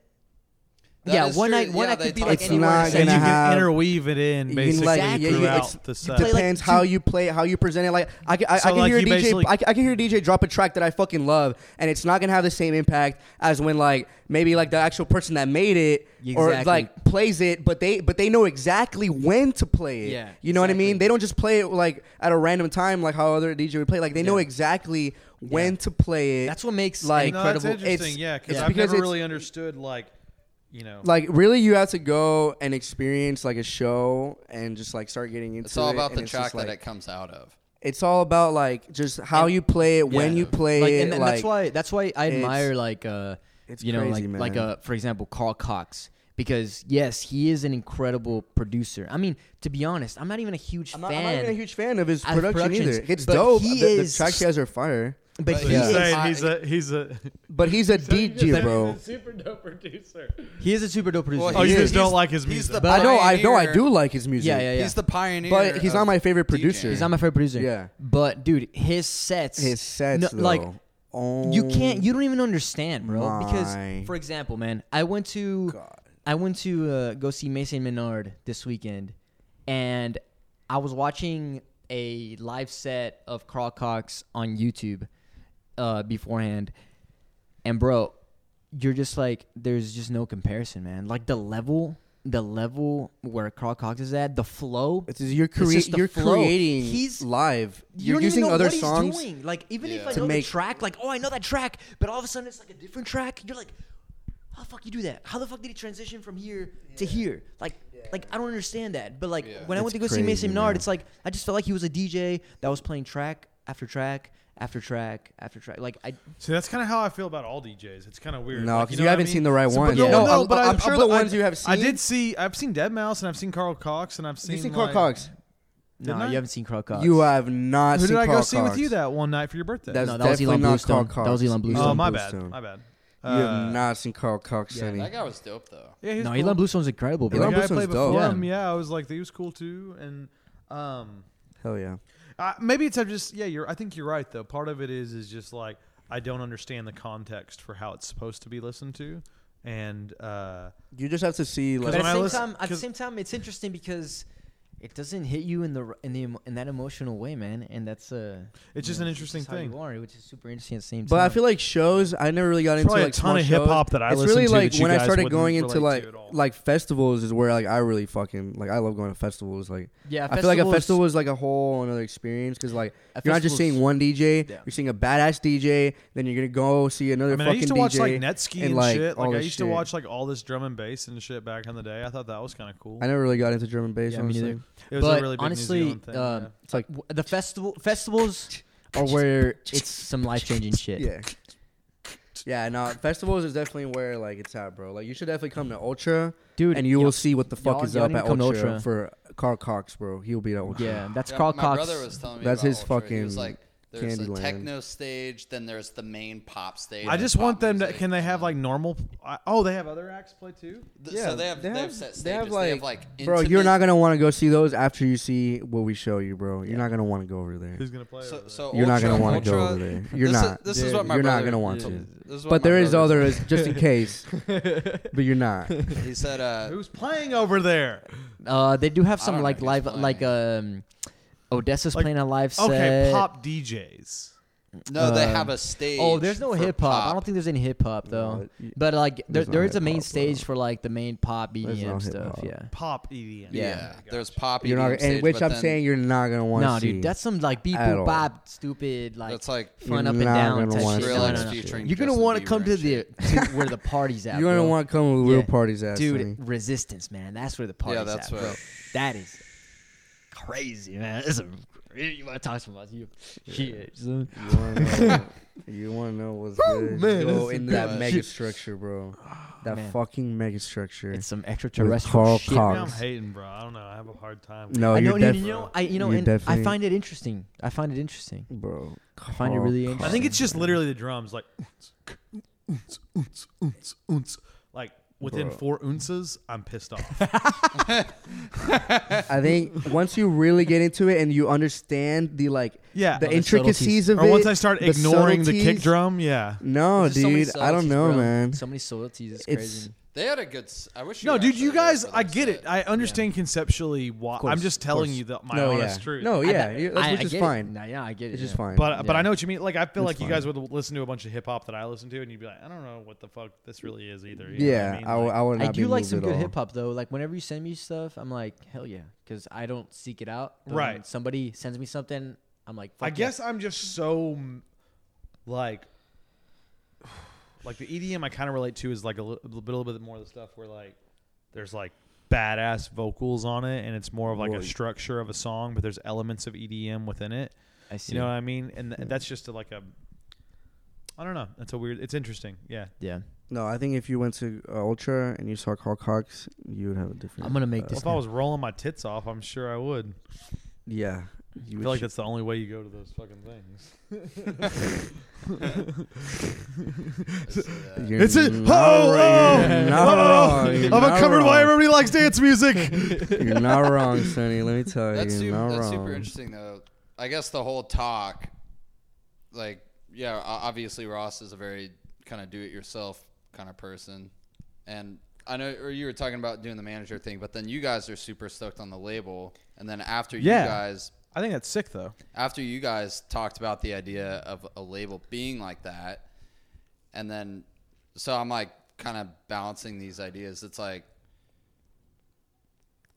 [SPEAKER 4] That
[SPEAKER 1] Yeah,
[SPEAKER 4] is
[SPEAKER 1] one
[SPEAKER 4] true.
[SPEAKER 1] night- one
[SPEAKER 4] Yeah,
[SPEAKER 1] night
[SPEAKER 4] they
[SPEAKER 1] could be
[SPEAKER 4] talk
[SPEAKER 1] like
[SPEAKER 4] about
[SPEAKER 1] anywhere.
[SPEAKER 4] that.
[SPEAKER 3] It's
[SPEAKER 2] and you
[SPEAKER 3] gonna
[SPEAKER 2] can
[SPEAKER 3] have-
[SPEAKER 2] interweave it in
[SPEAKER 3] you can,
[SPEAKER 2] basically
[SPEAKER 3] like, yeah, you-
[SPEAKER 2] throughout
[SPEAKER 3] it's-
[SPEAKER 2] the
[SPEAKER 3] It
[SPEAKER 2] set.
[SPEAKER 1] play, like,
[SPEAKER 3] depends how
[SPEAKER 1] two-
[SPEAKER 3] you play, how you present it. Like I, can- I,
[SPEAKER 2] So,
[SPEAKER 3] I can
[SPEAKER 2] like,
[SPEAKER 3] hear a
[SPEAKER 2] you
[SPEAKER 3] DJ,
[SPEAKER 2] basically-
[SPEAKER 3] I, can- I can hear a DJ drop a track that I fucking love, and it's not gonna have the same impact as when like maybe like the actual person that made it or
[SPEAKER 1] Exactly.
[SPEAKER 3] like plays it, but they but they know exactly when to play it.
[SPEAKER 1] Yeah,
[SPEAKER 3] you know what I mean.
[SPEAKER 1] exactly.
[SPEAKER 3] They don't just play it like at a random time like how other DJ would play. Like they know
[SPEAKER 1] Yeah.
[SPEAKER 3] exactly when to play it.
[SPEAKER 1] That's what makes an
[SPEAKER 3] Like-
[SPEAKER 2] no,
[SPEAKER 1] incredible.
[SPEAKER 2] that's interesting.
[SPEAKER 3] It's-
[SPEAKER 2] yeah, cause
[SPEAKER 3] it's
[SPEAKER 2] I've
[SPEAKER 3] because
[SPEAKER 2] never
[SPEAKER 3] it's-
[SPEAKER 2] really understood like you know
[SPEAKER 3] like really you have to go and experience like a show and just like start getting into
[SPEAKER 4] It's all
[SPEAKER 3] it,
[SPEAKER 4] about
[SPEAKER 3] and
[SPEAKER 4] the
[SPEAKER 3] it's
[SPEAKER 4] track
[SPEAKER 3] just, like,
[SPEAKER 4] that it comes out of.
[SPEAKER 3] it's all about like just how you play it when
[SPEAKER 4] Yeah.
[SPEAKER 3] you play
[SPEAKER 1] like,
[SPEAKER 3] it
[SPEAKER 1] and, and
[SPEAKER 3] like
[SPEAKER 1] that's why that's why I
[SPEAKER 3] it's-
[SPEAKER 1] admire like uh
[SPEAKER 3] it's
[SPEAKER 1] you know
[SPEAKER 3] crazy,
[SPEAKER 1] like like
[SPEAKER 3] man.
[SPEAKER 1] uh for example Carl Cox because yes he is an incredible producer. I mean to be honest, I'm not even a huge
[SPEAKER 3] I'm, not,
[SPEAKER 1] fan.
[SPEAKER 3] I'm not even a huge fan of his
[SPEAKER 1] Of
[SPEAKER 3] production either
[SPEAKER 1] productions,
[SPEAKER 3] it's
[SPEAKER 1] but
[SPEAKER 3] dope
[SPEAKER 1] he
[SPEAKER 3] the, the
[SPEAKER 1] is-
[SPEAKER 3] tracks he has are fire
[SPEAKER 1] but
[SPEAKER 4] But
[SPEAKER 1] he
[SPEAKER 4] yeah.
[SPEAKER 2] he's,
[SPEAKER 1] is
[SPEAKER 2] saying he's a he's a
[SPEAKER 3] but he's a DJ bro
[SPEAKER 2] super dope producer.
[SPEAKER 1] he is a super dope producer.
[SPEAKER 2] Oh, you
[SPEAKER 3] He
[SPEAKER 2] just
[SPEAKER 3] is.
[SPEAKER 2] don't like his
[SPEAKER 4] he's
[SPEAKER 2] music.
[SPEAKER 4] the
[SPEAKER 1] But-
[SPEAKER 3] I know I know I
[SPEAKER 4] pioneer.
[SPEAKER 3] do like his music
[SPEAKER 1] yeah, yeah, yeah.
[SPEAKER 4] He's the pioneer.
[SPEAKER 3] But he's
[SPEAKER 4] of
[SPEAKER 3] not my favorite
[SPEAKER 4] DJing.
[SPEAKER 3] producer.
[SPEAKER 1] He's not my favorite producer.
[SPEAKER 3] Yeah.
[SPEAKER 1] But dude, his sets
[SPEAKER 3] his sets
[SPEAKER 1] no,
[SPEAKER 3] though.
[SPEAKER 1] like
[SPEAKER 3] oh
[SPEAKER 1] you can't you don't even understand, bro.
[SPEAKER 3] my
[SPEAKER 1] Because for example, man, I went to
[SPEAKER 3] God.
[SPEAKER 1] I went to uh, go see Mason Menard this weekend, and I was watching a live set of Carl Cox on YouTube uh, beforehand, and bro, you're just like, there's just no comparison, man. Like the level, the level where Carl Cox is at, the flow.
[SPEAKER 3] It's just- you're,
[SPEAKER 1] It's just
[SPEAKER 3] crea-
[SPEAKER 1] the
[SPEAKER 3] you're
[SPEAKER 1] flow.
[SPEAKER 3] creating
[SPEAKER 1] He's-
[SPEAKER 3] live
[SPEAKER 1] You
[SPEAKER 3] are
[SPEAKER 1] don't
[SPEAKER 3] using
[SPEAKER 1] even know
[SPEAKER 3] other
[SPEAKER 1] what
[SPEAKER 3] songs
[SPEAKER 1] he's doing. Like even if
[SPEAKER 4] Yeah.
[SPEAKER 1] I
[SPEAKER 4] To
[SPEAKER 1] know
[SPEAKER 3] make-
[SPEAKER 1] the track, like oh I know that track, but all of a sudden it's like a different track. You're like, how the fuck you do that? How the fuck did he transition from here to here? Like, like I don't understand that. But like
[SPEAKER 4] Yeah.
[SPEAKER 1] when I went
[SPEAKER 3] It's
[SPEAKER 1] to go see
[SPEAKER 3] crazy,
[SPEAKER 1] Mason Menard,
[SPEAKER 3] man.
[SPEAKER 1] it's like I just felt like he was a DJ that was playing track after track after track after track. Like I
[SPEAKER 2] See, that's kind of how I feel about all DJs. It's kind of weird.
[SPEAKER 3] No,
[SPEAKER 2] Like,
[SPEAKER 3] 'cause
[SPEAKER 2] know
[SPEAKER 3] you
[SPEAKER 2] what I
[SPEAKER 3] haven't
[SPEAKER 2] mean?
[SPEAKER 3] seen the right
[SPEAKER 2] So, but
[SPEAKER 3] one
[SPEAKER 2] No,
[SPEAKER 3] yet.
[SPEAKER 2] no,
[SPEAKER 3] No, I'm-
[SPEAKER 2] but I'm,
[SPEAKER 3] I'm-
[SPEAKER 2] sure
[SPEAKER 3] but
[SPEAKER 2] the ones
[SPEAKER 3] I-
[SPEAKER 2] you have seen.
[SPEAKER 3] I
[SPEAKER 2] I
[SPEAKER 3] did
[SPEAKER 2] did see. I've seen Dead Mouse and I've seen Carl Cox and I've seen.
[SPEAKER 3] you see Carl Cox
[SPEAKER 1] no,
[SPEAKER 2] Didn't I?
[SPEAKER 1] you haven't seen Crow Cox.
[SPEAKER 3] you uh, have not
[SPEAKER 2] Who
[SPEAKER 3] seen
[SPEAKER 2] did I go
[SPEAKER 3] Carl
[SPEAKER 2] see with
[SPEAKER 3] Cox.
[SPEAKER 2] you that one night for your birthday?
[SPEAKER 3] That's
[SPEAKER 1] No, that was
[SPEAKER 3] definitely
[SPEAKER 1] Elon
[SPEAKER 3] not
[SPEAKER 1] Bluestone.
[SPEAKER 3] Carl
[SPEAKER 1] That was
[SPEAKER 3] Cox.
[SPEAKER 1] Elon
[SPEAKER 3] Elon
[SPEAKER 1] Bluestone.
[SPEAKER 2] oh, my
[SPEAKER 3] Bluestone.
[SPEAKER 2] bad. My bad.
[SPEAKER 3] You have
[SPEAKER 2] Uh,
[SPEAKER 3] not seen Carl Cox,
[SPEAKER 1] yeah,
[SPEAKER 3] Sonny.
[SPEAKER 4] That guy was dope though.
[SPEAKER 2] Yeah, he's
[SPEAKER 1] No,
[SPEAKER 2] cool.
[SPEAKER 1] Elon Bluestone's incredible,
[SPEAKER 2] The
[SPEAKER 1] bro.
[SPEAKER 3] Elon
[SPEAKER 2] guy I
[SPEAKER 3] Bluestone's
[SPEAKER 2] played
[SPEAKER 3] dope.
[SPEAKER 2] before
[SPEAKER 1] Yeah.
[SPEAKER 2] him. Yeah, I was like, he was cool too, and um,
[SPEAKER 3] Hell yeah.
[SPEAKER 2] Uh, maybe it's I just yeah. You're. I think you're right though. Part of it is is just like I don't understand the context for how it's supposed to be listened to, and uh,
[SPEAKER 3] You just have to see
[SPEAKER 1] But
[SPEAKER 3] like
[SPEAKER 1] at
[SPEAKER 2] when
[SPEAKER 1] the
[SPEAKER 2] I
[SPEAKER 1] same
[SPEAKER 2] listen-
[SPEAKER 1] time, at the
[SPEAKER 2] 'cause-
[SPEAKER 1] same time, it's interesting because it doesn't hit you in the r- in the emo- in that emotional way, man. And that's uh,
[SPEAKER 2] It's
[SPEAKER 1] you
[SPEAKER 2] just an
[SPEAKER 1] it's
[SPEAKER 2] interesting
[SPEAKER 1] how you
[SPEAKER 2] thing.
[SPEAKER 1] are, which is super interesting at the same time.
[SPEAKER 3] But I feel like shows I never really got into
[SPEAKER 2] Probably a
[SPEAKER 3] like
[SPEAKER 2] ton
[SPEAKER 3] small
[SPEAKER 2] of hip
[SPEAKER 3] shows.
[SPEAKER 2] hop that I
[SPEAKER 3] It's
[SPEAKER 2] listen
[SPEAKER 3] really
[SPEAKER 2] to
[SPEAKER 3] like
[SPEAKER 2] that you
[SPEAKER 3] when I
[SPEAKER 2] guys
[SPEAKER 3] started
[SPEAKER 2] wouldn't
[SPEAKER 3] going into
[SPEAKER 2] relate
[SPEAKER 3] like
[SPEAKER 2] to at all.
[SPEAKER 3] like festivals is where like I really fucking like I love going to festivals like
[SPEAKER 1] yeah,
[SPEAKER 3] I feel like a festival is like a whole another experience because like
[SPEAKER 1] A
[SPEAKER 3] you're not just
[SPEAKER 1] festival's-
[SPEAKER 3] seeing one DJ,
[SPEAKER 1] Yeah.
[SPEAKER 3] you're seeing a badass DJ, then you're gonna go see another
[SPEAKER 2] I mean, I
[SPEAKER 3] fucking
[SPEAKER 2] used to watch
[SPEAKER 3] DJ
[SPEAKER 2] like Netsky
[SPEAKER 3] and,
[SPEAKER 2] and,
[SPEAKER 3] like,
[SPEAKER 2] shit.
[SPEAKER 3] all
[SPEAKER 2] Like I
[SPEAKER 3] this
[SPEAKER 2] used
[SPEAKER 3] shit.
[SPEAKER 2] to watch like all this drum and bass and shit back in the day. I thought that was kind of cool.
[SPEAKER 3] I never really got into drum and bass.
[SPEAKER 1] Yeah, me
[SPEAKER 3] honestly.
[SPEAKER 1] neither.
[SPEAKER 2] It was
[SPEAKER 1] but
[SPEAKER 2] a really big
[SPEAKER 1] honestly,
[SPEAKER 2] New Zealand thing.
[SPEAKER 1] um,
[SPEAKER 2] yeah.
[SPEAKER 3] uh, It's like
[SPEAKER 1] w- the festival festivals are where it's some life changing shit.
[SPEAKER 3] yeah. Yeah, no, festivals is definitely where like it's at, bro. Like you should definitely come to Ultra.
[SPEAKER 1] dude,
[SPEAKER 3] and you
[SPEAKER 1] y'all-
[SPEAKER 3] will see what the fuck
[SPEAKER 1] y'all-
[SPEAKER 3] is
[SPEAKER 1] y'all
[SPEAKER 3] up
[SPEAKER 1] need
[SPEAKER 3] at
[SPEAKER 1] to come
[SPEAKER 3] Ultra,
[SPEAKER 1] to Ultra.
[SPEAKER 3] for Carl Cox, bro. He'll be at Ultra.
[SPEAKER 1] Yeah, that's
[SPEAKER 4] Yeah,
[SPEAKER 1] Carl
[SPEAKER 4] my
[SPEAKER 1] Cox.
[SPEAKER 4] brother was telling me
[SPEAKER 3] That's
[SPEAKER 4] about
[SPEAKER 3] his
[SPEAKER 4] Ultra. He was
[SPEAKER 3] fucking
[SPEAKER 4] like, there's the
[SPEAKER 3] Candyland.
[SPEAKER 4] techno stage, then there's the main pop stage.
[SPEAKER 2] I
[SPEAKER 4] with
[SPEAKER 2] just want
[SPEAKER 4] pop
[SPEAKER 2] them to.
[SPEAKER 4] music,
[SPEAKER 2] Can they
[SPEAKER 4] and
[SPEAKER 2] have
[SPEAKER 4] then-
[SPEAKER 2] like normal? I, oh, they have other acts play too.
[SPEAKER 4] Th-
[SPEAKER 3] Yeah,
[SPEAKER 4] so they have
[SPEAKER 3] they
[SPEAKER 4] they
[SPEAKER 3] have-
[SPEAKER 4] have set stages.
[SPEAKER 3] they
[SPEAKER 4] They
[SPEAKER 3] have,
[SPEAKER 4] have
[SPEAKER 3] like-
[SPEAKER 4] like
[SPEAKER 3] Bro, you're not
[SPEAKER 4] intimate-
[SPEAKER 3] gonna want to go see those after you see what we show you, bro. You're not gonna want to go over there.
[SPEAKER 2] Who's gonna play?
[SPEAKER 4] So,
[SPEAKER 2] over there?
[SPEAKER 4] so
[SPEAKER 3] You're not
[SPEAKER 4] Ultra-
[SPEAKER 3] gonna want to go
[SPEAKER 4] Ultra-
[SPEAKER 3] over there. You're
[SPEAKER 4] this is-
[SPEAKER 3] not.
[SPEAKER 4] this is what my
[SPEAKER 3] You're not
[SPEAKER 4] brother-
[SPEAKER 3] gonna want
[SPEAKER 4] this
[SPEAKER 3] to.
[SPEAKER 4] is what
[SPEAKER 3] But
[SPEAKER 4] my
[SPEAKER 3] there is
[SPEAKER 4] brother
[SPEAKER 3] other, is just in case. but you're not.
[SPEAKER 4] said. He said, uh,
[SPEAKER 2] Who's playing over there?
[SPEAKER 1] Uh, they do have
[SPEAKER 4] I don't
[SPEAKER 1] some
[SPEAKER 4] know
[SPEAKER 1] like
[SPEAKER 4] who's
[SPEAKER 1] live,
[SPEAKER 4] playing.
[SPEAKER 1] like um, Odessa's
[SPEAKER 2] Like,
[SPEAKER 1] playing a live set.
[SPEAKER 2] Okay, pop DJs.
[SPEAKER 4] no, they
[SPEAKER 1] uh,
[SPEAKER 4] have a stage.
[SPEAKER 1] Oh, there's no
[SPEAKER 4] for
[SPEAKER 1] hip hop. I
[SPEAKER 4] pop.
[SPEAKER 1] don't think there's any hip hop though.
[SPEAKER 3] No, y-
[SPEAKER 1] but like there,
[SPEAKER 3] there's no
[SPEAKER 1] there is a
[SPEAKER 3] hip
[SPEAKER 1] main
[SPEAKER 3] hop,
[SPEAKER 1] stage
[SPEAKER 3] bro.
[SPEAKER 1] for like the main pop
[SPEAKER 3] no
[SPEAKER 1] BDM
[SPEAKER 3] hip
[SPEAKER 1] stuff.
[SPEAKER 3] hop.
[SPEAKER 1] Yeah.
[SPEAKER 2] Pop E EDM.
[SPEAKER 1] Yeah.
[SPEAKER 4] Yeah, there's pop.
[SPEAKER 3] You're not.
[SPEAKER 4] EDM stage,
[SPEAKER 3] And which
[SPEAKER 4] but
[SPEAKER 3] I'm
[SPEAKER 4] then
[SPEAKER 3] saying you're not gonna want to
[SPEAKER 1] No,
[SPEAKER 3] see.
[SPEAKER 1] dude, that's some like beep
[SPEAKER 3] At
[SPEAKER 1] boop
[SPEAKER 3] all.
[SPEAKER 1] bop stupid like
[SPEAKER 4] That's like
[SPEAKER 1] fun
[SPEAKER 3] You're
[SPEAKER 1] up and
[SPEAKER 3] not
[SPEAKER 1] down
[SPEAKER 3] gonna
[SPEAKER 1] type
[SPEAKER 3] wanna
[SPEAKER 1] shit.
[SPEAKER 3] see
[SPEAKER 1] No,
[SPEAKER 4] Skrillex
[SPEAKER 1] no, no.
[SPEAKER 4] featuring
[SPEAKER 1] You're gonna
[SPEAKER 4] Justin
[SPEAKER 1] want to
[SPEAKER 4] Bieber
[SPEAKER 1] come to
[SPEAKER 4] and
[SPEAKER 1] the to where the party's at.
[SPEAKER 3] you're gonna
[SPEAKER 1] bro.
[SPEAKER 3] want to come with real
[SPEAKER 1] Yeah.
[SPEAKER 3] parties, ass.
[SPEAKER 1] dude
[SPEAKER 3] Sonny.
[SPEAKER 1] resistance, man. That's where the party's
[SPEAKER 4] that's
[SPEAKER 1] at, bro.
[SPEAKER 4] what-
[SPEAKER 1] That is crazy, man. That's a you want to talk about you? Shit, son.
[SPEAKER 3] You wanna know- You want to know what's good?
[SPEAKER 1] man, this
[SPEAKER 3] Go
[SPEAKER 1] is Oh,
[SPEAKER 3] into that
[SPEAKER 4] good.
[SPEAKER 3] mega structure, bro. That
[SPEAKER 1] Man.
[SPEAKER 3] fucking mega structure.
[SPEAKER 1] It's some extraterrestrial
[SPEAKER 3] Carl
[SPEAKER 1] shit.
[SPEAKER 3] Cox.
[SPEAKER 2] Yeah, I'm hating, bro. I don't know. I have a hard time.
[SPEAKER 3] no,
[SPEAKER 1] I know,
[SPEAKER 3] Oh, you're
[SPEAKER 1] dude,
[SPEAKER 3] def-
[SPEAKER 1] you know, I you know,
[SPEAKER 3] you're
[SPEAKER 1] and I
[SPEAKER 3] definitely-
[SPEAKER 1] find it interesting. I find it interesting.
[SPEAKER 3] bro. I
[SPEAKER 1] find it really
[SPEAKER 2] I think it's just literally the drums, like oons, oons, oons, oons, oons. like within
[SPEAKER 3] Bro.
[SPEAKER 2] four ounces, I'm pissed off.
[SPEAKER 3] I think once you really get into it and you understand the like,
[SPEAKER 2] Yeah.
[SPEAKER 3] the
[SPEAKER 1] Oh, the
[SPEAKER 3] intricacies
[SPEAKER 1] subtleties.
[SPEAKER 3] of
[SPEAKER 2] or
[SPEAKER 3] it.
[SPEAKER 2] once I start
[SPEAKER 3] the
[SPEAKER 2] ignoring the kick
[SPEAKER 3] subtleties.
[SPEAKER 2] drum, yeah.
[SPEAKER 3] No,
[SPEAKER 1] There's just so many
[SPEAKER 3] dude, I don't
[SPEAKER 1] subtleties,
[SPEAKER 3] know,
[SPEAKER 1] bro.
[SPEAKER 3] man.
[SPEAKER 1] So many subtleties. It's
[SPEAKER 3] It's-
[SPEAKER 1] crazy.
[SPEAKER 4] They had a good. s- I wish. You
[SPEAKER 2] No,
[SPEAKER 4] were
[SPEAKER 2] dude,
[SPEAKER 4] actually
[SPEAKER 2] you
[SPEAKER 4] there
[SPEAKER 2] guys,
[SPEAKER 4] for
[SPEAKER 2] I
[SPEAKER 4] their
[SPEAKER 2] get it.
[SPEAKER 4] set.
[SPEAKER 2] I understand conceptually why.
[SPEAKER 1] course,
[SPEAKER 2] I'm just
[SPEAKER 1] of
[SPEAKER 2] telling
[SPEAKER 1] course.
[SPEAKER 2] you the, my
[SPEAKER 3] no, yeah.
[SPEAKER 2] honest truth.
[SPEAKER 3] No,
[SPEAKER 1] I-
[SPEAKER 3] yeah, you- that's-
[SPEAKER 1] I-
[SPEAKER 3] which
[SPEAKER 1] I
[SPEAKER 3] is
[SPEAKER 1] get it.
[SPEAKER 3] fine.
[SPEAKER 1] No, yeah, I get it.
[SPEAKER 3] It's
[SPEAKER 1] yeah.
[SPEAKER 3] just fine.
[SPEAKER 2] But uh, but
[SPEAKER 1] Yeah.
[SPEAKER 2] I know what you mean. Like I feel
[SPEAKER 3] That's
[SPEAKER 2] like you
[SPEAKER 3] fine.
[SPEAKER 2] guys would listen to a bunch of hip hop that I listen to, and you'd be like, I don't know what the fuck this really is either. You know what
[SPEAKER 3] yeah, I,
[SPEAKER 2] I mean?
[SPEAKER 3] w-
[SPEAKER 2] Like,
[SPEAKER 3] I would
[SPEAKER 1] I
[SPEAKER 3] not be
[SPEAKER 1] do like
[SPEAKER 3] moved
[SPEAKER 1] some
[SPEAKER 3] at
[SPEAKER 1] good
[SPEAKER 3] all.
[SPEAKER 1] hip hop though. Like whenever you send me stuff, I'm like, hell yeah, because I don't seek it out. But when
[SPEAKER 2] Right.
[SPEAKER 1] somebody sends me something, I'm like, Fuck
[SPEAKER 2] I
[SPEAKER 1] yeah.
[SPEAKER 2] guess I'm just so mm, like like the EDM I kind of relate to is like a li- a little bit more of the stuff where like there's like badass vocals on it and it's more of like a
[SPEAKER 3] Right.
[SPEAKER 2] structure of a song but there's elements of EDM within it.
[SPEAKER 1] I see.
[SPEAKER 2] You know what I mean? And
[SPEAKER 3] Hmm.
[SPEAKER 2] th- that's just a, like a I don't know. That's a weird it's interesting. Yeah.
[SPEAKER 1] yeah,
[SPEAKER 3] No, I think if you went to uh, Ultra and you saw Carl Cox, you would have a different.
[SPEAKER 1] I'm gonna make
[SPEAKER 3] uh,
[SPEAKER 1] this-
[SPEAKER 2] If I was rolling my tits off, I'm sure I would.
[SPEAKER 3] Yeah,
[SPEAKER 2] I
[SPEAKER 3] you
[SPEAKER 2] feel like
[SPEAKER 3] sh-
[SPEAKER 2] that's the only way you go to those fucking things.
[SPEAKER 4] It's, uh,
[SPEAKER 3] You're
[SPEAKER 2] It's it.
[SPEAKER 3] not
[SPEAKER 2] Oh,
[SPEAKER 3] wrong.
[SPEAKER 2] oh,
[SPEAKER 3] You're
[SPEAKER 2] oh,
[SPEAKER 3] not wrong. You're
[SPEAKER 2] I'm
[SPEAKER 3] not
[SPEAKER 2] uncovered why
[SPEAKER 3] wrong.
[SPEAKER 2] everybody likes dance music.
[SPEAKER 3] You're not wrong, Sonny. Let me tell you,
[SPEAKER 4] that's
[SPEAKER 3] you're
[SPEAKER 4] super,
[SPEAKER 3] not
[SPEAKER 4] that's
[SPEAKER 3] wrong.
[SPEAKER 4] super interesting though. I guess the whole talk, like, yeah, o- obviously Ross is a very kind of do-it-yourself kind of person, and I know, or you were talking about doing the manager thing, but then you guys are super stoked on the label, and then after
[SPEAKER 2] Yeah.
[SPEAKER 4] you guys,
[SPEAKER 2] I think that's sick though.
[SPEAKER 4] after you guys talked about the idea of a label being like that, and then so I'm like kind of balancing these ideas. It's like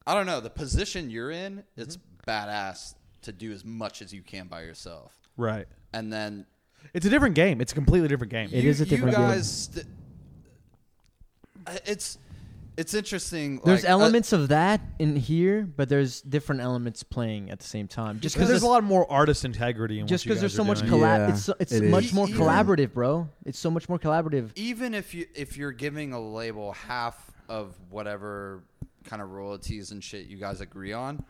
[SPEAKER 4] I don't know the position you're in.
[SPEAKER 1] Mm-hmm.
[SPEAKER 4] It's badass to do as much as you can by yourself,
[SPEAKER 2] Right.
[SPEAKER 4] and then
[SPEAKER 2] It's a different game. It's a completely different game.
[SPEAKER 1] It
[SPEAKER 4] you,
[SPEAKER 1] is a different
[SPEAKER 4] You
[SPEAKER 1] game.
[SPEAKER 4] guys, st- I- it's it's interesting.
[SPEAKER 1] there's
[SPEAKER 4] like, uh,
[SPEAKER 1] elements of that in here, but there's different elements playing at the same time. Just
[SPEAKER 2] because
[SPEAKER 1] because
[SPEAKER 2] there's a lot more artist integrity. In
[SPEAKER 1] just because
[SPEAKER 2] because
[SPEAKER 1] there's so much
[SPEAKER 3] doing.
[SPEAKER 1] collab,
[SPEAKER 3] Yeah,
[SPEAKER 1] it's so, it's
[SPEAKER 3] it
[SPEAKER 1] much
[SPEAKER 4] is.
[SPEAKER 1] more
[SPEAKER 4] Yeah.
[SPEAKER 1] collaborative, bro. It's so much more collaborative.
[SPEAKER 4] even if you if you're giving a label half of whatever kind of royalties and shit you guys agree on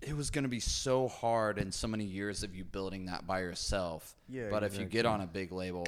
[SPEAKER 4] it was going to be so hard in so many years of you building that by yourself
[SPEAKER 3] Yeah,
[SPEAKER 4] but if you get on a big label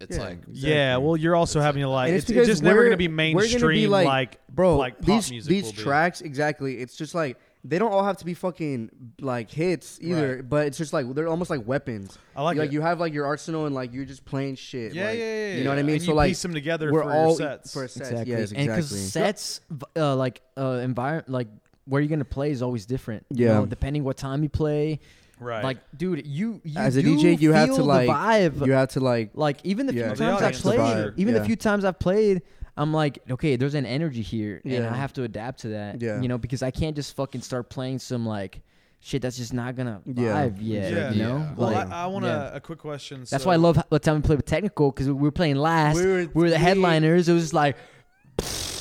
[SPEAKER 4] it's
[SPEAKER 3] Yeah.
[SPEAKER 4] like
[SPEAKER 2] Yeah, well, you're also having a lot.
[SPEAKER 3] And
[SPEAKER 2] It's, it's just never
[SPEAKER 3] we're-
[SPEAKER 2] going to be
[SPEAKER 3] we're
[SPEAKER 2] mainstream,
[SPEAKER 3] gonna be
[SPEAKER 2] like,
[SPEAKER 3] bro,
[SPEAKER 2] like pop
[SPEAKER 3] these
[SPEAKER 2] music
[SPEAKER 3] these
[SPEAKER 2] will be.
[SPEAKER 3] tracks exactly. It's just like they don't all have to be fucking like hits either, but it's just like they're almost like weapons.
[SPEAKER 2] I like it.
[SPEAKER 3] you have like your arsenal and like you're just playing shit.
[SPEAKER 2] Yeah,
[SPEAKER 3] like,
[SPEAKER 2] yeah, yeah,
[SPEAKER 3] You know what I
[SPEAKER 2] yeah.
[SPEAKER 3] mean?
[SPEAKER 2] And
[SPEAKER 3] so
[SPEAKER 2] you
[SPEAKER 3] like
[SPEAKER 2] piece 'em together
[SPEAKER 3] we're
[SPEAKER 2] for your
[SPEAKER 3] all
[SPEAKER 2] sets.
[SPEAKER 3] for sets.
[SPEAKER 1] Exactly.
[SPEAKER 3] Yes,
[SPEAKER 1] And because
[SPEAKER 3] exactly.
[SPEAKER 1] sets, v- uh, like uh, environment, like where you're gonna play is always different. you
[SPEAKER 3] Yeah.
[SPEAKER 1] know, depending what time you play.
[SPEAKER 2] Right.
[SPEAKER 1] Like, dude, you, you
[SPEAKER 3] As a
[SPEAKER 1] do
[SPEAKER 3] DJ, you have
[SPEAKER 1] feel
[SPEAKER 3] to
[SPEAKER 1] the
[SPEAKER 3] like
[SPEAKER 1] vibe.
[SPEAKER 3] you have to like
[SPEAKER 1] like even the
[SPEAKER 3] Yeah.
[SPEAKER 1] few
[SPEAKER 3] The
[SPEAKER 1] times I've
[SPEAKER 2] audience, the
[SPEAKER 1] played,
[SPEAKER 2] vibe,
[SPEAKER 1] even
[SPEAKER 3] yeah.
[SPEAKER 1] the few times I've played, I'm like, okay, there's an energy here, and
[SPEAKER 3] Yeah.
[SPEAKER 1] I have to adapt to that.
[SPEAKER 3] Yeah.
[SPEAKER 1] You know, because I can't just fucking start playing some like shit that's just not gonna
[SPEAKER 3] Yeah.
[SPEAKER 1] vibe yet.
[SPEAKER 2] Yeah.
[SPEAKER 1] You know,
[SPEAKER 4] Yeah.
[SPEAKER 2] well,
[SPEAKER 1] Like,
[SPEAKER 2] I, I want
[SPEAKER 1] yeah.
[SPEAKER 2] a, a quick question.
[SPEAKER 1] That's
[SPEAKER 2] so-
[SPEAKER 1] why I love how- the time we played with Technical because we were playing last.
[SPEAKER 3] We
[SPEAKER 1] We
[SPEAKER 3] were-
[SPEAKER 1] were, the
[SPEAKER 3] we-
[SPEAKER 1] headliners. It was like,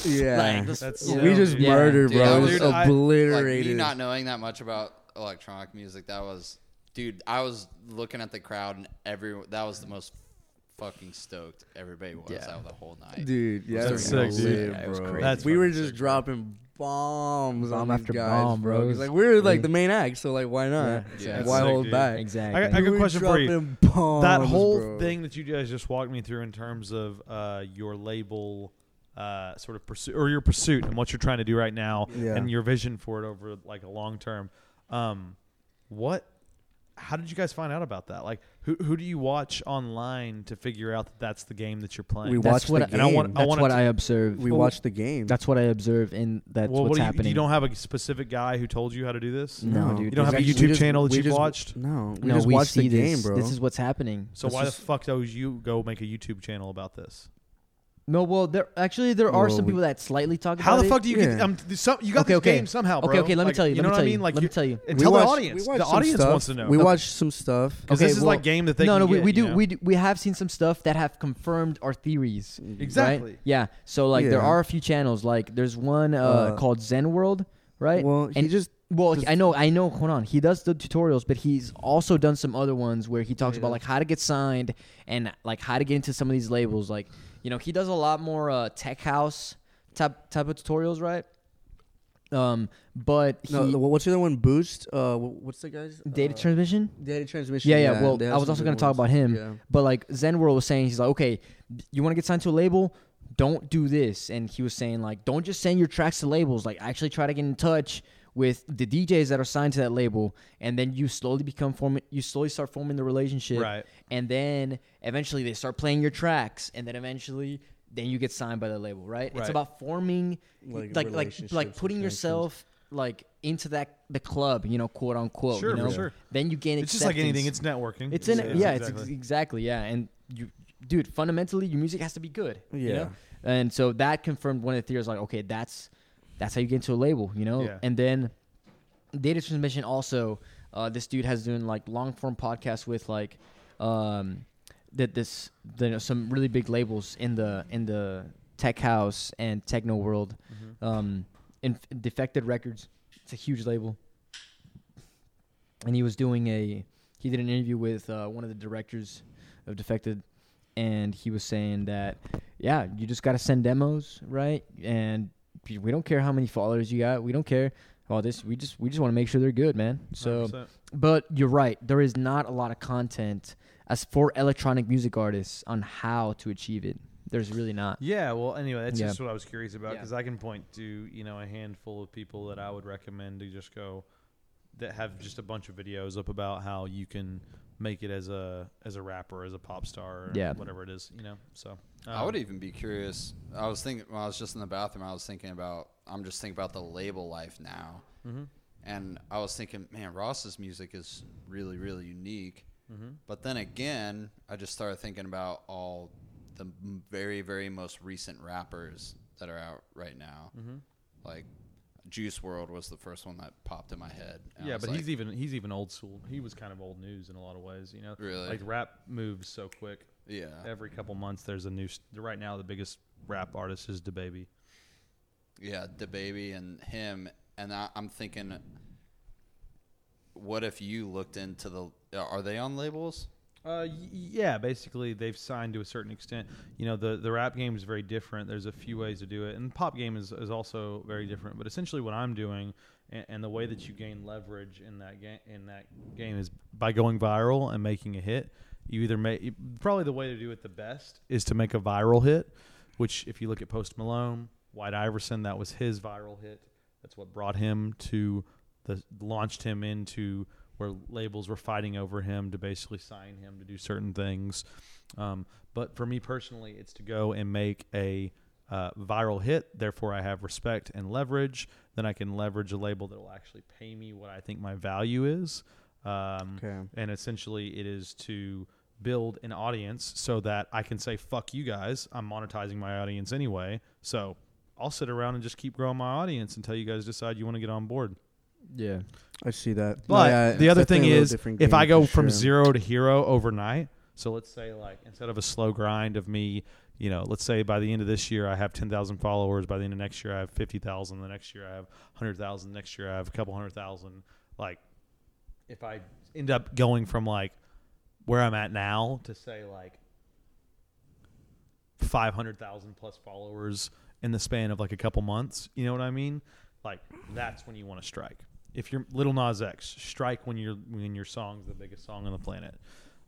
[SPEAKER 3] yeah.
[SPEAKER 1] like this-
[SPEAKER 2] That's
[SPEAKER 1] you
[SPEAKER 2] so-
[SPEAKER 1] know?
[SPEAKER 3] we just
[SPEAKER 1] Yeah.
[SPEAKER 3] murdered,
[SPEAKER 4] Dude, I
[SPEAKER 3] bro.
[SPEAKER 4] was-
[SPEAKER 3] Just
[SPEAKER 4] dude, I- like me
[SPEAKER 3] obliterated.
[SPEAKER 4] not knowing that much about electronic music that was dude i was looking at the crowd and every that was the most fucking stoked everybody was
[SPEAKER 1] Yeah.
[SPEAKER 4] out the whole night
[SPEAKER 3] Dude, yeah,
[SPEAKER 2] That's
[SPEAKER 3] that was
[SPEAKER 2] sick,
[SPEAKER 3] lit,
[SPEAKER 2] dude.
[SPEAKER 1] Yeah, it was
[SPEAKER 3] bro.
[SPEAKER 1] crazy.
[SPEAKER 2] That's
[SPEAKER 3] we were
[SPEAKER 2] fucking
[SPEAKER 3] just
[SPEAKER 2] sick, bro.
[SPEAKER 3] dropping bombs
[SPEAKER 1] Bomb
[SPEAKER 3] on these
[SPEAKER 1] after
[SPEAKER 3] guys,
[SPEAKER 1] bomb,
[SPEAKER 3] bro.
[SPEAKER 1] bro.
[SPEAKER 3] 'Cause,
[SPEAKER 1] It
[SPEAKER 3] Like
[SPEAKER 1] was-
[SPEAKER 3] we're like the main act, so like why not?
[SPEAKER 1] Yeah,
[SPEAKER 4] yeah,
[SPEAKER 3] why
[SPEAKER 2] sick,
[SPEAKER 3] hold
[SPEAKER 2] dude.
[SPEAKER 3] back?
[SPEAKER 1] Exactly.
[SPEAKER 2] I got, I got a
[SPEAKER 3] We were
[SPEAKER 2] question for you.
[SPEAKER 3] dropping Bombs,
[SPEAKER 2] that whole
[SPEAKER 3] bro.
[SPEAKER 2] thing that you guys just walked me through in terms of uh, your label uh, sort of pursuit or your pursuit and what you're trying to do right now
[SPEAKER 3] Yeah.
[SPEAKER 2] and your vision for it over like a long term um, what how did you guys find out about that like who, who do you watch online to figure out that that's the game that you're playing
[SPEAKER 3] We
[SPEAKER 1] That's
[SPEAKER 3] watched
[SPEAKER 1] what
[SPEAKER 3] the
[SPEAKER 1] I-
[SPEAKER 3] game.
[SPEAKER 2] And I want-
[SPEAKER 1] That's what
[SPEAKER 2] to-
[SPEAKER 1] I observe.
[SPEAKER 3] we watched the game.
[SPEAKER 1] That's what I observe, and that's
[SPEAKER 2] well,
[SPEAKER 1] what's
[SPEAKER 2] what do you,
[SPEAKER 1] happening.
[SPEAKER 2] you don't have a specific guy who told you how to do this
[SPEAKER 1] No, dude.
[SPEAKER 2] You don't have a
[SPEAKER 1] Actually,
[SPEAKER 2] YouTube
[SPEAKER 3] we just-
[SPEAKER 2] channel that
[SPEAKER 3] we
[SPEAKER 2] you've
[SPEAKER 3] just-
[SPEAKER 2] watched?
[SPEAKER 3] No, we
[SPEAKER 1] no,
[SPEAKER 3] just
[SPEAKER 1] we
[SPEAKER 3] watched
[SPEAKER 1] see
[SPEAKER 3] the
[SPEAKER 1] this.
[SPEAKER 3] game, bro.
[SPEAKER 1] This is what's happening.
[SPEAKER 2] so
[SPEAKER 1] That's
[SPEAKER 2] why
[SPEAKER 1] just-
[SPEAKER 2] the fuck do you go make a YouTube channel about this?
[SPEAKER 1] No, well, there actually there are
[SPEAKER 3] Well,
[SPEAKER 1] some
[SPEAKER 3] we-
[SPEAKER 1] people that slightly talk
[SPEAKER 2] How
[SPEAKER 1] about
[SPEAKER 2] the
[SPEAKER 1] it.
[SPEAKER 2] fuck do you get?
[SPEAKER 3] Yeah.
[SPEAKER 2] Um, th- some, you got
[SPEAKER 1] Okay,
[SPEAKER 2] this
[SPEAKER 1] okay.
[SPEAKER 2] game somehow, bro.
[SPEAKER 1] Okay, okay, let me
[SPEAKER 2] Like,
[SPEAKER 1] tell you, let
[SPEAKER 2] You know
[SPEAKER 1] me
[SPEAKER 2] what
[SPEAKER 1] tell
[SPEAKER 2] I
[SPEAKER 1] you,
[SPEAKER 2] mean? Like,
[SPEAKER 1] let me tell you.
[SPEAKER 2] And
[SPEAKER 3] we
[SPEAKER 2] tell
[SPEAKER 3] watched,
[SPEAKER 2] the audience.
[SPEAKER 3] We watched
[SPEAKER 2] The
[SPEAKER 3] some
[SPEAKER 2] audience
[SPEAKER 3] stuff.
[SPEAKER 2] wants to know.
[SPEAKER 3] We
[SPEAKER 2] Okay.
[SPEAKER 3] watched some stuff.
[SPEAKER 2] Because this is like game that they
[SPEAKER 1] no,
[SPEAKER 2] can
[SPEAKER 1] no, we,
[SPEAKER 2] get,
[SPEAKER 1] we
[SPEAKER 2] you
[SPEAKER 1] do
[SPEAKER 2] know?
[SPEAKER 1] we do, we have seen some stuff that have confirmed our theories. right?
[SPEAKER 2] Exactly.
[SPEAKER 1] Yeah. So like there
[SPEAKER 3] Yeah.
[SPEAKER 1] are a few channels. Like there's one uh,
[SPEAKER 3] Uh,
[SPEAKER 1] called Zen World, right?
[SPEAKER 3] Well, he
[SPEAKER 1] and
[SPEAKER 3] just
[SPEAKER 1] well,
[SPEAKER 3] just-
[SPEAKER 1] I know, I know. Hold on, he does the tutorials, but he's also done some other ones where he talks
[SPEAKER 3] he
[SPEAKER 1] about
[SPEAKER 3] does.
[SPEAKER 1] like how to get signed and like how to get into some of these labels. Like you know, he does a lot more uh, tech house type type of tutorials, right? Um, but he,
[SPEAKER 3] no. wh- What's the other one? Boost. Uh, wh- what's the guys?
[SPEAKER 1] data
[SPEAKER 3] Uh,
[SPEAKER 1] transmission.
[SPEAKER 3] Data transmission.
[SPEAKER 1] Yeah, yeah. well,
[SPEAKER 3] they have
[SPEAKER 1] I was
[SPEAKER 3] some
[SPEAKER 1] also
[SPEAKER 3] good
[SPEAKER 1] going to talk
[SPEAKER 3] ones.
[SPEAKER 1] about him,
[SPEAKER 3] Yeah.
[SPEAKER 1] but like Zen World was saying, he's like, okay, d- you want to get signed to a label, don't do this. And he was saying like, don't just send your tracks to labels. Like, actually try to get in touch with the DJs that are signed to that label, and then you slowly become forming. You slowly start forming the relationship,
[SPEAKER 2] Right.
[SPEAKER 1] And then eventually they start playing your tracks, and then eventually then you get signed by the label, right? It's
[SPEAKER 2] Right.
[SPEAKER 1] about forming, like like
[SPEAKER 3] Like,
[SPEAKER 1] like,
[SPEAKER 3] relationships and
[SPEAKER 1] putting
[SPEAKER 3] connections.
[SPEAKER 1] yourself like into that the club, you know, quote unquote.
[SPEAKER 2] Sure,
[SPEAKER 1] you
[SPEAKER 2] for
[SPEAKER 1] know?
[SPEAKER 2] sure.
[SPEAKER 1] Then you gain.
[SPEAKER 2] It's just like anything.
[SPEAKER 1] acceptance.
[SPEAKER 2] It's networking.
[SPEAKER 1] it's in yeah,
[SPEAKER 2] exactly.
[SPEAKER 1] it's ex- exactly yeah, and you, dude, fundamentally your music has to be good. you
[SPEAKER 3] Yeah.
[SPEAKER 1] know? and so that confirmed one of the theories, like okay, that's that's how you get into a label, you know,
[SPEAKER 2] Yeah.
[SPEAKER 1] and then data transmission also uh, this dude has doing like long form podcasts with like um that this you know, some really big labels in the in the tech house and techno world um in defected records it's a huge label and he was doing a he did an interview with uh, one of the directors of defected and he was saying that yeah you just got to send demos right and we don't care how many followers you got we don't care all this we just we just want to make sure they're good man so
[SPEAKER 2] 100%.
[SPEAKER 1] but you're right. There is not a lot of content as for electronic music artists on how to achieve it. There's really not.
[SPEAKER 2] Yeah, well, anyway, that's
[SPEAKER 1] Yeah.
[SPEAKER 2] just what I was curious about
[SPEAKER 1] Yeah.
[SPEAKER 2] because I can point to you know a handful of people that I would recommend to just go that have just a bunch of videos up about how you can make it as a as a rapper, as a pop star, or
[SPEAKER 1] Yeah.
[SPEAKER 2] whatever it is, you know. So
[SPEAKER 4] I
[SPEAKER 2] um,
[SPEAKER 4] would even be curious. I was thinking when I was just in the bathroom. I was thinking about. I'm just thinking about the label life now,
[SPEAKER 2] Mm-hmm.
[SPEAKER 4] and I was thinking, man, Ross's music is really, really unique.
[SPEAKER 2] Mm-hmm.
[SPEAKER 4] But then again, I just started thinking about all the m- very, very most recent rappers that are out right now.
[SPEAKER 2] Mm-hmm.
[SPEAKER 4] Like Juice World was the first one that popped in my head. and I
[SPEAKER 2] Yeah,
[SPEAKER 4] was
[SPEAKER 2] but
[SPEAKER 4] like,
[SPEAKER 2] he's even he's even old school. He was kind of old news in a lot of ways, you know.
[SPEAKER 4] Really?
[SPEAKER 2] like rap moves so quick.
[SPEAKER 4] yeah,
[SPEAKER 2] Every couple months, there's a new. s- Right now, the biggest rap artist is the baby.
[SPEAKER 4] Yeah, the baby and him, and I, I'm thinking, what if you looked into the? Are they on labels?
[SPEAKER 2] Uh, y- yeah, basically they've signed to a certain extent. You know, the the rap game is very different. There's a few ways to do it, and the pop game is, is also very different. But essentially, what I'm doing and, and the way that you gain leverage in that game in that game is by going viral and making a hit. You either make probably the way to do it the best is to make a viral hit, which if you look at Post Malone, White Iverson, that was his viral hit. That's what brought him to the launched him into where labels were fighting over him to basically sign him to do certain things. Um, but for me personally, it's to go and make a uh, viral hit. Therefore, I have respect and leverage. Then I can leverage a label that will actually pay me what I think my value is. Um,
[SPEAKER 3] Okay.
[SPEAKER 2] and essentially, it is to build an audience so that I can say, fuck you guys. I'm monetizing my audience anyway. So I'll sit around and just keep growing my audience until you guys decide you want to get on board.
[SPEAKER 1] Yeah.
[SPEAKER 3] I see that.
[SPEAKER 2] But
[SPEAKER 3] No, yeah,
[SPEAKER 2] the
[SPEAKER 3] it's
[SPEAKER 2] other
[SPEAKER 3] definitely
[SPEAKER 2] thing
[SPEAKER 3] a little
[SPEAKER 2] is,
[SPEAKER 3] different
[SPEAKER 2] if
[SPEAKER 3] game
[SPEAKER 2] I go
[SPEAKER 3] for
[SPEAKER 2] from
[SPEAKER 3] sure.
[SPEAKER 2] zero to hero overnight, so let's say like instead of a slow grind of me, you know, let's say by the end of this year I have ten thousand followers. By the end of next year I have fifty thousand. The next year I have hundred thousand. Next year I have a couple hundred thousand. Like, if I end up going from like where I'm at now to say like five hundred thousand plus followers in the span of like a couple months. You know what I mean? Like that's when you want to strike. If you're Little Nas X, strike when your when your song's the biggest song on the planet,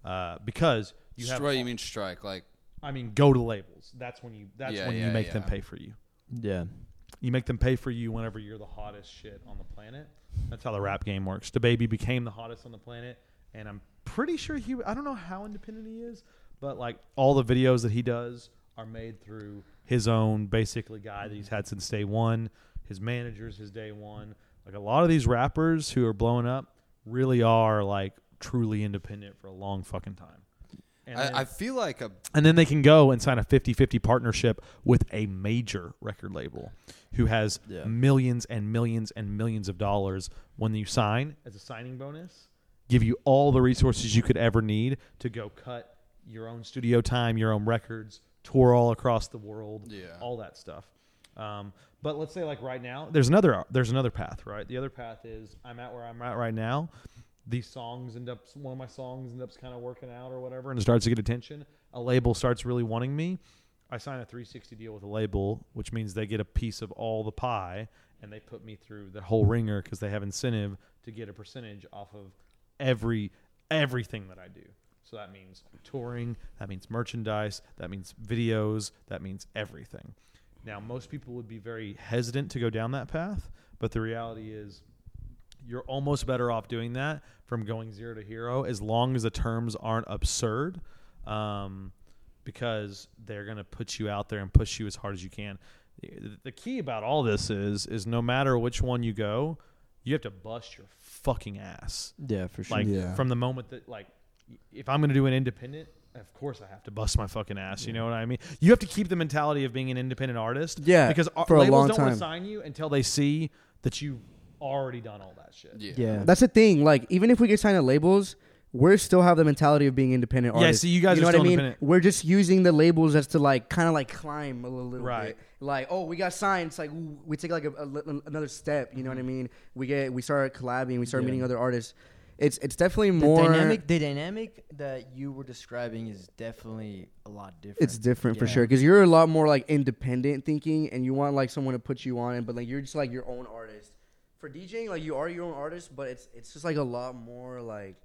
[SPEAKER 2] uh, because you have.
[SPEAKER 4] Strike, you mean strike? Like
[SPEAKER 2] I mean, go to labels. That's when you. That's
[SPEAKER 4] Yeah,
[SPEAKER 2] when you
[SPEAKER 4] yeah,
[SPEAKER 2] make them
[SPEAKER 4] yeah.
[SPEAKER 2] pay for you.
[SPEAKER 1] Yeah.
[SPEAKER 2] You make them pay for you whenever you're the hottest shit on the planet. That's how the rap game works. The baby became the hottest on the planet, and I'm pretty sure he. I don't know how independent he is, but like all the videos that he does are made through his own basically guy that he's had since day one. His managers, his day one. Like a lot of these rappers who are blowing up really are like truly independent for a long fucking time. And then-
[SPEAKER 4] I, I feel like a
[SPEAKER 2] and then they can go and sign a 50-50 partnership with a major record label who has millions and millions and millions of dollars when you sign as a signing bonus give you all the resources you could ever need to go cut your own studio time your own records tour all across the world
[SPEAKER 4] Yeah.
[SPEAKER 2] all that stuff um, but let's say like right now there's another there's another path right the other path is i'm at where i'm at right now these songs end up one of my songs ends up kind of working out or whatever and it starts to get attention a label starts really wanting me i sign a 360 deal with a label which means they get a piece of all the pie and they put me through the whole ringer because they have incentive to get a percentage off of every everything that i do so that means touring that means merchandise that means videos that means everything now most people would be very hesitant to go down that path but the reality is you're almost better off doing that from going zero to hero as long as the terms aren't absurd. Um, because they're going to put you out there and push you as hard as you can. The- The key about all this is is no matter which one you go, you have to bust your fucking ass.
[SPEAKER 1] Yeah, for sure.
[SPEAKER 2] Like
[SPEAKER 5] Yeah.
[SPEAKER 2] from the moment that like if I'm going to do an independent, of course I have to bust my fucking ass, you know what I mean? You have to keep the mentality of being an independent artist
[SPEAKER 3] Yeah,
[SPEAKER 2] because ar-
[SPEAKER 3] for a
[SPEAKER 2] labels
[SPEAKER 3] long
[SPEAKER 2] don't want to
[SPEAKER 3] time.
[SPEAKER 2] sign you until they see that you've already done all that shit.
[SPEAKER 4] Yeah.
[SPEAKER 1] yeah.
[SPEAKER 3] That's the thing. Like, even if we get signed to labels, we still have the mentality of being independent
[SPEAKER 2] Yeah,
[SPEAKER 3] artists.
[SPEAKER 2] so you guys
[SPEAKER 3] know
[SPEAKER 2] are
[SPEAKER 3] what
[SPEAKER 2] still
[SPEAKER 3] I mean?
[SPEAKER 2] independent.
[SPEAKER 3] We're just using the labels as to like kind of like climb a little, little
[SPEAKER 2] Right.
[SPEAKER 3] bit. Like, oh, we got signed. It's like ooh, we take like a, a li- another step. You know what I mean? We get we start collabing. We start
[SPEAKER 2] Yeah.
[SPEAKER 3] meeting other artists. It's it's definitely
[SPEAKER 1] the
[SPEAKER 3] more
[SPEAKER 1] dynamic, the dynamic that you were describing is definitely a lot different.
[SPEAKER 3] It's different for
[SPEAKER 1] Yeah.
[SPEAKER 3] sure because you're a lot more like independent thinking, and you want like someone to put you on, but like you're just like your own artist. For DJing, like you are your own artist, but it's it's just like a lot more like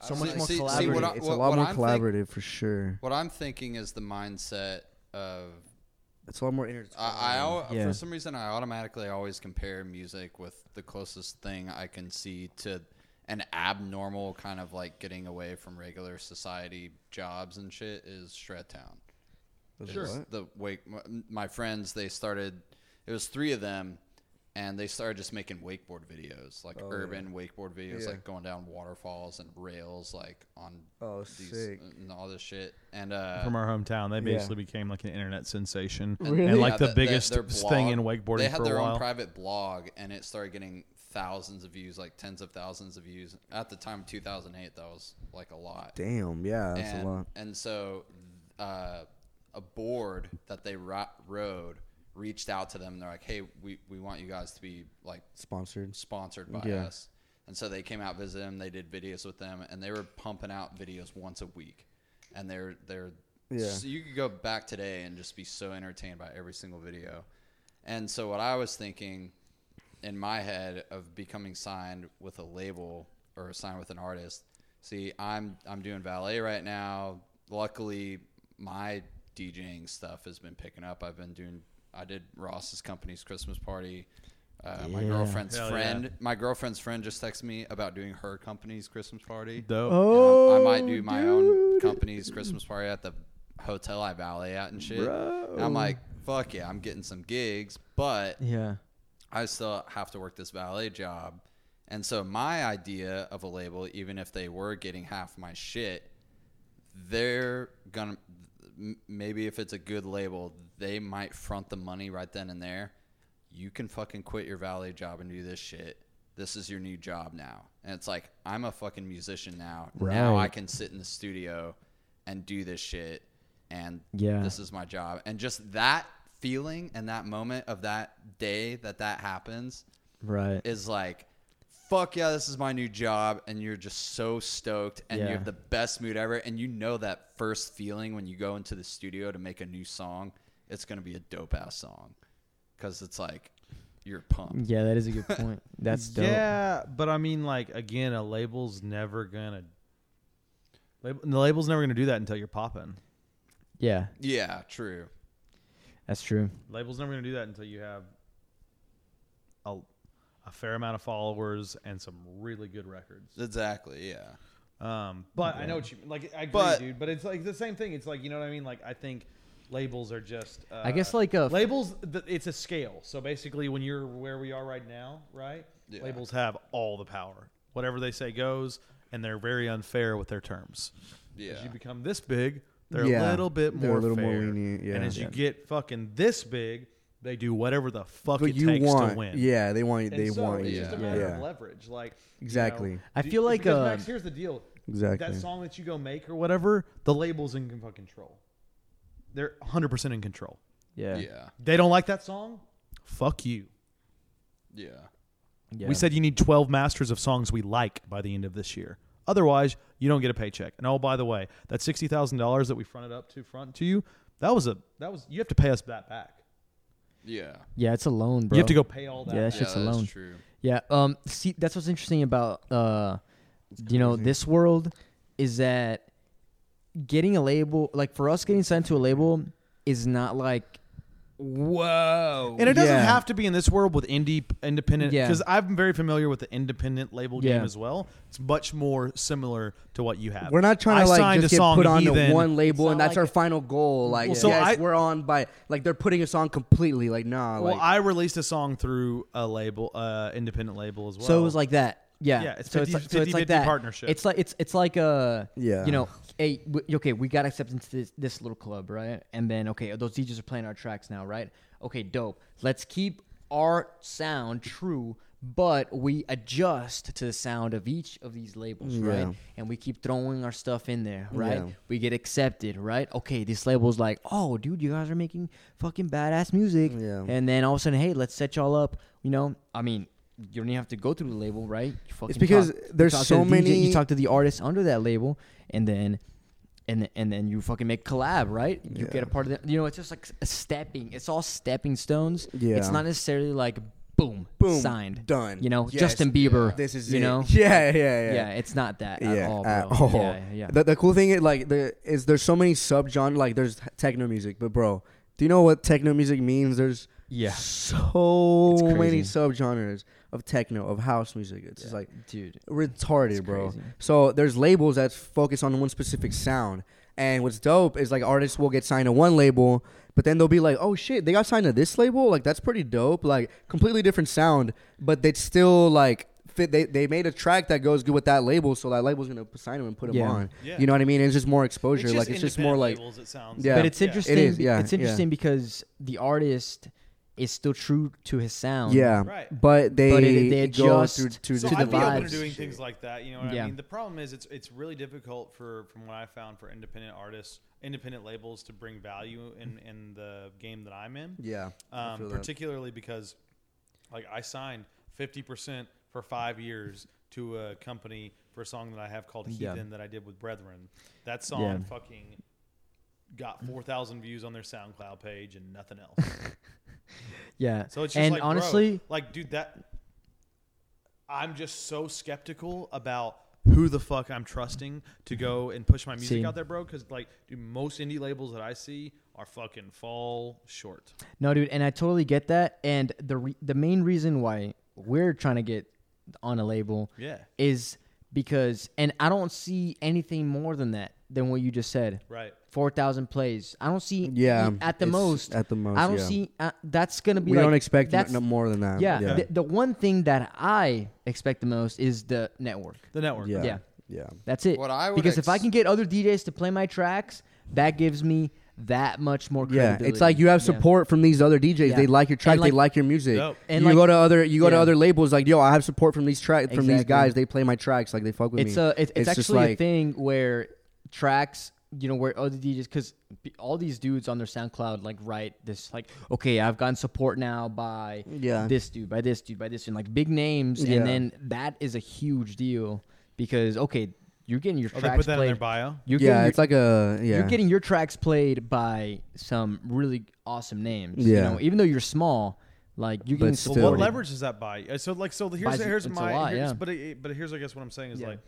[SPEAKER 1] So much more
[SPEAKER 4] See- see,
[SPEAKER 1] collaborative.
[SPEAKER 4] what I-
[SPEAKER 3] it's
[SPEAKER 4] what-
[SPEAKER 3] a lot
[SPEAKER 4] what
[SPEAKER 3] more
[SPEAKER 4] I'm think-
[SPEAKER 3] collaborative for sure.
[SPEAKER 4] What I'm thinking is the mindset of
[SPEAKER 3] It's a lot more inter-
[SPEAKER 4] I, I al-
[SPEAKER 1] Yeah.
[SPEAKER 4] for some reason I automatically always compare music with the closest thing I can see to an abnormal kind of like getting away from regular society jobs and shit is Shred Town. It's The wake my, my friends they started it was three of them and they started just making wakeboard videos like urban wakeboard videos
[SPEAKER 3] Oh, Yeah.
[SPEAKER 4] like going down waterfalls and rails like on uh,
[SPEAKER 3] Oh, sick.
[SPEAKER 4] and all this shit and uh
[SPEAKER 2] from our hometown. They
[SPEAKER 3] Yeah.
[SPEAKER 2] basically became like an internet sensation
[SPEAKER 3] Really?
[SPEAKER 2] and like
[SPEAKER 4] Yeah,
[SPEAKER 2] the,
[SPEAKER 4] th- th-
[SPEAKER 2] biggest
[SPEAKER 4] their
[SPEAKER 2] thing
[SPEAKER 4] blog-
[SPEAKER 2] in wakeboarding
[SPEAKER 4] They had
[SPEAKER 2] for
[SPEAKER 4] their
[SPEAKER 2] a while.
[SPEAKER 4] own private blog, and it started getting thousands of views, like tens of thousands of views. At the time, 2008, that was like a lot.
[SPEAKER 3] Damn, yeah, that's
[SPEAKER 4] and,
[SPEAKER 3] a lot.
[SPEAKER 4] And so, uh, a board that they ro- rode reached out to them. And they're like, "Hey, we we want you guys to be like
[SPEAKER 3] Sponsored.
[SPEAKER 4] sponsored by
[SPEAKER 3] Yeah.
[SPEAKER 4] us. And so they came out visit them. They did videos with them, and they were pumping out videos once a week. And they're they're
[SPEAKER 3] Yeah.
[SPEAKER 4] so you could go back today and just be so entertained by every single video. And so what I was thinking in my head of becoming signed with a label or signed with an artist. See, I'm I'm doing valet right now. Luckily, my DJing stuff has been picking up. I've been doing. I did Ross's company's Christmas party. Uh, My girlfriend's
[SPEAKER 2] Hell yeah.
[SPEAKER 4] friend, my girlfriend's friend just texted me about doing her company's Christmas party.
[SPEAKER 2] Dope.
[SPEAKER 4] And
[SPEAKER 3] Oh,
[SPEAKER 4] I'm-
[SPEAKER 2] Oh,
[SPEAKER 4] I might do my own company's Christmas party at the hotel I valet at and shit. And I'm like, fuck yeah, I'm getting some gigs, but
[SPEAKER 1] yeah.
[SPEAKER 4] I still have to work this valet job. And so my idea of a label, even if they were getting half my shit, they're gonna m- maybe if it's a good label, they might front the money right then and there. You can fucking quit your valet job and do this shit. This is your new job now. And it's like I'm a fucking musician now. Now I can sit in the studio and do this shit and
[SPEAKER 1] Yeah.
[SPEAKER 4] this is my job. And just that feeling and that moment of that day that that happens
[SPEAKER 1] Right.
[SPEAKER 4] is like, fuck yeah, this is my new job. And you're just so stoked and
[SPEAKER 1] Yeah.
[SPEAKER 4] you have the best mood ever. And you know that first feeling when you go into the studio to make a new song, it's going to be a dope ass song because it's like, you're pumped.
[SPEAKER 1] yeah, that is a good point. That's dope.
[SPEAKER 2] Yeah, but I mean, like again, a label's never gonna. Label, the label's never gonna do that until you're popping.
[SPEAKER 1] Yeah,
[SPEAKER 4] Yeah, true.
[SPEAKER 1] that's true.
[SPEAKER 2] Label's never gonna do that until you have a, a fair amount of followers and some really good records.
[SPEAKER 4] Exactly. Yeah.
[SPEAKER 2] Um, but I know what you mean. Like I agree,
[SPEAKER 4] But-
[SPEAKER 2] dude. But it's like the same thing. It's like you know what I mean. Like I think labels are just. Uh,
[SPEAKER 1] I guess like a f-
[SPEAKER 2] labels. th- It's a scale. So basically, when you're where we are right now, right?
[SPEAKER 4] Yeah.
[SPEAKER 2] Labels have all the power. Whatever they say goes, and they're very unfair with their terms. As
[SPEAKER 4] Yeah.
[SPEAKER 2] you become this big, they're a
[SPEAKER 3] Yeah.
[SPEAKER 2] little bit
[SPEAKER 3] They're a
[SPEAKER 2] more
[SPEAKER 3] little more
[SPEAKER 2] fair.
[SPEAKER 3] lenient, yeah.
[SPEAKER 2] And as
[SPEAKER 3] Yeah.
[SPEAKER 2] you get fucking this big, they do whatever the fuck
[SPEAKER 3] But
[SPEAKER 2] it
[SPEAKER 3] you
[SPEAKER 2] takes
[SPEAKER 3] want,
[SPEAKER 2] to win.
[SPEAKER 3] yeah, they want,
[SPEAKER 2] And
[SPEAKER 3] they
[SPEAKER 2] so
[SPEAKER 3] want,
[SPEAKER 2] it's
[SPEAKER 3] you.
[SPEAKER 2] just a
[SPEAKER 3] yeah,
[SPEAKER 2] matter of
[SPEAKER 3] yeah.
[SPEAKER 2] leverage. Like you know,
[SPEAKER 3] Exactly.
[SPEAKER 1] I
[SPEAKER 2] do-
[SPEAKER 1] feel like,
[SPEAKER 2] because,
[SPEAKER 1] uh,
[SPEAKER 2] Max, here's the deal.
[SPEAKER 3] Exactly.
[SPEAKER 2] That song that you go make or whatever, the labels in fucking control. They're 100 percent in control.
[SPEAKER 1] yeah,
[SPEAKER 4] Yeah.
[SPEAKER 2] They don't like that song. Fuck you.
[SPEAKER 4] Yeah.
[SPEAKER 1] yeah.
[SPEAKER 2] We said you need 12 masters of songs we like by the end of this year. Otherwise, you don't get a paycheck. And oh, by the way, that sixty thousand dollars that we fronted up to front to you, that was a that was you have to pay us that back.
[SPEAKER 4] Yeah.
[SPEAKER 1] yeah, it's a loan, bro.
[SPEAKER 2] You have to go pay all that.
[SPEAKER 1] Yeah,
[SPEAKER 2] back.
[SPEAKER 1] that shit's
[SPEAKER 4] yeah,
[SPEAKER 1] a
[SPEAKER 4] that's
[SPEAKER 1] loan.
[SPEAKER 4] true.
[SPEAKER 1] Yeah. Um. See, that's what's interesting about uh, you know, this world is that getting a label, like for us, getting signed to a label is not like Whoa.
[SPEAKER 2] And it doesn't
[SPEAKER 3] Yeah.
[SPEAKER 2] have to be in this world with indie independent
[SPEAKER 1] Yeah.
[SPEAKER 2] because I'm very familiar with the independent label
[SPEAKER 1] Yeah.
[SPEAKER 2] game as well. It's much more similar to what you have.
[SPEAKER 3] We're not trying
[SPEAKER 2] I
[SPEAKER 3] to like
[SPEAKER 2] signed
[SPEAKER 3] just
[SPEAKER 2] a
[SPEAKER 3] get
[SPEAKER 2] song
[SPEAKER 3] put on
[SPEAKER 2] Heathen.
[SPEAKER 3] to one label
[SPEAKER 1] It's
[SPEAKER 3] and
[SPEAKER 1] not
[SPEAKER 3] that's
[SPEAKER 1] like-
[SPEAKER 3] our final goal. Like,
[SPEAKER 2] so
[SPEAKER 3] yes,
[SPEAKER 2] I-
[SPEAKER 3] we're on by like they're putting us on completely. Like, nah,
[SPEAKER 2] Well,
[SPEAKER 3] like
[SPEAKER 2] I released a song through a label, uh, independent label as well.
[SPEAKER 1] So it was like that. Yeah.
[SPEAKER 2] Yeah, it's
[SPEAKER 1] so it's
[SPEAKER 2] 50
[SPEAKER 1] like, so it's
[SPEAKER 2] 50
[SPEAKER 1] like that
[SPEAKER 2] partnership.
[SPEAKER 1] It's like it's it's like a
[SPEAKER 3] Yeah.
[SPEAKER 1] You know, hey, w- okay, we got accepted into this, this little club, right? And then okay, those DJs are playing our tracks now, right? Okay, dope. Let's keep our sound true, but we adjust to the sound of each of these labels,
[SPEAKER 3] Yeah.
[SPEAKER 1] right? And we keep throwing our stuff in there, right?
[SPEAKER 3] Yeah.
[SPEAKER 1] We get accepted, right? Okay, this label's like, oh, dude, you guys are making fucking badass music.
[SPEAKER 3] Yeah.
[SPEAKER 1] And then all of a sudden, hey, let's set y'all up. You know, I mean, you don't even have to go through the label, right? You fucking
[SPEAKER 3] because
[SPEAKER 1] you
[SPEAKER 3] there's
[SPEAKER 1] talk to
[SPEAKER 3] so
[SPEAKER 1] the DJ,
[SPEAKER 3] many-
[SPEAKER 1] you talk to the artists under that label, and then. And, th- and then you fucking make collab, right? You
[SPEAKER 3] Yeah.
[SPEAKER 1] get a part of the, you know, it's just like a stepping. It's all stepping stones.
[SPEAKER 3] Yeah.
[SPEAKER 1] It's not necessarily like boom,
[SPEAKER 3] Boom,
[SPEAKER 1] signed,
[SPEAKER 3] done.
[SPEAKER 1] You know,
[SPEAKER 3] Yes,
[SPEAKER 1] Justin Bieber.
[SPEAKER 3] this is
[SPEAKER 1] you
[SPEAKER 3] it.
[SPEAKER 1] know,
[SPEAKER 3] Yeah, yeah, yeah.
[SPEAKER 1] yeah. it's not that at
[SPEAKER 3] yeah,
[SPEAKER 1] all, bro.
[SPEAKER 3] at all.
[SPEAKER 1] Yeah, yeah.
[SPEAKER 3] The, the cool thing is like the is there's so many subgenre like there's techno music, but bro, do you know what techno music means? There's
[SPEAKER 1] Yeah.
[SPEAKER 3] so
[SPEAKER 1] It's
[SPEAKER 3] many
[SPEAKER 1] crazy.
[SPEAKER 3] subgenres of techno of house music. It's just like
[SPEAKER 1] dude.
[SPEAKER 3] retarded,
[SPEAKER 1] It's
[SPEAKER 3] bro.
[SPEAKER 1] crazy.
[SPEAKER 3] So there's labels that focus on one specific sound. And what's dope is like artists will get signed to one label, but then they'll be like, "Oh shit, they got signed to this label. Like that's pretty dope. Like completely different sound, but they still like fit. They, they made a track that goes good with that label, so that label's gonna sign them and put them
[SPEAKER 1] Yeah.
[SPEAKER 3] on.
[SPEAKER 2] Yeah.
[SPEAKER 3] You know what I mean? It's just more
[SPEAKER 2] It's
[SPEAKER 3] exposure.
[SPEAKER 2] just
[SPEAKER 3] like it's just more
[SPEAKER 2] independent
[SPEAKER 3] like
[SPEAKER 2] labels, it sounds.
[SPEAKER 3] Yeah.
[SPEAKER 1] But it's interesting.
[SPEAKER 3] It is,
[SPEAKER 1] be-
[SPEAKER 3] yeah,
[SPEAKER 1] it's
[SPEAKER 3] yeah.
[SPEAKER 1] interesting because the artist is still true to his sound.
[SPEAKER 3] yeah,
[SPEAKER 2] Right.
[SPEAKER 3] but they
[SPEAKER 1] But it- they
[SPEAKER 3] go
[SPEAKER 1] adjust
[SPEAKER 3] through, to,
[SPEAKER 2] so
[SPEAKER 3] to the
[SPEAKER 2] I'd be open
[SPEAKER 3] vibes.
[SPEAKER 2] to doing things like that. You know what I
[SPEAKER 1] Yeah.
[SPEAKER 2] mean? The problem is it's it's really difficult for from what I found for independent artists, independent labels to bring value in in the game that I'm in.
[SPEAKER 3] yeah, I
[SPEAKER 2] Um,
[SPEAKER 3] feel that.
[SPEAKER 2] particularly because like I signed 50% for 5 years to a company for a song that I have called
[SPEAKER 1] Yeah.
[SPEAKER 2] Heathen that I did with Brethren. That song
[SPEAKER 1] Yeah.
[SPEAKER 2] fucking got 4,000 views on their SoundCloud page and nothing else.
[SPEAKER 1] yeah.
[SPEAKER 2] So it's just
[SPEAKER 1] and
[SPEAKER 2] like, bro,
[SPEAKER 1] honestly,
[SPEAKER 2] like, dude, that I'm just so skeptical about who the fuck I'm trusting to go and push my music
[SPEAKER 1] See.
[SPEAKER 2] out there, bro. Because like, dude, most indie labels that I see are fucking fall short.
[SPEAKER 1] no, dude, and I totally get that. And the re- the main reason why we're trying to get on a label
[SPEAKER 2] Yeah.
[SPEAKER 1] is because, and I don't see anything more than that than what you just said.
[SPEAKER 2] Right.
[SPEAKER 1] Four thousand plays. I don't see. e,
[SPEAKER 3] Yeah, um,
[SPEAKER 1] At the
[SPEAKER 3] it's
[SPEAKER 1] most.
[SPEAKER 3] at the most,
[SPEAKER 1] I don't
[SPEAKER 3] yeah.
[SPEAKER 1] see. Uh, that's gonna be.
[SPEAKER 3] We
[SPEAKER 1] like-
[SPEAKER 3] don't expect
[SPEAKER 1] that's,
[SPEAKER 3] no more than that.
[SPEAKER 1] Yeah.
[SPEAKER 3] yeah,
[SPEAKER 1] The, the one thing that I expect the most is the network.
[SPEAKER 2] The network.
[SPEAKER 3] yeah.
[SPEAKER 1] Yeah.
[SPEAKER 3] yeah.
[SPEAKER 1] That's it.
[SPEAKER 4] What I would
[SPEAKER 1] because if I
[SPEAKER 4] ex-
[SPEAKER 1] can get other DJs to play my tracks, that gives me that much more
[SPEAKER 3] Yeah,
[SPEAKER 1] credibility.
[SPEAKER 3] it's like you have
[SPEAKER 1] Yeah.
[SPEAKER 3] support from these other DJs.
[SPEAKER 1] Yeah.
[SPEAKER 3] They like your
[SPEAKER 1] And,
[SPEAKER 3] track. they
[SPEAKER 1] like-
[SPEAKER 3] like your music.
[SPEAKER 2] Dope.
[SPEAKER 1] And,
[SPEAKER 3] you
[SPEAKER 1] like-
[SPEAKER 3] go to other you go to
[SPEAKER 1] yeah.
[SPEAKER 3] other labels like yo, I have support from these track from these
[SPEAKER 1] Exactly.
[SPEAKER 3] guys. They play my tracks. Like they fuck with
[SPEAKER 1] It's
[SPEAKER 3] me.
[SPEAKER 1] a it, it's,
[SPEAKER 3] just
[SPEAKER 1] actually a
[SPEAKER 3] like
[SPEAKER 1] thing where tracks, you know, where other DJs because all these dudes on their SoundCloud like write this like, okay, I've gotten support now by
[SPEAKER 3] Yeah.
[SPEAKER 1] this dude, by this dude, by this dude, like big names,
[SPEAKER 3] Yeah.
[SPEAKER 1] and then that is a huge deal because okay, you're getting your
[SPEAKER 2] Oh, they
[SPEAKER 1] tracks
[SPEAKER 2] put that in
[SPEAKER 1] played.
[SPEAKER 2] their bio.
[SPEAKER 1] You're getting
[SPEAKER 3] yeah,
[SPEAKER 1] your-
[SPEAKER 3] it's like a yeah.
[SPEAKER 1] you're getting your tracks played by some really awesome names. You
[SPEAKER 3] Yeah.
[SPEAKER 1] know, even though you're small, like you're
[SPEAKER 3] But
[SPEAKER 1] getting
[SPEAKER 3] still.
[SPEAKER 1] still,
[SPEAKER 2] Well,
[SPEAKER 3] Well,
[SPEAKER 2] what
[SPEAKER 3] Totally.
[SPEAKER 2] leverage does that buy? you? So like, so here's
[SPEAKER 1] Buys you-
[SPEAKER 2] here's
[SPEAKER 1] it's a
[SPEAKER 2] my
[SPEAKER 1] lot,
[SPEAKER 2] here's,
[SPEAKER 1] yeah.
[SPEAKER 2] but it, but here's I guess what I'm saying is
[SPEAKER 1] Yeah.
[SPEAKER 2] like,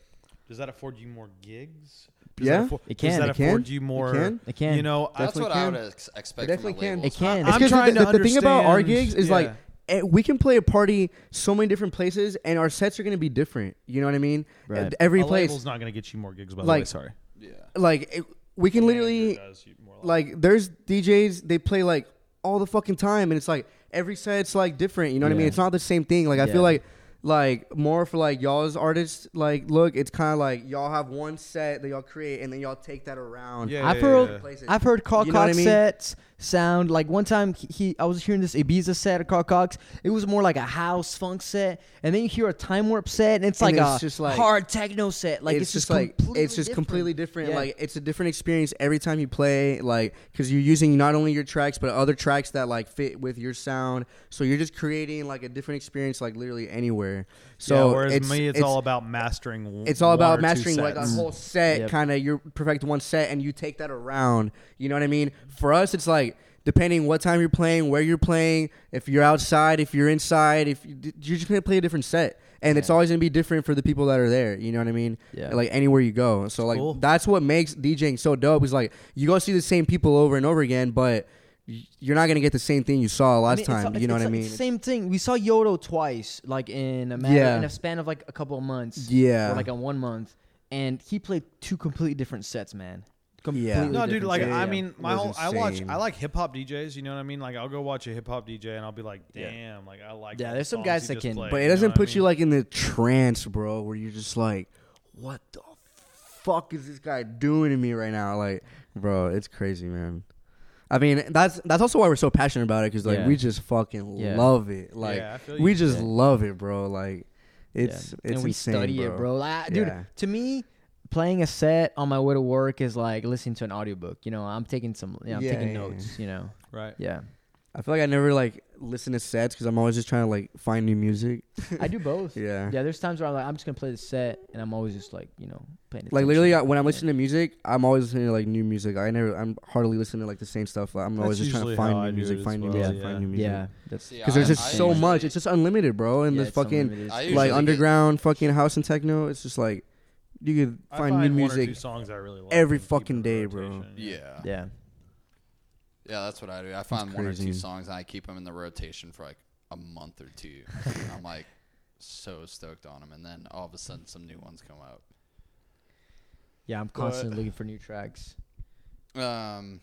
[SPEAKER 2] does that afford you more gigs? Does
[SPEAKER 3] Yeah.
[SPEAKER 2] that afford,
[SPEAKER 1] It can,
[SPEAKER 2] Does that
[SPEAKER 1] it
[SPEAKER 3] can,
[SPEAKER 2] afford you
[SPEAKER 3] it
[SPEAKER 2] more?
[SPEAKER 3] can.
[SPEAKER 1] It can.
[SPEAKER 2] You know, I,
[SPEAKER 4] That's
[SPEAKER 3] Definitely
[SPEAKER 4] what I
[SPEAKER 3] can.
[SPEAKER 4] would ex- expect
[SPEAKER 3] It
[SPEAKER 4] from the
[SPEAKER 3] definitely can.
[SPEAKER 4] labels.
[SPEAKER 1] It can.
[SPEAKER 4] I-
[SPEAKER 1] It's
[SPEAKER 2] I'm
[SPEAKER 3] 'cause
[SPEAKER 2] trying
[SPEAKER 3] the,
[SPEAKER 2] to
[SPEAKER 3] the, the thing about our
[SPEAKER 2] understand-
[SPEAKER 3] gigs is like eh, we can play a party so many different places, and our sets are gonna be different. You know what I mean?
[SPEAKER 1] Right.
[SPEAKER 3] Every
[SPEAKER 2] a label's
[SPEAKER 3] place,
[SPEAKER 2] not going to get you more gigs. By the
[SPEAKER 3] Like,
[SPEAKER 2] way, sorry.
[SPEAKER 4] Yeah.
[SPEAKER 3] like it, we can literally
[SPEAKER 2] Manager does you more like-
[SPEAKER 3] like there's DJs they play like all the fucking time and it's like every set's like different, you know what I mean?
[SPEAKER 1] Yeah.
[SPEAKER 3] It's not the same thing. Like I
[SPEAKER 1] Yeah.
[SPEAKER 3] feel like like more for like y'all's artists like look, it's kind of like y'all have one set that y'all create and then y'all take that around.
[SPEAKER 2] Yeah,
[SPEAKER 1] I've heard
[SPEAKER 3] Places.
[SPEAKER 1] I've heard Carl
[SPEAKER 3] You know what
[SPEAKER 1] Cox
[SPEAKER 3] I mean?
[SPEAKER 1] sets sound like one time he, he I was hearing this Ibiza set of Carl Cox. It was more like a house funk set, and then you hear a time warp set, and it's
[SPEAKER 3] And
[SPEAKER 1] like
[SPEAKER 3] it's
[SPEAKER 1] a
[SPEAKER 3] just like-
[SPEAKER 1] hard techno set. Like
[SPEAKER 3] it's,
[SPEAKER 1] it's,
[SPEAKER 3] just, like
[SPEAKER 1] completely
[SPEAKER 3] it's just
[SPEAKER 1] different.
[SPEAKER 3] completely different.
[SPEAKER 1] Yeah.
[SPEAKER 3] Like it's a different experience every time you play. Like because you're using not only your tracks but other tracks that like fit with your sound. So you're just creating like a different experience, like literally anywhere. So
[SPEAKER 2] yeah, whereas
[SPEAKER 3] it's,
[SPEAKER 2] me, it's, all about mastering. w-
[SPEAKER 1] Mm-hmm.
[SPEAKER 3] it's all
[SPEAKER 2] one or
[SPEAKER 3] about
[SPEAKER 2] two
[SPEAKER 3] mastering like a
[SPEAKER 2] sets.
[SPEAKER 3] whole set
[SPEAKER 1] Yep.
[SPEAKER 3] kind of you perfect one set and you take that around you know what i mean for us it's like depending what time you're playing where you're playing if you're outside if you're inside if you, you're just gonna play a different set and it's always gonna be different for the people that are there you know what i mean
[SPEAKER 1] Yeah.
[SPEAKER 3] like anywhere you go so like
[SPEAKER 2] cool.
[SPEAKER 3] that's what makes djing so dope is like you go see the same people over and over again but y- you're not gonna get the same thing you saw
[SPEAKER 1] I
[SPEAKER 3] last
[SPEAKER 1] mean, it's-
[SPEAKER 3] time.
[SPEAKER 1] it's-
[SPEAKER 3] you know
[SPEAKER 1] it's
[SPEAKER 3] what I
[SPEAKER 1] like-
[SPEAKER 3] mean?
[SPEAKER 1] it's the same thing. We saw Yodo twice, like in a matter,
[SPEAKER 3] Yeah.
[SPEAKER 1] in a span of like a couple of months.
[SPEAKER 3] Yeah.
[SPEAKER 1] or like a one month, and he played two completely different sets, man. Completely
[SPEAKER 3] Yeah.
[SPEAKER 2] No, dude.
[SPEAKER 1] different
[SPEAKER 2] Like,
[SPEAKER 1] sets.
[SPEAKER 2] I
[SPEAKER 3] yeah.
[SPEAKER 2] mean, my
[SPEAKER 3] It
[SPEAKER 2] whole
[SPEAKER 3] was
[SPEAKER 2] I watch.
[SPEAKER 3] insane.
[SPEAKER 2] I like hip hop DJs. You know what I mean? Like, I'll go watch a hip hop DJ and I'll be like,
[SPEAKER 1] Yeah.
[SPEAKER 2] damn. Like, I like.
[SPEAKER 1] Yeah,
[SPEAKER 2] all the
[SPEAKER 1] there's some
[SPEAKER 2] songs
[SPEAKER 1] guys
[SPEAKER 2] he
[SPEAKER 1] that
[SPEAKER 2] just
[SPEAKER 1] can-
[SPEAKER 2] played,
[SPEAKER 3] but
[SPEAKER 2] you
[SPEAKER 3] it
[SPEAKER 2] know
[SPEAKER 3] doesn't
[SPEAKER 2] what I
[SPEAKER 3] put you
[SPEAKER 2] mean?
[SPEAKER 3] like in the trance, bro, where you're just like, what the fuck is this guy doing to me right now? Like, bro, it's crazy, man. I mean, that's that's also why we're so passionate about it because like
[SPEAKER 1] Yeah.
[SPEAKER 3] we just fucking
[SPEAKER 1] Yeah.
[SPEAKER 3] love it. Like,
[SPEAKER 2] I feel you.
[SPEAKER 3] we just
[SPEAKER 1] Yeah.
[SPEAKER 3] love it, bro. Like,
[SPEAKER 1] Yeah.
[SPEAKER 3] it's it's
[SPEAKER 1] and we
[SPEAKER 3] insane,
[SPEAKER 1] study
[SPEAKER 3] bro.
[SPEAKER 1] it, bro. Like, dude,
[SPEAKER 3] Yeah.
[SPEAKER 1] to me, playing a set on my way to work is like listening to an audiobook. You know, I'm taking some, you know, I'm
[SPEAKER 3] Yeah,
[SPEAKER 1] taking
[SPEAKER 3] yeah,
[SPEAKER 1] notes. You know,
[SPEAKER 2] right.
[SPEAKER 1] yeah,
[SPEAKER 3] I feel like I never like listen to sets because I'm always just trying to like find new music.
[SPEAKER 1] I do both.
[SPEAKER 3] Yeah.
[SPEAKER 1] Yeah, there's times where I'm like, I'm just gonna play the set, and I'm always just like, you know, playing.
[SPEAKER 3] Like literally,
[SPEAKER 1] attention.
[SPEAKER 3] I, when I'm
[SPEAKER 1] Yeah.
[SPEAKER 3] listening to music, I'm always listening to like new music. I never, I'm hardly listening to like the same stuff. Like, I'm always just trying
[SPEAKER 2] usually
[SPEAKER 3] to
[SPEAKER 2] how
[SPEAKER 3] find
[SPEAKER 2] I
[SPEAKER 3] new
[SPEAKER 2] do
[SPEAKER 3] music,
[SPEAKER 2] it
[SPEAKER 3] find
[SPEAKER 2] as
[SPEAKER 3] new
[SPEAKER 2] well,
[SPEAKER 3] music,
[SPEAKER 2] yeah.
[SPEAKER 3] find new music.
[SPEAKER 1] yeah, that's
[SPEAKER 4] See,
[SPEAKER 3] Because there's
[SPEAKER 4] I-
[SPEAKER 3] just
[SPEAKER 4] I
[SPEAKER 3] so
[SPEAKER 4] usually-
[SPEAKER 3] much. It's just unlimited, bro. And
[SPEAKER 1] yeah,
[SPEAKER 3] this
[SPEAKER 1] it's something
[SPEAKER 3] fucking
[SPEAKER 1] that is.
[SPEAKER 4] I usually
[SPEAKER 3] like
[SPEAKER 4] get-
[SPEAKER 3] underground fucking house and techno. It's just like you could
[SPEAKER 2] I
[SPEAKER 3] find, new
[SPEAKER 2] one or two
[SPEAKER 3] music.
[SPEAKER 2] songs I really like
[SPEAKER 3] every
[SPEAKER 2] and keep in
[SPEAKER 3] fucking day, bro.
[SPEAKER 2] rotation,
[SPEAKER 4] Yeah.
[SPEAKER 1] yeah.
[SPEAKER 4] Yeah, that's what I do. I find one or two
[SPEAKER 3] crazy.
[SPEAKER 4] songs and I keep them in the rotation for like a month or two. And I'm like so stoked on them, and then all of a sudden some new ones come out.
[SPEAKER 1] Yeah, I'm constantly looking for new tracks.
[SPEAKER 4] Um.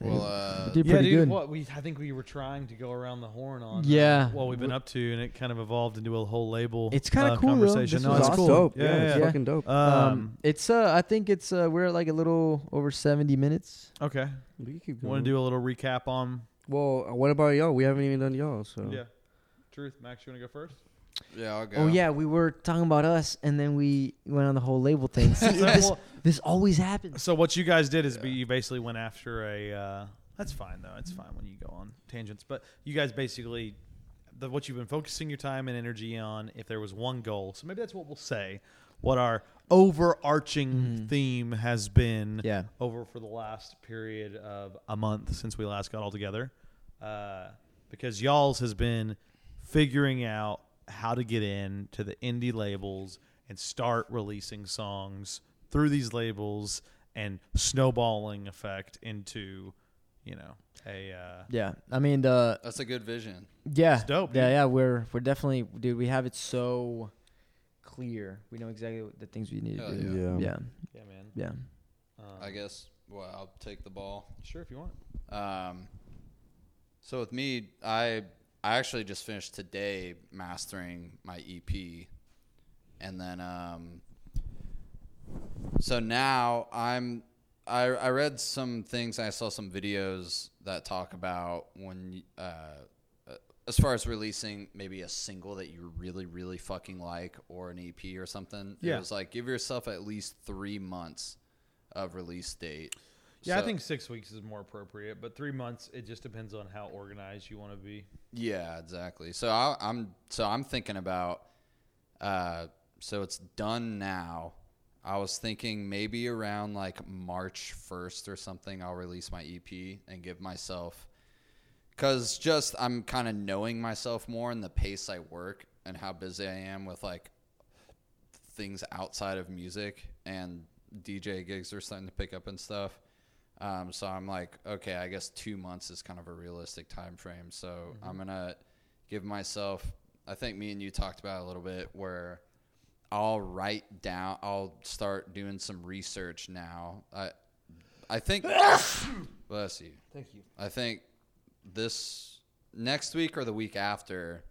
[SPEAKER 4] Well, uh,
[SPEAKER 1] Did
[SPEAKER 2] Yeah,
[SPEAKER 1] pretty
[SPEAKER 2] dude.
[SPEAKER 1] good.
[SPEAKER 2] What we I think we were trying to go around the horn on. uh,
[SPEAKER 1] Yeah.
[SPEAKER 2] what we've been up to, and it kind of evolved into a whole label.
[SPEAKER 1] It's kinda
[SPEAKER 2] uh,
[SPEAKER 1] cool, though.
[SPEAKER 2] Conversation.
[SPEAKER 1] This
[SPEAKER 2] No,
[SPEAKER 1] was
[SPEAKER 2] it's
[SPEAKER 3] that's
[SPEAKER 1] awesome.
[SPEAKER 2] cool.
[SPEAKER 3] dope.
[SPEAKER 2] Yeah,
[SPEAKER 3] Yeah, it's
[SPEAKER 2] yeah,
[SPEAKER 1] yeah.
[SPEAKER 3] fucking dope.
[SPEAKER 2] Um,
[SPEAKER 1] Um, it's uh, I think it's uh, we're at like a little over 70 minutes.
[SPEAKER 2] Okay.
[SPEAKER 3] We can keep
[SPEAKER 2] Want
[SPEAKER 3] going.
[SPEAKER 2] to do a little recap on?
[SPEAKER 3] well, uh, what about y'all? We haven't even done y'all. So
[SPEAKER 2] Yeah. Truth, Max. You want to go first?
[SPEAKER 4] yeah, I'll go.
[SPEAKER 1] Oh yeah, we were talking about us, and then we went on the whole label thing. See, this
[SPEAKER 2] Well-
[SPEAKER 1] this always happens.
[SPEAKER 2] So what you guys did is be, you basically went after a. Uh, that's fine though. It's fine when you go on tangents, but you guys basically the, what you've been focusing your time and energy on. If there was one goal, so maybe that's what we'll say. What our overarching theme has been
[SPEAKER 1] Mm-hmm. Yeah.
[SPEAKER 2] over for the last period of a month since we last got all together, uh, because y'all's has been figuring out how to get in to the indie labels and start releasing songs through these labels and snowballing effect into, you know, a uh,
[SPEAKER 1] Yeah, I mean the
[SPEAKER 4] that's a good vision.
[SPEAKER 1] yeah,
[SPEAKER 2] It's dope,
[SPEAKER 1] yeah,
[SPEAKER 2] dude.
[SPEAKER 1] yeah. We're we're definitely, dude. We have it so clear. We know exactly what the things we need
[SPEAKER 4] Hell
[SPEAKER 1] to do.
[SPEAKER 3] yeah.
[SPEAKER 1] Yeah,
[SPEAKER 2] yeah, man.
[SPEAKER 1] yeah.
[SPEAKER 2] Um,
[SPEAKER 4] I guess. Well, I'll take the ball.
[SPEAKER 2] sure if you want.
[SPEAKER 4] Um, so with me, I I actually just finished today mastering my EP, and then um, so now I'm I I read some things. I saw some videos that talk about when uh, uh, as far as releasing maybe a single that you really really fucking like or an EP or something.
[SPEAKER 2] Yeah.
[SPEAKER 4] It was like give yourself at least three months of release date.
[SPEAKER 2] Yeah, I
[SPEAKER 4] So-
[SPEAKER 2] think six weeks is more appropriate, but three months it just depends on how organized you want to be.
[SPEAKER 4] Yeah, exactly. So I, I'm so I'm thinking about. Uh, so it's done now. I was thinking maybe around like March first or something. I'll release my EP and give myself, cause just I'm kind of knowing myself more and the pace I work and how busy I am with like things outside of music and DJ gigs are starting to pick up and stuff. Um, so I'm like, okay, I guess two months is kind of a realistic time frame. So I'm gonna give myself. I think me and you talked about it a little bit where I'll write down. I'll start doing some research now. I I think. bless you. Thank you. I think this next week or the week after,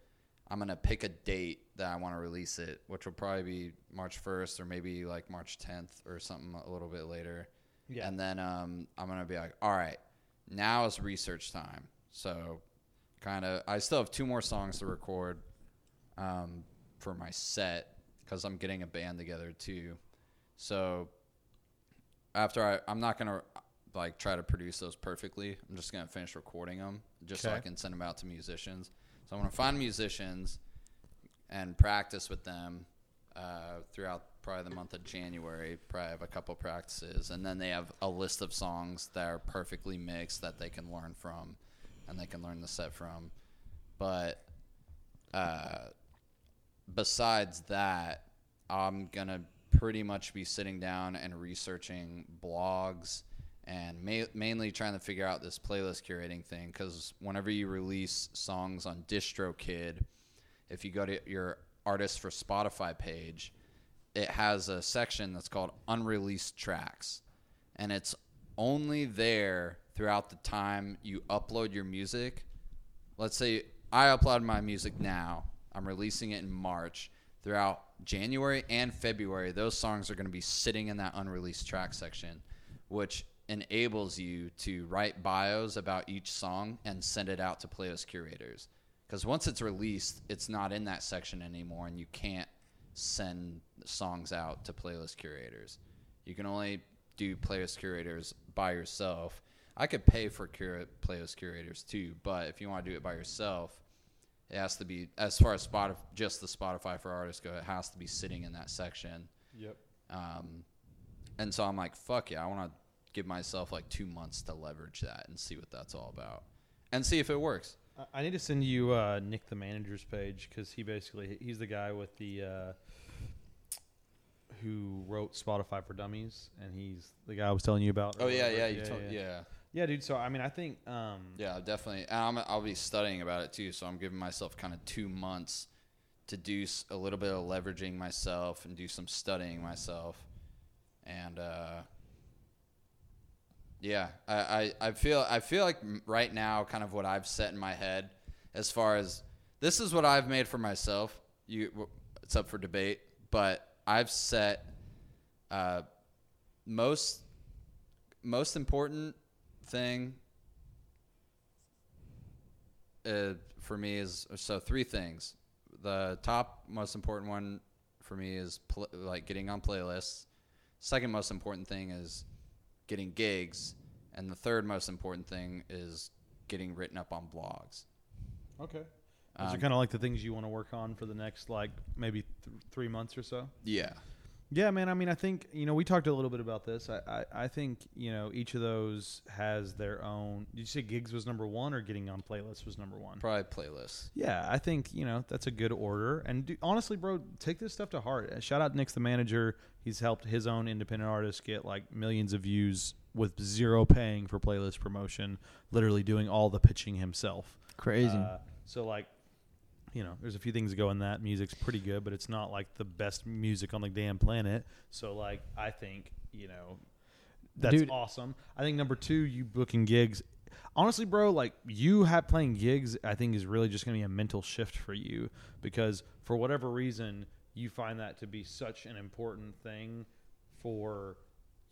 [SPEAKER 4] I'm gonna pick a date that I want to release it, which will probably be March 1st or maybe like March 10th or something a little bit later.
[SPEAKER 2] Yeah.
[SPEAKER 4] And then um, I'm gonna be like, all right, now is research time. So, kind of, I still have two more songs to record um, for my set because I'm getting a band together too. So after I, I'm not gonna like try to produce those perfectly. I'm just gonna finish recording them just so I
[SPEAKER 2] Okay.
[SPEAKER 4] can send them out to musicians. So I'm gonna find musicians and practice with them uh, throughout probably the month of January. Probably have a couple practices, and then they have a list of songs that are perfectly mixed that they can learn from, and they can learn the set from. But uh, besides that, I'm gonna pretty much be sitting down and researching blogs and ma- mainly trying to figure out this playlist curating thing because whenever you release songs on DistroKid, if you go to your artist for Spotify page, it has a section that's called unreleased tracks, and it's only there throughout the time you upload your music. Let's say I upload my music now. I'm releasing it in March. Throughout January and February, those songs are going to be sitting in that unreleased track section, which enables you to write bios about each song and send it out to playlist curators. Because once it's released, it's not in that section anymore, and you can't send songs out to playlist curators. You can only do playlist curators by yourself. I could pay for cura- playlist curators too, but if you want to do it by yourself, it has to be as far as Spotify, just the Spotify for artists go. It has to be sitting in that section.
[SPEAKER 2] Yep.
[SPEAKER 4] Um, and so I'm like, fuck yeah, I want to give myself like two months to leverage that and see what that's all about, and see if it works.
[SPEAKER 2] I- I need to send you uh, Nick the manager's page because he basically he's the guy with the uh, who wrote Spotify for Dummies, and he's the guy I was telling you about.
[SPEAKER 4] Oh yeah,
[SPEAKER 2] earlier.
[SPEAKER 4] yeah, you told, yeah.
[SPEAKER 2] Yeah, dude. So I mean, I think um,
[SPEAKER 4] Yeah, definitely. And I'm, I'll be studying about it too. So I'm giving myself kind of two months to do s- a little bit of leveraging myself and do some studying myself. And uh, yeah, I, I, I feel I feel like m- right now, kind of what I've set in my head as far as this is what I've made for myself. You, w- it's up for debate, but I've set uh, most most important thing uh, for me is so three things. The top most important one for me is pl- like getting on playlists. Second most important thing is getting gigs, and the third most important thing is getting written up on blogs.
[SPEAKER 2] okay, those are
[SPEAKER 4] Um,
[SPEAKER 2] kind of like the things you want to work on for the next like maybe th- three months or so.
[SPEAKER 4] Yeah,
[SPEAKER 2] Yeah, man. I mean, I think you know we talked a little bit about this. I I, I think you know each of those has their own. Did you say gigs was number one or getting on playlists was number one?
[SPEAKER 4] probably playlists.
[SPEAKER 2] Yeah, I think you know that's a good order. And do, honestly, bro, take this stuff to heart. Uh, Shout out Nick's the manager. He's helped his own independent artist get like millions of views with zero paying for playlist promotion. Literally doing all the pitching himself.
[SPEAKER 1] Crazy.
[SPEAKER 2] Uh, so like, you know, there's a few things that go in that. Music's pretty good, but it's not like the best music on the damn planet. So like, I think you know, that's
[SPEAKER 1] Dude.
[SPEAKER 2] awesome. I think number two, you booking gigs. Honestly, bro, like you have playing gigs, I think is really just gonna be a mental shift for you because for whatever reason, you find that to be such an important thing for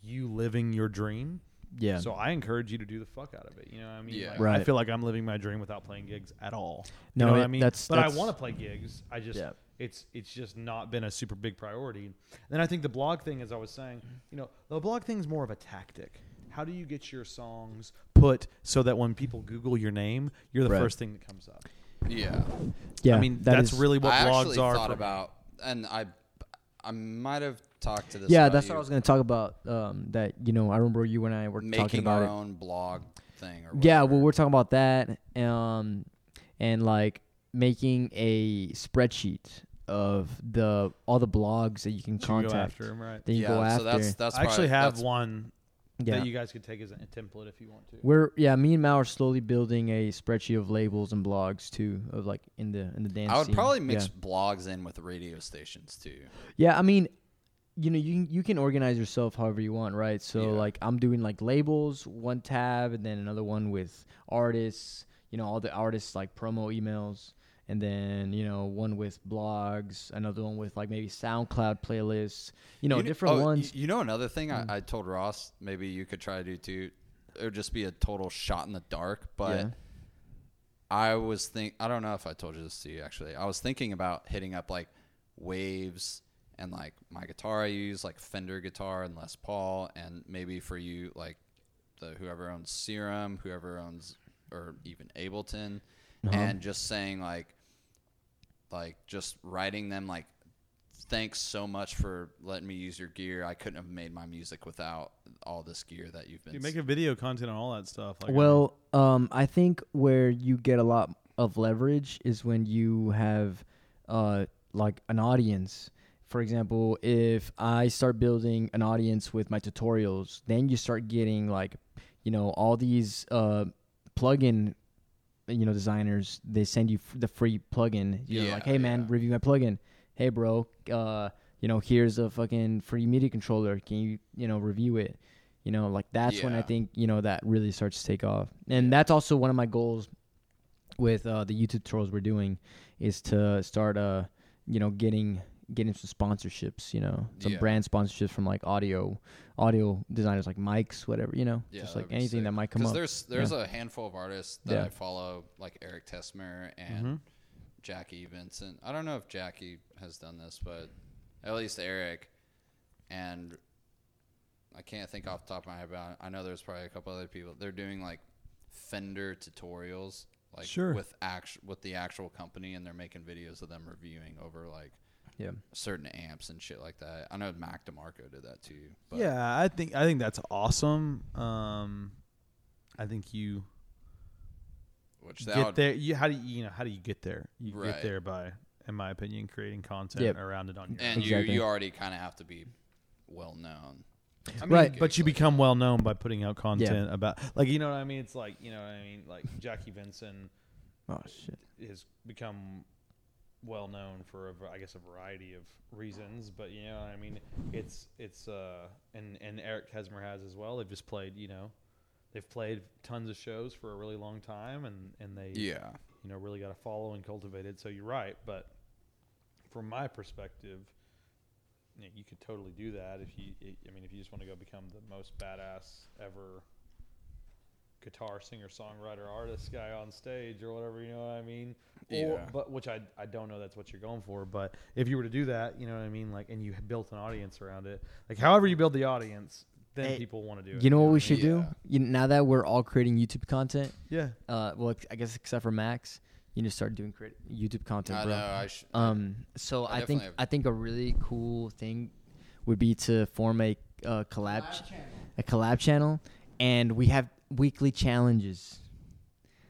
[SPEAKER 2] you living your dream.
[SPEAKER 1] yeah.
[SPEAKER 2] So I encourage you to do the fuck out of it. You know what I mean?
[SPEAKER 4] Yeah.
[SPEAKER 2] Like, I
[SPEAKER 1] Right.
[SPEAKER 2] feel like I'm living my dream without playing gigs at all.
[SPEAKER 1] No,
[SPEAKER 2] you know what
[SPEAKER 1] it-
[SPEAKER 2] I mean?
[SPEAKER 1] that's-
[SPEAKER 2] but I
[SPEAKER 1] that's-
[SPEAKER 2] want to play gigs. I just
[SPEAKER 1] Yeah.
[SPEAKER 2] it's it's just not been a super big priority. And then I think the blog thing, as I was saying, you know, the blog thing's more of a tactic. How do you get your songs put so that when people Google your name, you're the
[SPEAKER 1] Right.
[SPEAKER 2] first thing that comes up?
[SPEAKER 4] Yeah,
[SPEAKER 1] yeah.
[SPEAKER 2] I mean, that's
[SPEAKER 1] is-
[SPEAKER 2] really what
[SPEAKER 4] I
[SPEAKER 2] blogs
[SPEAKER 4] actually
[SPEAKER 2] are.
[SPEAKER 4] thought
[SPEAKER 2] for-
[SPEAKER 4] about, and I I might have talked to this.
[SPEAKER 1] Yeah,
[SPEAKER 4] about
[SPEAKER 1] that's
[SPEAKER 4] you,
[SPEAKER 1] what I was gonna talk about. Um, that you know, I remember you and I were talking
[SPEAKER 4] making
[SPEAKER 1] about
[SPEAKER 4] our
[SPEAKER 1] it.
[SPEAKER 4] own blog thing. Or
[SPEAKER 1] Yeah,
[SPEAKER 4] whatever.
[SPEAKER 1] well, we're talking about that, um, and like making a spreadsheet of the all the blogs that you can
[SPEAKER 2] You go
[SPEAKER 1] contact.
[SPEAKER 2] after 'em, right?
[SPEAKER 1] That you
[SPEAKER 4] yeah,
[SPEAKER 1] go after.
[SPEAKER 4] So that's that's
[SPEAKER 2] I actually
[SPEAKER 4] probably-
[SPEAKER 2] have
[SPEAKER 4] that's-
[SPEAKER 2] one
[SPEAKER 1] yeah,
[SPEAKER 2] that you guys could take as a template if you want to.
[SPEAKER 1] we're yeah. Me and Mal are slowly building a spreadsheet of labels and blogs too, of like in the in the dance.
[SPEAKER 4] I would
[SPEAKER 1] scene.
[SPEAKER 4] probably mix
[SPEAKER 1] Yeah.
[SPEAKER 4] blogs in with radio stations too.
[SPEAKER 1] Yeah, I mean, you know, you you can organize yourself however you want, right? So
[SPEAKER 4] Yeah.
[SPEAKER 1] like I'm doing like labels, one tab, and then another one with artists. You know, all the artists like promo emails, and then you know one with blogs, another one with like maybe SoundCloud playlists. You know,
[SPEAKER 4] kn-
[SPEAKER 1] different
[SPEAKER 4] oh, y-
[SPEAKER 1] ones. Mm.
[SPEAKER 4] You know, another thing I, I told Ross, maybe you could try to do too. It would just be a total shot in the dark. But
[SPEAKER 1] Yeah.
[SPEAKER 4] I was think I don't know if I told you this to you actually. I was thinking about hitting up like waves and like my guitar I use, like Fender guitar and Les Paul, and maybe for you like the whoever owns Serum, whoever owns or even Ableton,
[SPEAKER 1] Uh-huh.
[SPEAKER 4] and just saying like like just writing them like thanks so much for letting me use your gear. I couldn't have made my music without all this gear that you've been.
[SPEAKER 2] You make a video content on all that stuff. Like
[SPEAKER 1] Well, um, I think where you get a lot of leverage is when you have uh, like an audience for example, if I start building an audience with my tutorials, then you start getting like, you know, all these uh, plugin, you know, designers. They send you f- the free plugin. You're
[SPEAKER 4] Yeah,
[SPEAKER 1] like, hey man,
[SPEAKER 4] yeah.
[SPEAKER 1] review my plugin. Hey bro, uh, you know, here's a fucking free media controller. Can you, you know, review it? You know, like that's when I
[SPEAKER 4] Yeah.
[SPEAKER 1] think you know that really starts to take off. And that's also one of my goals with uh, the YouTube tutorials we're doing is to start uh you know getting getting some sponsorships, you know, some
[SPEAKER 4] Yeah.
[SPEAKER 1] brand sponsorships from like audio audio designers like mics, whatever, you know,
[SPEAKER 4] Yeah,
[SPEAKER 1] just
[SPEAKER 4] that'd
[SPEAKER 1] like
[SPEAKER 4] be
[SPEAKER 1] anything
[SPEAKER 4] sick.
[SPEAKER 1] that might come
[SPEAKER 4] 'Cause
[SPEAKER 1] up.
[SPEAKER 4] There's there's a handful of artists that
[SPEAKER 1] Yeah. Mm-hmm.
[SPEAKER 4] I follow, like Eric Tesmer and Jackie Vincent. I don't know if Jackie has done this, but at least Eric and I can't think off the top of my head, but I- I know there's probably a couple other people. They're doing like Fender tutorials, like
[SPEAKER 2] Sure.
[SPEAKER 4] with act with the actual company, and they're making videos of them reviewing over like
[SPEAKER 1] yeah.
[SPEAKER 4] certain amps and shit like that. I know Mac DeMarco did that too. But
[SPEAKER 2] yeah, I think I think that's awesome. Um, I think you
[SPEAKER 4] which that
[SPEAKER 2] get
[SPEAKER 4] would-
[SPEAKER 2] there. You how do you, you know how do you get there? You
[SPEAKER 4] Right.
[SPEAKER 2] get there by, in my opinion, creating content
[SPEAKER 1] Yep.
[SPEAKER 2] around it on your.
[SPEAKER 4] and
[SPEAKER 1] Exactly.
[SPEAKER 4] you you already kind of have to be well known.
[SPEAKER 2] I
[SPEAKER 1] mean, Right.
[SPEAKER 2] But you
[SPEAKER 4] like-
[SPEAKER 2] become well known by putting out content about like you know what I mean. It's like you know what I mean. Like Jackie Vinson
[SPEAKER 1] Oh shit.
[SPEAKER 2] has become well known for a, v- I guess a variety of reasons, but you know what I mean. It's it's uh and and Eric Kesmer has as well. They've just played you know. They've played tons of shows for a really long time, and, and they
[SPEAKER 4] Yeah.
[SPEAKER 2] you know, really got to follow and cultivate it. So you're right, but from my perspective, you, know, you could totally do that if you. I- I mean, if you just want to go become the most badass ever guitar singer, songwriter, artist guy on stage or whatever, you know what I mean? Or-
[SPEAKER 4] Yeah.
[SPEAKER 2] but which I I don't know that's what you're going for, but if you were to do that, you know what I mean, like, and you built an audience around it, like, however you build the audience, then
[SPEAKER 1] Hey,
[SPEAKER 2] people want to do it.
[SPEAKER 1] You know what we
[SPEAKER 2] what
[SPEAKER 1] should do?
[SPEAKER 4] Yeah.
[SPEAKER 1] You, now that we're all creating YouTube content,
[SPEAKER 2] I mean? Yeah.
[SPEAKER 1] uh well ex- I guess except for Max, you need to start doing create YouTube content,
[SPEAKER 4] I
[SPEAKER 1] bro.
[SPEAKER 4] know. I sh-
[SPEAKER 1] Um, so
[SPEAKER 4] I
[SPEAKER 1] I, think
[SPEAKER 4] definitely have-
[SPEAKER 1] I think a really cool thing would be to form a uh, collab, ch- a collab channel, and we have weekly challenges.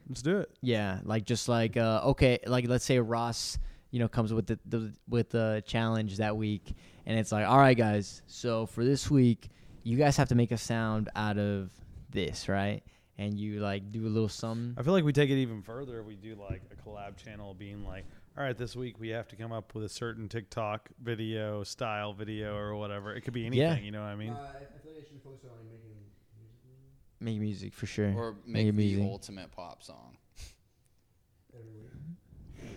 [SPEAKER 2] Let's do it.
[SPEAKER 1] Yeah, like just like uh, okay, like let's say Ross, you know, comes with the, the with the challenge that week, and it's like, all right, guys, so for this week, you guys have to make a sound out of this, right? And you like do a little something.
[SPEAKER 2] I feel like we take it even further if we do like a collab channel being like, all right, this week we have to come up with a certain TikTok video, style video, or whatever. It could be anything,
[SPEAKER 1] Yeah.
[SPEAKER 2] you know what Uh, I mean?
[SPEAKER 1] Make music for sure.
[SPEAKER 4] or
[SPEAKER 1] Make it
[SPEAKER 4] make the
[SPEAKER 1] easy.
[SPEAKER 4] ultimate pop song.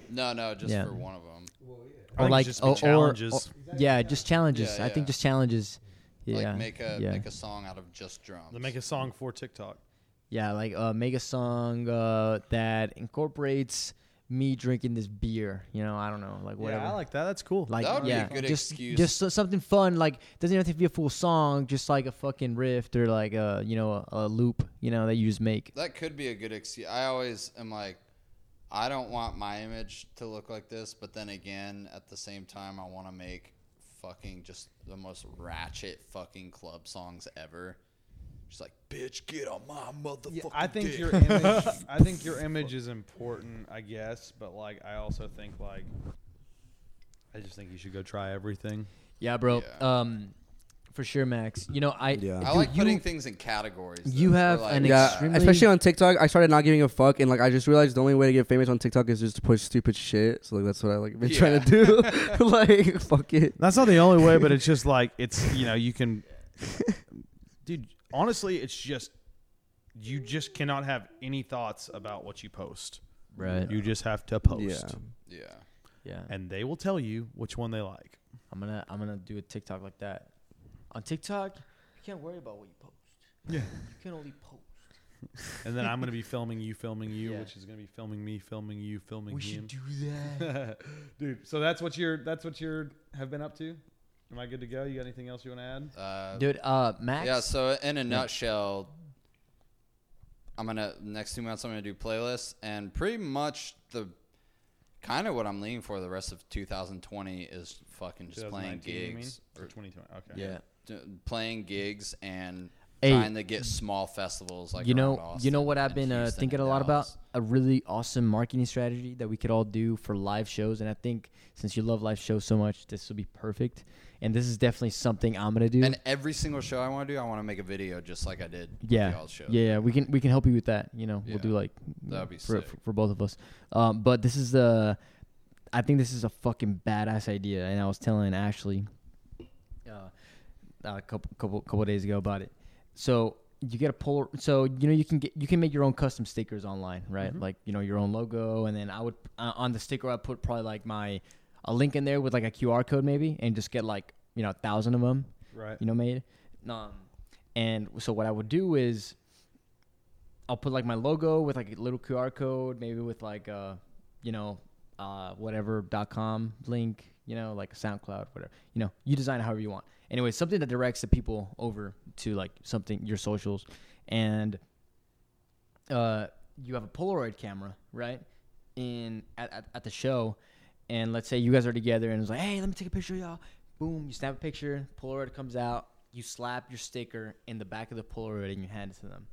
[SPEAKER 4] No, no, just
[SPEAKER 1] Yeah.
[SPEAKER 4] for one of them.
[SPEAKER 2] I think it
[SPEAKER 1] like-
[SPEAKER 2] should just
[SPEAKER 1] or-
[SPEAKER 2] be
[SPEAKER 1] or-
[SPEAKER 2] challenges.
[SPEAKER 1] yeah, just challenges.
[SPEAKER 4] Yeah,
[SPEAKER 1] I think
[SPEAKER 4] yeah.
[SPEAKER 1] just challenges. Yeah.
[SPEAKER 4] Like make a
[SPEAKER 1] yeah.
[SPEAKER 4] make a song out of just drums.
[SPEAKER 2] They make a song for TikTok.
[SPEAKER 1] Yeah, like uh, make a song uh, that incorporates me drinking this beer. You know, I don't know, like whatever.
[SPEAKER 2] Yeah, I like that. That's cool.
[SPEAKER 1] Like,
[SPEAKER 4] That would be
[SPEAKER 1] yeah,
[SPEAKER 4] a good
[SPEAKER 1] just
[SPEAKER 4] excuse.
[SPEAKER 1] just so- something fun. Like doesn't even have to be a full song. Just like a fucking riff or like a you know a, a loop. You know that you just make.
[SPEAKER 4] that could be a good excuse. I always am like, I don't want my image to look like this, but then again, at the same time, I want to make fucking just the most ratchet fucking club songs ever. Just like, bitch, get on my motherfucking.
[SPEAKER 2] I think
[SPEAKER 4] dick."
[SPEAKER 2] your image, I think your image is important, I guess, but like I also think like I just think you should go try everything.
[SPEAKER 1] Yeah, bro.
[SPEAKER 4] Yeah.
[SPEAKER 1] Um, for sure, Max. You know I.
[SPEAKER 3] Yeah.
[SPEAKER 4] I
[SPEAKER 1] Uh, dude,
[SPEAKER 4] like
[SPEAKER 1] you-
[SPEAKER 4] putting things in categories. though,
[SPEAKER 1] you
[SPEAKER 4] for,
[SPEAKER 1] have
[SPEAKER 4] like,
[SPEAKER 1] an
[SPEAKER 3] Yeah,
[SPEAKER 1] extremely-
[SPEAKER 3] especially on TikTok, I started not giving a fuck, and like I just realized the only way to get famous on TikTok is just to post stupid shit. So like that's what I like been trying to do. like fuck it.
[SPEAKER 2] That's not the only way, but it's just like it's you know you can, dude. Honestly, it's just you just cannot have any thoughts about what you post.
[SPEAKER 1] Right.
[SPEAKER 2] You just have to post,
[SPEAKER 4] yeah.
[SPEAKER 1] Yeah.
[SPEAKER 2] and they will tell you which one they like.
[SPEAKER 1] I'm gonna I'm gonna do a TikTok like that. On TikTok, you can't worry about what you post.
[SPEAKER 2] Yeah.
[SPEAKER 1] You can only post.
[SPEAKER 2] And then I'm gonna be filming you, filming you,
[SPEAKER 1] Yeah.
[SPEAKER 2] which is gonna be filming me, filming you, filming
[SPEAKER 1] We
[SPEAKER 2] him.
[SPEAKER 1] should do that.
[SPEAKER 2] dude. So that's what you're. That's what you're have been up to. Am I good to go? You got anything else you want to add?
[SPEAKER 4] Uh,
[SPEAKER 1] Dude, uh, Max.
[SPEAKER 4] Yeah, so in a nutshell, I'm gonna next two months I'm gonna do playlists and pretty much the kind of what I'm leaning for the rest of 2020 is fucking just playing
[SPEAKER 2] 2019, you mean?
[SPEAKER 4] gigs,
[SPEAKER 2] or 2020. Okay.
[SPEAKER 1] yeah.
[SPEAKER 4] D- playing gigs and
[SPEAKER 1] Hey.
[SPEAKER 4] trying to get small festivals like
[SPEAKER 1] you know,
[SPEAKER 4] around
[SPEAKER 1] you know
[SPEAKER 4] Austin
[SPEAKER 1] what I've
[SPEAKER 4] and
[SPEAKER 1] been uh,
[SPEAKER 4] Houston
[SPEAKER 1] thinking
[SPEAKER 4] and
[SPEAKER 1] a lot about?
[SPEAKER 4] Dallas.
[SPEAKER 1] A really awesome marketing strategy that we could all do for live shows, and I think since you love live shows so much, this will be perfect. And this is definitely something I'm gonna do.
[SPEAKER 4] And every single show I want to do, I want to make a video just like I did. with
[SPEAKER 1] yeah,
[SPEAKER 4] y'all's show.
[SPEAKER 1] yeah, yeah, we can we can help you with that. You know, we'll do
[SPEAKER 4] Yeah.
[SPEAKER 1] like
[SPEAKER 4] That'd be
[SPEAKER 1] for,
[SPEAKER 4] sick.
[SPEAKER 1] for for both of us. Um, but this is the, I think this is a fucking badass idea, and I was telling Ashley, uh, a couple couple couple days ago about it. So you get a polar. So you know you can get you can make your own custom stickers online, right?
[SPEAKER 4] Mm-hmm.
[SPEAKER 1] Like you know your own logo, and then I would uh, on the sticker I put probably like my a link in there with like a QR code maybe, and just get like you know a thousand of them,
[SPEAKER 2] Right.
[SPEAKER 1] You know made. Um, and so what I would do is I'll put like my logo with like a little QR code, maybe with like uh, you know, uh, whatever dot com link, you know, like SoundCloud, whatever. You know, you design it however you want. Anyway, something that directs the people over to like something your socials, and uh, you have a Polaroid camera, right? In at, at, at the show, and let's say you guys are together, and it's like, hey, let me take a picture of y'all. Boom, you snap a picture. Polaroid comes out. You slap your sticker in the back of the Polaroid and you hand it to them,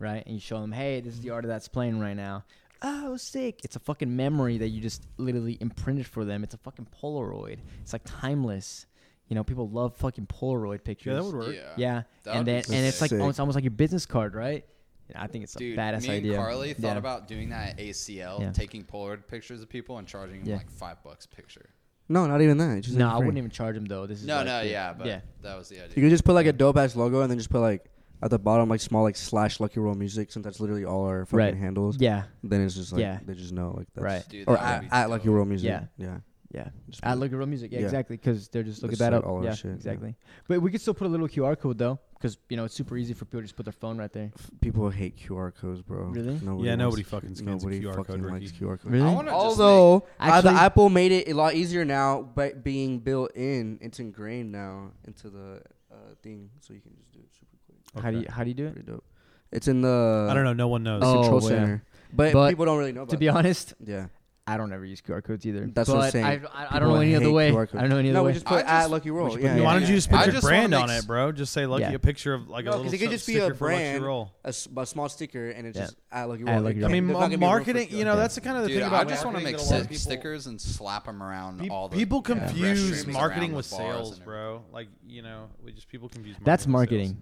[SPEAKER 1] right? And you show them, hey, this is the art that's playing right now. Oh, sick! It's a fucking memory that you just literally imprinted for them. It's a fucking Polaroid. It's like timeless. You know, people love fucking Polaroid pictures.
[SPEAKER 2] Yeah, that would work.
[SPEAKER 4] Yeah.
[SPEAKER 1] Yeah,
[SPEAKER 4] That
[SPEAKER 1] and
[SPEAKER 4] would be
[SPEAKER 1] then and it's like
[SPEAKER 3] sick.
[SPEAKER 1] oh, it's almost like your business card, right? And I think it's a
[SPEAKER 4] Dude,
[SPEAKER 1] badass
[SPEAKER 4] me and
[SPEAKER 1] idea.
[SPEAKER 4] Carly thought
[SPEAKER 1] Yeah.
[SPEAKER 4] about doing that at ACL,
[SPEAKER 1] Yeah.
[SPEAKER 4] taking Polaroid pictures of people and charging them
[SPEAKER 1] Yeah.
[SPEAKER 4] like five bucks a picture.
[SPEAKER 3] No, not even that. It's just
[SPEAKER 1] No,
[SPEAKER 3] like
[SPEAKER 1] I
[SPEAKER 3] free.
[SPEAKER 1] wouldn't even charge him though. This is
[SPEAKER 4] No,
[SPEAKER 1] like
[SPEAKER 4] no,
[SPEAKER 1] the-
[SPEAKER 4] yeah, but
[SPEAKER 1] yeah,
[SPEAKER 4] that was the idea.
[SPEAKER 3] You could just put like a dope ass logo and then just put like at the bottom like small like slash Lucky Roll Music since that's literally all our fucking
[SPEAKER 1] Right.
[SPEAKER 3] handles.
[SPEAKER 1] yeah,
[SPEAKER 3] Then it's just like
[SPEAKER 1] Yeah.
[SPEAKER 3] they just know like that's
[SPEAKER 1] Right.
[SPEAKER 4] Dude,
[SPEAKER 3] Or
[SPEAKER 4] that would
[SPEAKER 3] at,
[SPEAKER 4] be
[SPEAKER 3] at Lucky
[SPEAKER 4] dope.
[SPEAKER 3] Roll Music.
[SPEAKER 1] Yeah.
[SPEAKER 3] yeah.
[SPEAKER 1] yeah.
[SPEAKER 3] Just
[SPEAKER 1] I look at real music. Yeah,
[SPEAKER 3] Yeah.
[SPEAKER 1] exactly. Because they're just looking
[SPEAKER 3] That's
[SPEAKER 1] that
[SPEAKER 3] like
[SPEAKER 1] up.
[SPEAKER 3] all our
[SPEAKER 1] yeah,
[SPEAKER 3] shit, yeah.
[SPEAKER 1] exactly. But we could still put a little QR code though, because you know it's super easy for people to just put their phone right there.
[SPEAKER 3] people hate QR codes, bro.
[SPEAKER 1] Really?
[SPEAKER 3] Nobody
[SPEAKER 2] Yeah,
[SPEAKER 3] wants-
[SPEAKER 2] nobody fucking scans a
[SPEAKER 3] nobody
[SPEAKER 2] QR code,
[SPEAKER 3] fucking
[SPEAKER 2] Ricky.
[SPEAKER 3] likes QR codes.
[SPEAKER 1] Really?
[SPEAKER 4] I wanna just
[SPEAKER 3] Although uh, the
[SPEAKER 1] Actually-
[SPEAKER 3] Apple made it a lot easier now, but being built in, it's ingrained now into the uh, thing, so you can just do it super quick.
[SPEAKER 1] How do
[SPEAKER 2] Okay.
[SPEAKER 1] you how do you do it?
[SPEAKER 3] Pretty dope. It's in the
[SPEAKER 2] I don't know. No one knows.
[SPEAKER 3] the
[SPEAKER 1] Oh,
[SPEAKER 3] control
[SPEAKER 1] yeah.
[SPEAKER 3] center, but,
[SPEAKER 1] But
[SPEAKER 3] people don't really know about.
[SPEAKER 1] To be honest,
[SPEAKER 3] it. yeah,
[SPEAKER 1] I don't ever use QR codes either.
[SPEAKER 3] That's what I'm
[SPEAKER 1] But
[SPEAKER 3] saying.
[SPEAKER 1] I, I, I don't know
[SPEAKER 3] People
[SPEAKER 1] any other
[SPEAKER 3] hate
[SPEAKER 1] way. I
[SPEAKER 3] QR codes.
[SPEAKER 1] don't know any other
[SPEAKER 3] no,
[SPEAKER 1] way.
[SPEAKER 3] we just put
[SPEAKER 4] I
[SPEAKER 3] at
[SPEAKER 4] just-
[SPEAKER 3] Lucky
[SPEAKER 1] we
[SPEAKER 3] Roll.
[SPEAKER 1] should put
[SPEAKER 3] Yeah,
[SPEAKER 1] it-
[SPEAKER 3] yeah,
[SPEAKER 2] Why don't
[SPEAKER 3] yeah.
[SPEAKER 2] you just
[SPEAKER 4] I
[SPEAKER 2] put your
[SPEAKER 4] just wanna
[SPEAKER 2] brand
[SPEAKER 4] make
[SPEAKER 2] on
[SPEAKER 4] s-
[SPEAKER 2] it, bro? Just say like
[SPEAKER 1] Yeah.
[SPEAKER 2] a picture of like
[SPEAKER 3] No,
[SPEAKER 2] a
[SPEAKER 3] 'cause
[SPEAKER 2] little
[SPEAKER 3] it could
[SPEAKER 2] s-
[SPEAKER 3] just be
[SPEAKER 2] sticker
[SPEAKER 3] a
[SPEAKER 2] for Lucky
[SPEAKER 3] brand.
[SPEAKER 2] Roll.
[SPEAKER 3] a, s- a small sticker, and it's
[SPEAKER 1] Yeah.
[SPEAKER 3] just at Lucky
[SPEAKER 1] At
[SPEAKER 3] Roll.
[SPEAKER 1] Lucky
[SPEAKER 3] It
[SPEAKER 1] Roll.
[SPEAKER 2] I
[SPEAKER 3] can't-
[SPEAKER 2] mean,
[SPEAKER 3] there's not
[SPEAKER 2] ma-
[SPEAKER 3] gonna be a real
[SPEAKER 2] marketing.
[SPEAKER 3] first
[SPEAKER 2] You know,
[SPEAKER 3] go.
[SPEAKER 2] that's the kind of the
[SPEAKER 4] Dude,
[SPEAKER 2] thing
[SPEAKER 4] I
[SPEAKER 2] about
[SPEAKER 4] just want to
[SPEAKER 2] marketing
[SPEAKER 4] make
[SPEAKER 2] that a lot of
[SPEAKER 4] sick
[SPEAKER 2] people-
[SPEAKER 4] stickers and slap them around
[SPEAKER 2] Pe-
[SPEAKER 4] all the
[SPEAKER 2] people
[SPEAKER 4] yeah,
[SPEAKER 2] confuse
[SPEAKER 4] restrooms around
[SPEAKER 2] marketing
[SPEAKER 4] the
[SPEAKER 2] with
[SPEAKER 4] bars and
[SPEAKER 2] sales,
[SPEAKER 4] everything.
[SPEAKER 2] bro. Like you know, we just people confuse. Marketing
[SPEAKER 1] That's
[SPEAKER 2] with
[SPEAKER 1] marketing.
[SPEAKER 2] sales.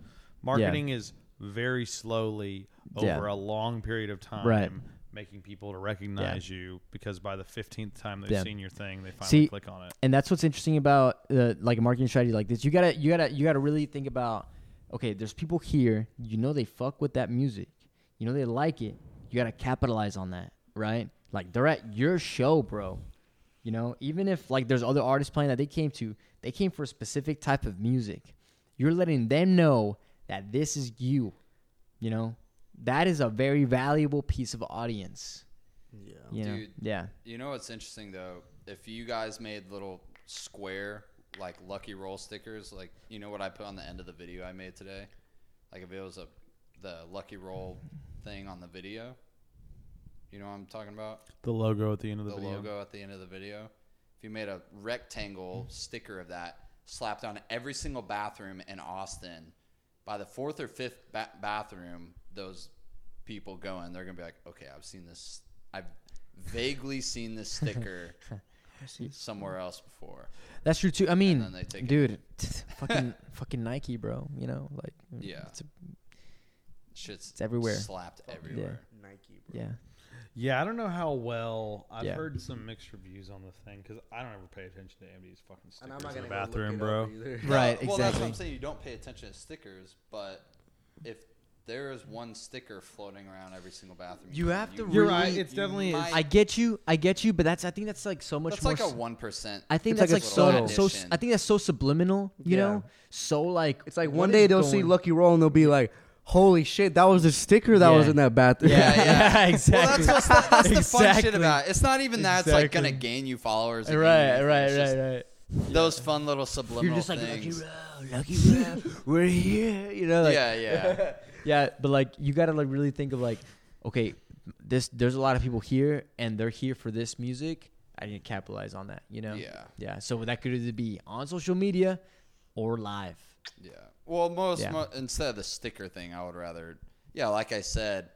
[SPEAKER 2] Marketing is very slowly over
[SPEAKER 1] Yeah.
[SPEAKER 2] a long period of time,
[SPEAKER 1] Right.
[SPEAKER 2] making people to recognize you because by the fifteenth time they've
[SPEAKER 1] Yeah.
[SPEAKER 2] seen your thing, they finally
[SPEAKER 1] See,
[SPEAKER 2] click on it.
[SPEAKER 1] and that's what's interesting about uh, like a marketing strategy like this. You gotta you gotta you gotta really think about okay, there's people here, you know they fuck with that music. You know they like it. You gotta capitalize on that, right? Like they're at your show, bro. You know, even if like there's other artists playing that they came to, they came for a specific type of music. You're letting them know that this is you. You know? That is a very valuable piece of audience.
[SPEAKER 3] Yeah.
[SPEAKER 1] You know?
[SPEAKER 4] Dude.
[SPEAKER 1] Yeah.
[SPEAKER 4] You know what's interesting though? If you guys made little square like lucky roll stickers, like you know what I put on the end of the video I made today? Like if it was a the lucky roll thing on the video. You know what I'm talking about?
[SPEAKER 2] The logo at the end of the,
[SPEAKER 4] The
[SPEAKER 2] video.
[SPEAKER 4] logo at the end of the video. If you made a rectangle
[SPEAKER 1] Mm-hmm.
[SPEAKER 4] sticker of that slapped on every single bathroom in Austin, by the fourth or fifth ba- bathroom, those people going, they're gonna be like, "Okay, I've seen this. I've vaguely seen this sticker somewhere else before."
[SPEAKER 1] That's true too. I mean,
[SPEAKER 4] then they take it.
[SPEAKER 1] dude, fucking fucking Nike, bro. You know, like mm,
[SPEAKER 4] Yeah.
[SPEAKER 1] it's a-
[SPEAKER 4] Shit's
[SPEAKER 1] It's everywhere.
[SPEAKER 4] slapped everywhere.
[SPEAKER 3] Nike, bro.
[SPEAKER 1] yeah,
[SPEAKER 2] Yeah, I don't know how well I've
[SPEAKER 1] Yeah.
[SPEAKER 2] heard some mixed reviews on the thing because I don't ever pay attention to AMD's fucking stickers
[SPEAKER 3] And I'm not
[SPEAKER 2] in the
[SPEAKER 3] gonna go look
[SPEAKER 2] bathroom,
[SPEAKER 3] it
[SPEAKER 2] bro.
[SPEAKER 3] up either.
[SPEAKER 1] right,
[SPEAKER 4] Well, that's what I'm
[SPEAKER 1] exactly.
[SPEAKER 4] saying. You don't pay attention to stickers, but if there is one sticker floating around every single bathroom,
[SPEAKER 1] You have to
[SPEAKER 2] You're
[SPEAKER 1] Really?
[SPEAKER 2] right. It's
[SPEAKER 4] you
[SPEAKER 2] definitely is.
[SPEAKER 4] might-
[SPEAKER 1] I get you, I get you, but that's I think that's like so much
[SPEAKER 4] that's
[SPEAKER 1] more.
[SPEAKER 4] like a
[SPEAKER 1] s-
[SPEAKER 4] one percent.
[SPEAKER 1] I think
[SPEAKER 3] It's like
[SPEAKER 1] that's
[SPEAKER 3] a
[SPEAKER 1] like, so so.
[SPEAKER 4] subtle
[SPEAKER 1] s- I
[SPEAKER 4] addition.
[SPEAKER 1] think that's so subliminal. You
[SPEAKER 3] Yeah.
[SPEAKER 1] know, so like
[SPEAKER 3] It's like
[SPEAKER 1] what
[SPEAKER 3] one
[SPEAKER 1] is
[SPEAKER 3] day they'll
[SPEAKER 1] going-
[SPEAKER 3] see Lucky Roll and they'll be like, "Holy shit, that was the sticker that was
[SPEAKER 1] Yeah.
[SPEAKER 3] in that bathroom."
[SPEAKER 1] Yeah,
[SPEAKER 4] Yeah,
[SPEAKER 1] yeah,
[SPEAKER 4] yeah.
[SPEAKER 1] exactly.
[SPEAKER 4] Well, that's, what's, that's the fun shit
[SPEAKER 1] Exactly.
[SPEAKER 4] about. it. It's not even that it's like gonna
[SPEAKER 1] Exactly.
[SPEAKER 4] gain you followers. and gain you
[SPEAKER 1] Right,
[SPEAKER 4] anything.
[SPEAKER 1] right,
[SPEAKER 4] It's just
[SPEAKER 1] right, right.
[SPEAKER 4] Those fun little subliminal
[SPEAKER 1] You're just like
[SPEAKER 4] things.
[SPEAKER 1] lucky, bro, lucky, bro. We're here, you know. Like,
[SPEAKER 4] yeah, yeah.
[SPEAKER 1] yeah but like you gotta like really think of like okay this there's a lot of people here and they're here for this music i need to capitalize on that you know
[SPEAKER 4] Yeah.
[SPEAKER 1] yeah so that could either be on social media or live
[SPEAKER 4] yeah. Well, most
[SPEAKER 1] Yeah.
[SPEAKER 4] mo- instead of the sticker thing, I would rather, yeah, like I said,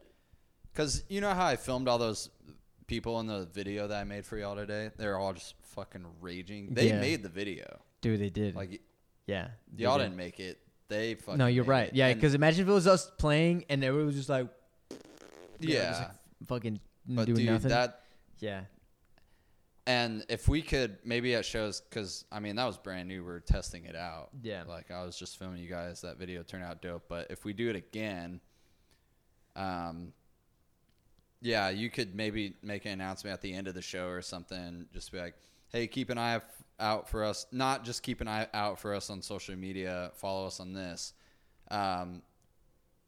[SPEAKER 4] because you know how I filmed all those people in the video that I made for y'all today. They're all just fucking raging. They
[SPEAKER 1] Yeah.
[SPEAKER 4] made the video.
[SPEAKER 1] Dude, they did.
[SPEAKER 4] Like
[SPEAKER 1] yeah. they
[SPEAKER 4] y'all
[SPEAKER 1] did.
[SPEAKER 4] didn't make it. They fucking.
[SPEAKER 1] No, you're
[SPEAKER 4] made
[SPEAKER 1] right.
[SPEAKER 4] it.
[SPEAKER 1] Yeah,
[SPEAKER 4] And-
[SPEAKER 1] because imagine if it was us playing and everyone was just like
[SPEAKER 4] yeah,
[SPEAKER 1] fucking
[SPEAKER 4] but
[SPEAKER 1] doing
[SPEAKER 4] dude,
[SPEAKER 1] nothing.
[SPEAKER 4] that
[SPEAKER 1] yeah.
[SPEAKER 4] and if we could maybe at shows because I mean that was brand new. We are testing it out.
[SPEAKER 1] Yeah.
[SPEAKER 4] like I was just filming you guys. That video turned out dope. But if we do it again, um, yeah, you could maybe make an announcement at the end of the show or something. Just be like, hey, keep an eye f- out for us. Not just keep an eye out for us on social media. Follow us on this. Um,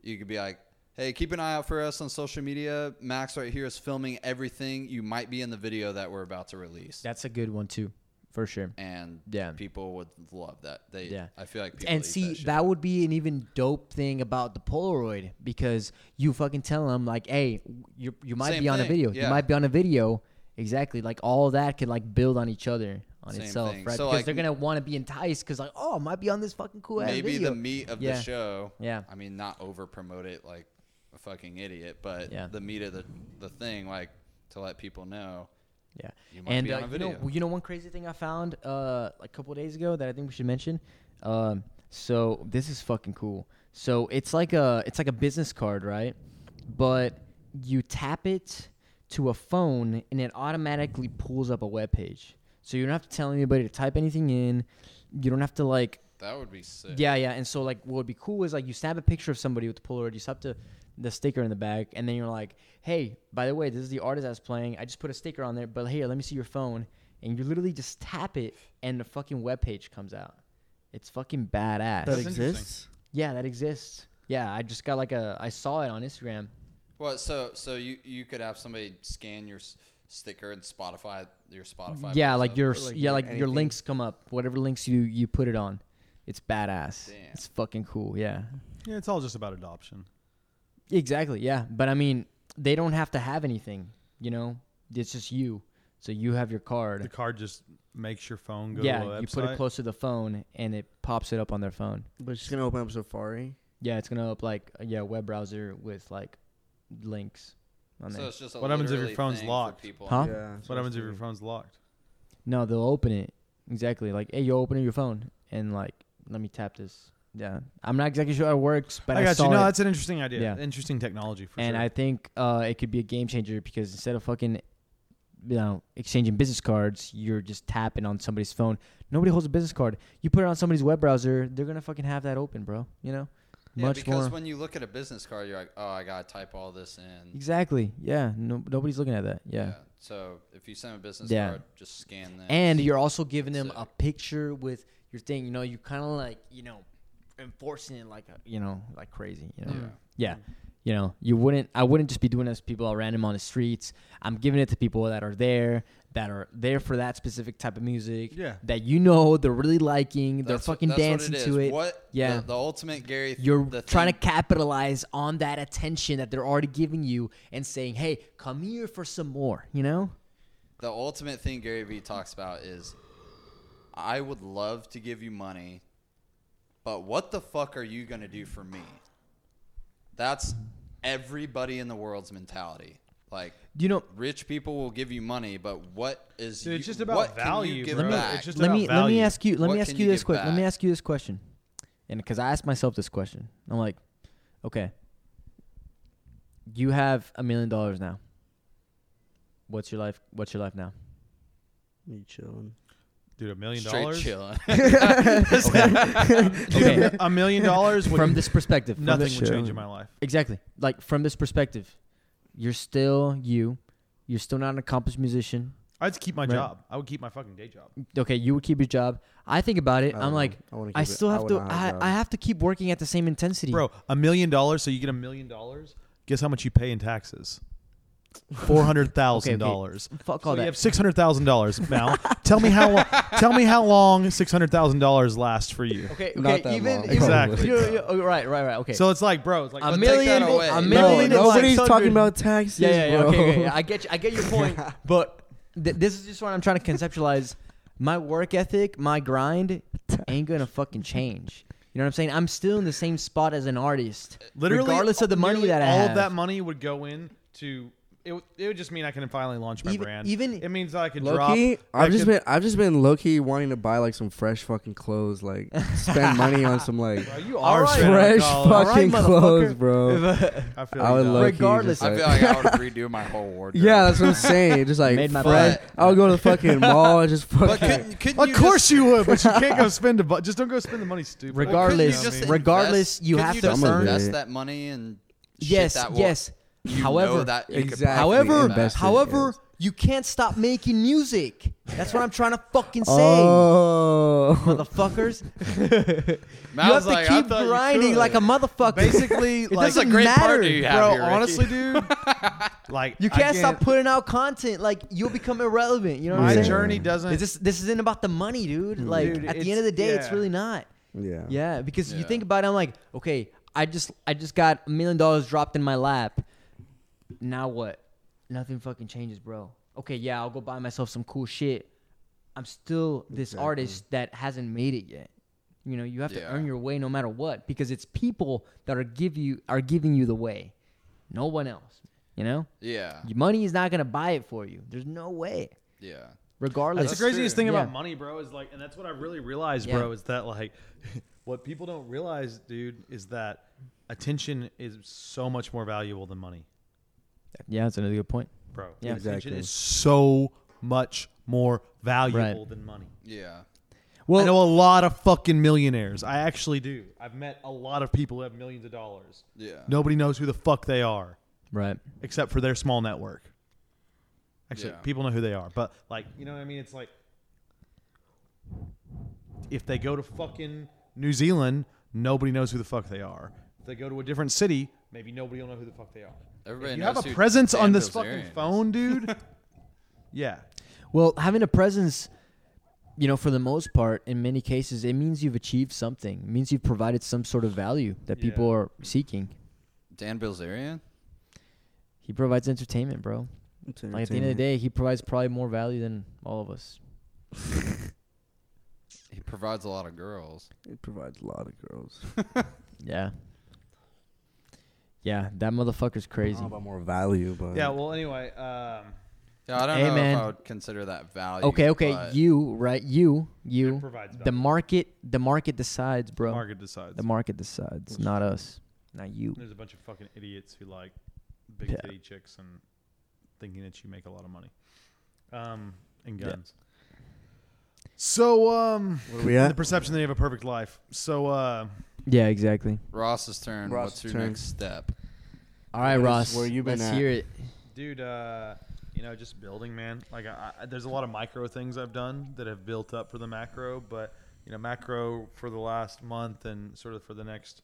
[SPEAKER 4] you could be like, hey, keep an eye out for us on social media. Max right here is filming everything. You might be in the video that we're about to release.
[SPEAKER 1] That's a good one too, for sure.
[SPEAKER 4] And
[SPEAKER 1] Yeah.
[SPEAKER 4] people would love that. They,
[SPEAKER 1] Yeah.
[SPEAKER 4] I feel like people
[SPEAKER 1] and
[SPEAKER 4] eat
[SPEAKER 1] see
[SPEAKER 4] that
[SPEAKER 1] that,
[SPEAKER 4] shit.
[SPEAKER 1] would be an even dope thing about the Polaroid because you fucking tell them like, hey, you you might
[SPEAKER 4] Same
[SPEAKER 1] be on a
[SPEAKER 4] thing,
[SPEAKER 1] video, you
[SPEAKER 4] yeah.
[SPEAKER 1] might be on a video, exactly. Like all that could like build on each other on
[SPEAKER 4] Same
[SPEAKER 1] itself,
[SPEAKER 4] thing.
[SPEAKER 1] right?
[SPEAKER 4] So,
[SPEAKER 1] because
[SPEAKER 4] like,
[SPEAKER 1] they're gonna want to be enticed because like, oh, I might be on this fucking cool ass
[SPEAKER 4] maybe
[SPEAKER 1] video.
[SPEAKER 4] the meat of
[SPEAKER 1] Yeah.
[SPEAKER 4] the show.
[SPEAKER 1] Yeah.
[SPEAKER 4] I mean, not over promote it like a fucking idiot, but
[SPEAKER 1] Yeah.
[SPEAKER 4] the meat of the the thing, like to let people know.
[SPEAKER 1] yeah.
[SPEAKER 4] You might
[SPEAKER 1] And
[SPEAKER 4] be
[SPEAKER 1] uh,
[SPEAKER 4] on a
[SPEAKER 1] you know,
[SPEAKER 4] video.
[SPEAKER 1] you know, one crazy thing I found uh, a couple days ago that I think we should mention. Um, so this is fucking cool. So it's like a it's like a business card, right? But you tap it to a phone, and it automatically pulls up a web page. So you don't have to tell anybody to type anything in. You don't have to like
[SPEAKER 4] That would be sick.
[SPEAKER 1] yeah, yeah. And so like what would be cool is like you snap a picture of somebody with the Polaroid, you snap the, the sticker in the back, and then you're like, Hey, by the way, this is the artist that's playing. I just put a sticker on there, but here, let me see your phone. And you literally just tap it and the fucking webpage comes out. It's fucking badass.
[SPEAKER 2] That's
[SPEAKER 3] that
[SPEAKER 2] interesting.
[SPEAKER 3] exists.
[SPEAKER 1] yeah, that exists. Yeah, I just got like a I saw it on Instagram.
[SPEAKER 4] Well, so so you you could have somebody scan your s- sticker and Spotify your Spotify.
[SPEAKER 1] yeah,
[SPEAKER 4] pulls
[SPEAKER 1] like
[SPEAKER 4] up.
[SPEAKER 1] your
[SPEAKER 3] like,
[SPEAKER 1] yeah, like your
[SPEAKER 3] anything.
[SPEAKER 1] links come up. Whatever links you you put it on. It's badass.
[SPEAKER 4] Damn.
[SPEAKER 1] It's fucking cool. Yeah.
[SPEAKER 2] Yeah, it's all just about adoption.
[SPEAKER 1] Exactly. Yeah, but I mean, they don't have to have anything. You know, it's just you. So you have your
[SPEAKER 2] The
[SPEAKER 1] card.
[SPEAKER 2] card just makes your phone go to a
[SPEAKER 1] yeah,
[SPEAKER 2] website.
[SPEAKER 1] you put it close to the phone, and it pops it up on their phone.
[SPEAKER 3] But it's just gonna open up Safari.
[SPEAKER 1] Yeah, it's gonna up like a- yeah, web browser with like links on
[SPEAKER 4] So
[SPEAKER 1] there.
[SPEAKER 4] it's just a
[SPEAKER 2] What happens if your
[SPEAKER 4] literally
[SPEAKER 2] phone's
[SPEAKER 4] thing for
[SPEAKER 2] locked?
[SPEAKER 4] People.
[SPEAKER 1] Huh?
[SPEAKER 3] Yeah.
[SPEAKER 2] What happens if your phone's locked?
[SPEAKER 1] No, they'll open it. Exactly. Like, hey, you open your phone, and like, let me tap this. Yeah, I'm not exactly sure how it works, but I,
[SPEAKER 2] I got
[SPEAKER 1] saw
[SPEAKER 2] you.
[SPEAKER 1] it.
[SPEAKER 2] No, that's an interesting idea.
[SPEAKER 1] Yeah.
[SPEAKER 2] Interesting technology for
[SPEAKER 1] and
[SPEAKER 2] sure.
[SPEAKER 1] I think uh, it could be a game changer because instead of fucking, you know, exchanging business cards, you're just tapping on somebody's phone. Nobody holds a business card. You put it on somebody's web browser, they're gonna fucking have that open, bro. You know,
[SPEAKER 4] Yeah,
[SPEAKER 1] much
[SPEAKER 4] because
[SPEAKER 1] more.
[SPEAKER 4] when you look at a business card, you're like, oh, I gotta type all this in.
[SPEAKER 1] exactly. Yeah. No, nobody's looking at that. Yeah.
[SPEAKER 4] So if you send a business
[SPEAKER 1] Yeah.
[SPEAKER 4] card, just scan that.
[SPEAKER 1] And you're also giving them a
[SPEAKER 4] Sick.
[SPEAKER 1] picture with your thing. You know, you kind of like you know, enforcing it like a, you know, like crazy. You know. Yeah.
[SPEAKER 4] Yeah.
[SPEAKER 1] You know, you wouldn't I wouldn't just be doing this to people at random on the streets. I'm giving it to people that are there, that are there for that specific type of music.
[SPEAKER 2] Yeah.
[SPEAKER 1] That you know they're really liking, they're
[SPEAKER 4] That's what-
[SPEAKER 1] fucking
[SPEAKER 4] that's what
[SPEAKER 1] dancing
[SPEAKER 4] it is.
[SPEAKER 1] to it.
[SPEAKER 4] What?
[SPEAKER 1] Yeah.
[SPEAKER 4] The, the ultimate Gary. th-
[SPEAKER 1] You're
[SPEAKER 4] the
[SPEAKER 1] trying to
[SPEAKER 4] thing-
[SPEAKER 1] capitalize on that attention that they're already giving you and saying, Hey, come here for some more, you know?
[SPEAKER 4] the ultimate thing Gary Vee talks about is I would love to give you money, but what the fuck are you going to do for me? That's everybody in the world's mentality. Like,
[SPEAKER 1] You know,
[SPEAKER 4] rich people will give you money, but what is
[SPEAKER 2] Dude,
[SPEAKER 4] you,
[SPEAKER 2] it's just about
[SPEAKER 4] what Can
[SPEAKER 2] value,
[SPEAKER 4] you give
[SPEAKER 2] bro.
[SPEAKER 4] back?
[SPEAKER 2] It's just
[SPEAKER 1] let
[SPEAKER 2] about
[SPEAKER 1] me let me
[SPEAKER 2] value.
[SPEAKER 1] ask you let me
[SPEAKER 4] What
[SPEAKER 1] ask
[SPEAKER 4] can
[SPEAKER 1] you
[SPEAKER 4] you
[SPEAKER 1] this
[SPEAKER 4] give
[SPEAKER 1] question. Let me
[SPEAKER 4] back?
[SPEAKER 1] ask you this question, and because I asked myself this question, I'm like, okay, you have a million dollars now. What's your life? What's your life now?
[SPEAKER 3] Me chilling.
[SPEAKER 2] Dude, a million
[SPEAKER 4] straight
[SPEAKER 2] dollars.
[SPEAKER 4] chilling.
[SPEAKER 1] Okay,
[SPEAKER 2] A million dollars would
[SPEAKER 1] from this perspective, from
[SPEAKER 2] nothing
[SPEAKER 1] this-
[SPEAKER 2] would change
[SPEAKER 3] show.
[SPEAKER 2] in my life.
[SPEAKER 1] exactly. Like from this perspective, you're still you. You're still not an accomplished musician.
[SPEAKER 2] I'd keep my
[SPEAKER 1] Right.
[SPEAKER 2] job. I would keep my fucking day job.
[SPEAKER 1] Okay, you would keep your job. I think about it.
[SPEAKER 3] I
[SPEAKER 1] I'm
[SPEAKER 3] don't
[SPEAKER 1] like,
[SPEAKER 3] know. I wanna
[SPEAKER 1] I,
[SPEAKER 3] keep it-
[SPEAKER 1] still
[SPEAKER 3] I
[SPEAKER 1] have
[SPEAKER 3] would
[SPEAKER 1] to.
[SPEAKER 3] not have a
[SPEAKER 1] I,
[SPEAKER 3] job.
[SPEAKER 1] I have to keep working at the same intensity,
[SPEAKER 2] Bro, a million dollars, so you get a million dollars. Guess how much you pay in taxes? Four hundred thousand dollars.
[SPEAKER 1] Fuck
[SPEAKER 2] So
[SPEAKER 1] all
[SPEAKER 2] you
[SPEAKER 1] that.
[SPEAKER 2] have six hundred thousand dollars now. tell me how long. Tell me how long six hundred thousand dollars lasts for you.
[SPEAKER 1] Okay, okay,
[SPEAKER 3] Not that
[SPEAKER 1] even
[SPEAKER 3] long,
[SPEAKER 1] even-
[SPEAKER 2] Exactly.
[SPEAKER 1] you- you- oh, right, right, right. Okay.
[SPEAKER 2] So it's like, bro, it's like
[SPEAKER 1] a
[SPEAKER 4] take
[SPEAKER 1] million,
[SPEAKER 4] that away.
[SPEAKER 1] a
[SPEAKER 4] No,
[SPEAKER 3] No,
[SPEAKER 1] million. and
[SPEAKER 3] nobody's
[SPEAKER 1] 600.
[SPEAKER 3] talking about taxes.
[SPEAKER 1] Yeah, yeah, yeah.
[SPEAKER 3] bro.
[SPEAKER 1] Okay, okay, yeah. I get, you, I get your point. but th- this is just what I'm trying to conceptualize. My work ethic, my grind, ain't gonna fucking change. You know what I'm saying? I'm still in the same spot as an artist,
[SPEAKER 2] Literally,
[SPEAKER 1] regardless of the money
[SPEAKER 2] nearly
[SPEAKER 1] that I
[SPEAKER 2] all
[SPEAKER 1] have.
[SPEAKER 2] of that money would go in to it. would- It would just mean I can finally launch my
[SPEAKER 1] Even-
[SPEAKER 2] brand.
[SPEAKER 1] even-
[SPEAKER 2] it means that I could drop.
[SPEAKER 3] Low key,
[SPEAKER 2] I
[SPEAKER 3] I've just
[SPEAKER 2] could-
[SPEAKER 3] been I've just been low key wanting to buy like some fresh fucking clothes, like spend money on some like
[SPEAKER 2] Bro, you Oh are
[SPEAKER 1] right.
[SPEAKER 2] straight out of
[SPEAKER 3] fresh
[SPEAKER 2] college.
[SPEAKER 1] All right,
[SPEAKER 3] fucking
[SPEAKER 1] motherfucker.
[SPEAKER 3] clothes, bro.
[SPEAKER 2] I feel
[SPEAKER 3] I
[SPEAKER 2] you,
[SPEAKER 3] would
[SPEAKER 2] dog.
[SPEAKER 3] love
[SPEAKER 1] Regardless-
[SPEAKER 4] I feel like I would redo my whole wardrobe.
[SPEAKER 3] Yeah, that's what I'm saying. Just like
[SPEAKER 1] Made my
[SPEAKER 3] fresh.
[SPEAKER 4] butt.
[SPEAKER 3] I'll go to the fucking mall and just fucking.
[SPEAKER 4] But couldn't, couldn't
[SPEAKER 2] Of
[SPEAKER 4] you
[SPEAKER 2] course
[SPEAKER 4] just,
[SPEAKER 2] you would, but you can't go spend the bu- just don't go spend the money, stupid.
[SPEAKER 1] Regardless-
[SPEAKER 2] You know what I mean?
[SPEAKER 1] reg- regardless, you
[SPEAKER 4] couldn't
[SPEAKER 1] have
[SPEAKER 4] you
[SPEAKER 1] to
[SPEAKER 4] just
[SPEAKER 3] earn-
[SPEAKER 4] invest that money and shit
[SPEAKER 1] yes,
[SPEAKER 4] that will-
[SPEAKER 1] yes.
[SPEAKER 4] You
[SPEAKER 1] However,
[SPEAKER 4] know that you could
[SPEAKER 3] Exactly.
[SPEAKER 4] probably do
[SPEAKER 1] However,
[SPEAKER 4] that.
[SPEAKER 3] Invest in it,
[SPEAKER 1] however,
[SPEAKER 3] yes.
[SPEAKER 1] you can't stop making music. That's what I'm trying to fucking say.
[SPEAKER 3] oh,
[SPEAKER 1] Motherfuckers,
[SPEAKER 4] Matt
[SPEAKER 1] you have
[SPEAKER 4] was
[SPEAKER 1] to
[SPEAKER 4] like, I
[SPEAKER 1] keep
[SPEAKER 4] thought you
[SPEAKER 1] grinding
[SPEAKER 4] could.
[SPEAKER 1] like a motherfucker.
[SPEAKER 2] basically,
[SPEAKER 1] It
[SPEAKER 2] like,
[SPEAKER 4] That's a
[SPEAKER 1] doesn't
[SPEAKER 4] great
[SPEAKER 1] matter,
[SPEAKER 4] partner you have
[SPEAKER 2] bro,
[SPEAKER 4] here, Ricky.
[SPEAKER 2] honestly, dude, like
[SPEAKER 1] you
[SPEAKER 2] I
[SPEAKER 1] can't, stop putting out content. Like you'll become irrelevant. You know what I'm
[SPEAKER 2] My
[SPEAKER 1] saying?
[SPEAKER 2] journey doesn't.
[SPEAKER 1] It's just- this isn't about the money,
[SPEAKER 4] Mm.
[SPEAKER 1] dude. Like
[SPEAKER 2] Dude,
[SPEAKER 1] at the
[SPEAKER 2] it's-
[SPEAKER 1] end of the day, it's
[SPEAKER 2] yeah.
[SPEAKER 1] really not.
[SPEAKER 3] yeah.
[SPEAKER 1] Yeah, because you
[SPEAKER 4] Yeah.
[SPEAKER 1] think about it, I'm like, okay, I just I just got a million dollars dropped in my lap. Now what? Nothing fucking changes, bro. Okay, yeah, I'll go buy myself some cool shit. I'm still this artist that hasn't made it yet. You know, you have to
[SPEAKER 4] Yeah.
[SPEAKER 1] earn your way no matter what because it's people that are give you are giving you the way. No one else. You know?
[SPEAKER 4] Yeah,
[SPEAKER 1] Your money is not going to buy it for you. There's no way.
[SPEAKER 4] yeah.
[SPEAKER 1] Regardless.
[SPEAKER 2] That's the craziest thing
[SPEAKER 1] Yeah.
[SPEAKER 2] about money, bro, is like, and that's what I really realized,
[SPEAKER 1] Yeah.
[SPEAKER 2] bro, is that like, what people don't realize, dude, is that attention is so much more valuable than money,
[SPEAKER 1] Yeah, that's another good point.
[SPEAKER 2] bro.
[SPEAKER 1] Yeah.
[SPEAKER 2] Attention
[SPEAKER 3] Exactly.
[SPEAKER 2] is so much more valuable
[SPEAKER 1] Right.
[SPEAKER 2] than money.
[SPEAKER 4] Yeah.
[SPEAKER 1] Well,
[SPEAKER 2] I know a lot of fucking millionaires. I actually do. I've met a lot of people who have millions of dollars.
[SPEAKER 4] Yeah.
[SPEAKER 2] Nobody knows who the fuck they are
[SPEAKER 1] right.
[SPEAKER 2] except for their small network. Actually,
[SPEAKER 4] Yeah.
[SPEAKER 2] people know who they are, but like, you know what I mean? It's like if they go to fucking New Zealand, nobody knows who the fuck they are. If they go to a different city, maybe nobody will know who the fuck they are.
[SPEAKER 4] Everybody
[SPEAKER 2] If you
[SPEAKER 4] knows
[SPEAKER 2] have a
[SPEAKER 4] who
[SPEAKER 2] presence
[SPEAKER 4] Dan
[SPEAKER 2] on this
[SPEAKER 4] Bilzerian
[SPEAKER 2] fucking
[SPEAKER 4] is.
[SPEAKER 2] phone, dude. yeah.
[SPEAKER 1] Well, having a presence, you know, for the most part, in many cases, it means you've achieved something. It means you've provided some sort of value that people
[SPEAKER 2] Yeah.
[SPEAKER 1] are seeking.
[SPEAKER 4] Dan Bilzerian.
[SPEAKER 1] He provides entertainment, bro. Like at the end of the day, he provides probably more value than all of us.
[SPEAKER 4] He provides a lot of girls.
[SPEAKER 3] it provides a lot of girls.
[SPEAKER 1] Yeah. Yeah, that motherfucker's crazy.
[SPEAKER 3] All about more value, but
[SPEAKER 2] Yeah, well anyway, um
[SPEAKER 4] Yeah, I don't
[SPEAKER 1] Hey,
[SPEAKER 4] know
[SPEAKER 1] man.
[SPEAKER 4] if I would consider that value.
[SPEAKER 1] Okay, okay,
[SPEAKER 4] but-
[SPEAKER 1] you right, you, you.
[SPEAKER 2] It provides
[SPEAKER 1] The
[SPEAKER 2] value.
[SPEAKER 1] market, the market decides, bro.
[SPEAKER 2] market decides.
[SPEAKER 1] The market decides, not us, not you.
[SPEAKER 2] There's a bunch of fucking idiots who like big
[SPEAKER 1] Yeah.
[SPEAKER 2] titty chicks and thinking that you make a lot of money. Um, and guns. So, um,
[SPEAKER 3] where we
[SPEAKER 2] the
[SPEAKER 3] at?
[SPEAKER 2] perception that you have a perfect life. So, uh,
[SPEAKER 1] Yeah, exactly.
[SPEAKER 4] Ross's turn.
[SPEAKER 3] Ross's
[SPEAKER 4] What's your
[SPEAKER 3] turn.
[SPEAKER 4] next step?
[SPEAKER 1] All right,
[SPEAKER 3] Where's-
[SPEAKER 1] Ross.
[SPEAKER 3] where you been
[SPEAKER 1] let's
[SPEAKER 3] at?
[SPEAKER 1] hear it.
[SPEAKER 2] dude, uh, you know, just building, man. Like, I, I, there's a lot of micro things I've done that have built up for the macro, but you know, macro for the last month and sort of for the next,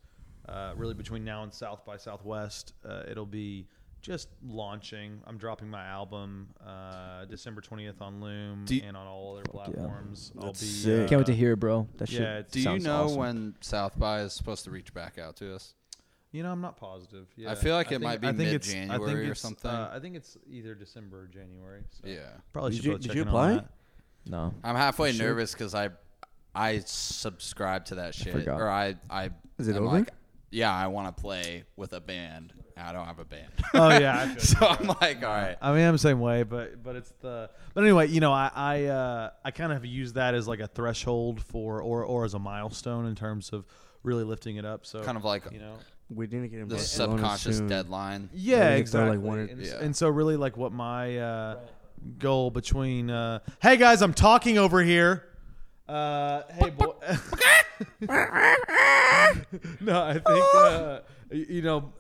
[SPEAKER 2] uh, really between now and South by Southwest, uh, it'll be just launching. I'm dropping my album uh, December 20th on Loom
[SPEAKER 4] Do you-
[SPEAKER 2] and on all other platforms. I'll
[SPEAKER 3] That's
[SPEAKER 2] be.
[SPEAKER 3] sick.
[SPEAKER 2] uh,
[SPEAKER 1] Can't wait to hear it, bro. That shit.
[SPEAKER 2] yeah, it's-
[SPEAKER 4] Do
[SPEAKER 1] sounds
[SPEAKER 4] you know
[SPEAKER 1] awesome.
[SPEAKER 4] when South by is supposed to reach back out to us?
[SPEAKER 2] You know, I'm not positive. Yeah.
[SPEAKER 4] feel like it
[SPEAKER 2] think-
[SPEAKER 4] might be
[SPEAKER 2] I think it's- I think
[SPEAKER 4] mid-January or
[SPEAKER 2] it's,
[SPEAKER 4] something.
[SPEAKER 2] Uh, I think it's either December or January. So
[SPEAKER 4] Yeah.
[SPEAKER 2] Probably
[SPEAKER 3] Did
[SPEAKER 2] should
[SPEAKER 3] you-
[SPEAKER 2] probably
[SPEAKER 3] did
[SPEAKER 2] check
[SPEAKER 3] you
[SPEAKER 2] in on
[SPEAKER 3] apply?
[SPEAKER 2] that.
[SPEAKER 1] No.
[SPEAKER 4] I'm halfway
[SPEAKER 3] Sure.
[SPEAKER 4] nervous because I I subscribe to that shit,
[SPEAKER 1] forgot.
[SPEAKER 4] or I I
[SPEAKER 3] Is it
[SPEAKER 4] I'm
[SPEAKER 3] over?
[SPEAKER 4] Like, yeah, I want to play with a band. I don't have a band,
[SPEAKER 2] Oh yeah. I feel you.
[SPEAKER 4] so I'm like, all right.
[SPEAKER 3] Uh,
[SPEAKER 2] I mean, I'm the same way, but but it's the but anyway, you know, I I uh, I kind of use that as like a threshold for or or as a milestone in terms of really lifting it up. So
[SPEAKER 4] Kind of like
[SPEAKER 2] you know,
[SPEAKER 3] we didn't get in
[SPEAKER 4] the
[SPEAKER 3] Barcelona
[SPEAKER 4] subconscious
[SPEAKER 3] soon.
[SPEAKER 4] deadline.
[SPEAKER 2] yeah,
[SPEAKER 3] we could throw,
[SPEAKER 2] exactly.
[SPEAKER 3] like, one or-
[SPEAKER 2] and, s-
[SPEAKER 4] Yeah.
[SPEAKER 2] and so really, like what my uh, goal between uh, hey guys, I'm talking over here. Uh, hey boy. no, I think uh, y- you know.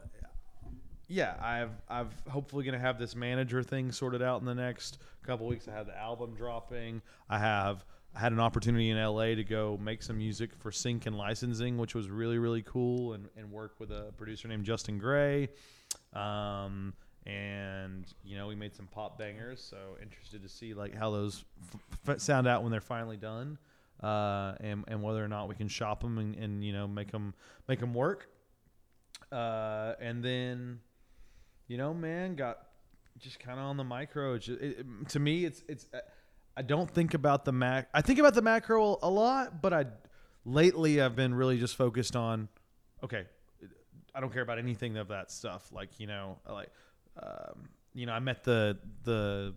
[SPEAKER 2] Yeah, I've I've hopefully gonna have this manager thing sorted out in the next couple weeks. I have the album dropping. I have I had an opportunity in LA to go make some music for sync and licensing, which was really really cool, and, and work with a producer named Justin Gray. Um, and you know we made some pop bangers, so interested to see like how those f- f- sound out when they're finally done, uh, and and whether or not we can shop them and, and you know make them make them work. Uh, and then, you know, man, got just kind of on the micro. It, ju- it, it- to uh, me, it's it's. I don't think about the mac. I think about the macro a lot, but I lately I've been really just focused on okay, I don't care about anything of that stuff. Like you know, like um, you know, I met the the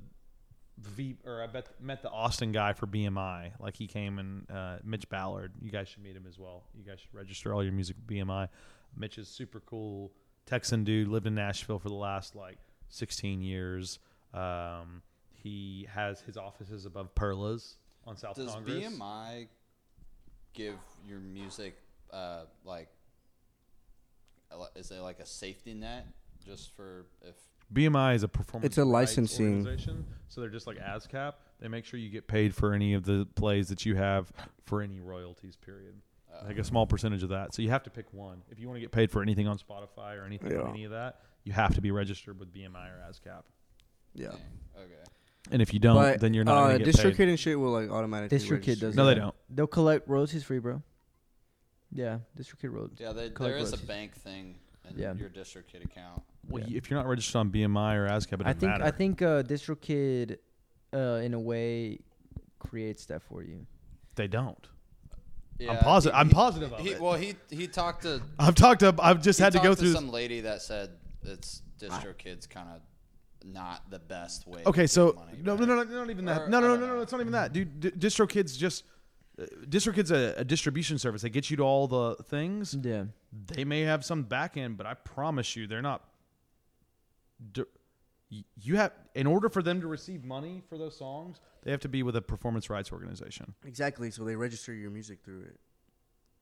[SPEAKER 2] V or I bet, met the Austin guy for BMI. Like he came and uh, Mitch Ballard. You guys should meet him as well. You guys should register all your music with BMI. Mitch is super cool Texan dude. Lived in Nashville for the last like 16 years. Um, he has his offices above Perla's on South
[SPEAKER 4] Does
[SPEAKER 2] Congress.
[SPEAKER 4] BMI give your music uh, like ele- is there like a safety net just for if
[SPEAKER 2] BMI is a performance.
[SPEAKER 3] It's a
[SPEAKER 2] rights
[SPEAKER 3] licensing.
[SPEAKER 2] organization, so they're just like ASCAP. They make sure you get paid for any of the plays that you have for any royalties. Period.
[SPEAKER 3] Uh,
[SPEAKER 2] Like a small percentage of that. So you have to pick one if you want to get paid for anything on Spotify or anything
[SPEAKER 3] Yeah.
[SPEAKER 2] any of that. You have to be registered with BMI or ASCAP.
[SPEAKER 3] Yeah.
[SPEAKER 4] thing? Okay.
[SPEAKER 2] And if you don't,
[SPEAKER 3] but
[SPEAKER 2] then you're not
[SPEAKER 3] uh,
[SPEAKER 2] going to get
[SPEAKER 3] district
[SPEAKER 2] paid.
[SPEAKER 3] kid and shit will like automatically.
[SPEAKER 1] District kid
[SPEAKER 3] register.
[SPEAKER 1] does
[SPEAKER 2] No, they
[SPEAKER 1] Yeah.
[SPEAKER 2] don't.
[SPEAKER 1] They'll collect royalties free, bro. Yeah, district kid royalties.
[SPEAKER 4] Yeah, they, there
[SPEAKER 1] Collect
[SPEAKER 4] is a
[SPEAKER 1] royalties.
[SPEAKER 4] bank thing in
[SPEAKER 1] Yeah.
[SPEAKER 4] your district kid account.
[SPEAKER 2] Well,
[SPEAKER 1] Yeah.
[SPEAKER 2] y if you're not registered on BMI or ASCAP, it doesn't
[SPEAKER 1] I think
[SPEAKER 2] matter.
[SPEAKER 1] I think uh, district kid, uh, in a way, creates that for you.
[SPEAKER 2] they don't.
[SPEAKER 4] Yeah,
[SPEAKER 2] posi- I'm positive of
[SPEAKER 4] he,
[SPEAKER 2] it.
[SPEAKER 4] Well, he he talked to
[SPEAKER 2] I've talked to. I've just
[SPEAKER 4] he
[SPEAKER 2] had to go
[SPEAKER 4] talked
[SPEAKER 2] through.
[SPEAKER 4] some lady that said it's district kids kind of not the best way. to
[SPEAKER 2] Okay,
[SPEAKER 4] get
[SPEAKER 2] so
[SPEAKER 4] money
[SPEAKER 2] no, no,
[SPEAKER 4] back.
[SPEAKER 2] no, no, not even that.
[SPEAKER 4] Or-
[SPEAKER 2] No, no,
[SPEAKER 4] I
[SPEAKER 2] no,
[SPEAKER 4] don't
[SPEAKER 2] no, no,
[SPEAKER 4] know.
[SPEAKER 2] it's not even that, dude. D- DistroKid's just uh, DistroKid's a, a distribution service. They get you to all the things.
[SPEAKER 1] Yeah.
[SPEAKER 2] They may have some back end, but I promise you, they're not. di- y- You have in order for them to receive money for those songs, they have to be with a performance rights organization.
[SPEAKER 3] Exactly. So they register your music through it.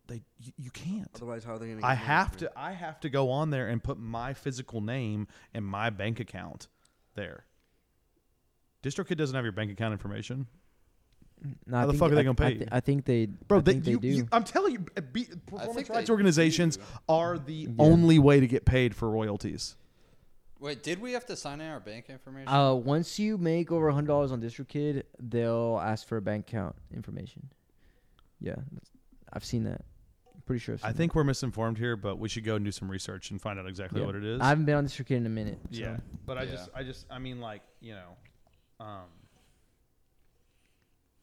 [SPEAKER 2] They you, you can't.
[SPEAKER 3] Otherwise, how are they gonna?
[SPEAKER 2] I
[SPEAKER 3] get money
[SPEAKER 2] have
[SPEAKER 3] for
[SPEAKER 2] to
[SPEAKER 3] it?
[SPEAKER 2] I have to go on there and put my physical name and my bank account there. DistroKid doesn't have your bank account information.
[SPEAKER 1] No, I
[SPEAKER 2] How the
[SPEAKER 1] think
[SPEAKER 2] fuck are
[SPEAKER 1] I-
[SPEAKER 2] they gonna pay
[SPEAKER 1] I,
[SPEAKER 2] you?
[SPEAKER 1] thi- I think they,
[SPEAKER 2] Bro,
[SPEAKER 1] I
[SPEAKER 2] they,
[SPEAKER 1] think
[SPEAKER 2] you,
[SPEAKER 1] they do.
[SPEAKER 2] you- I'm telling you, uh, be, performance
[SPEAKER 4] think
[SPEAKER 2] rights
[SPEAKER 4] they
[SPEAKER 2] organizations
[SPEAKER 4] do.
[SPEAKER 2] are the only way to get paid for royalties.
[SPEAKER 4] Wait, did we have to sign in our bank information?
[SPEAKER 1] Uh, once you make over hundred dollars on district kid, they'll ask for a bank account information. Yeah, that's- I've seen that. pretty sure. I've seen
[SPEAKER 2] I think we're misinformed here, but we should go and do some research and find out
[SPEAKER 1] that.
[SPEAKER 2] exactly
[SPEAKER 1] Yeah.
[SPEAKER 2] what it is.
[SPEAKER 1] I haven't been on district kid in a minute. so-
[SPEAKER 2] yeah, but I
[SPEAKER 4] Yeah.
[SPEAKER 2] just, I just, I mean, like, you know, um,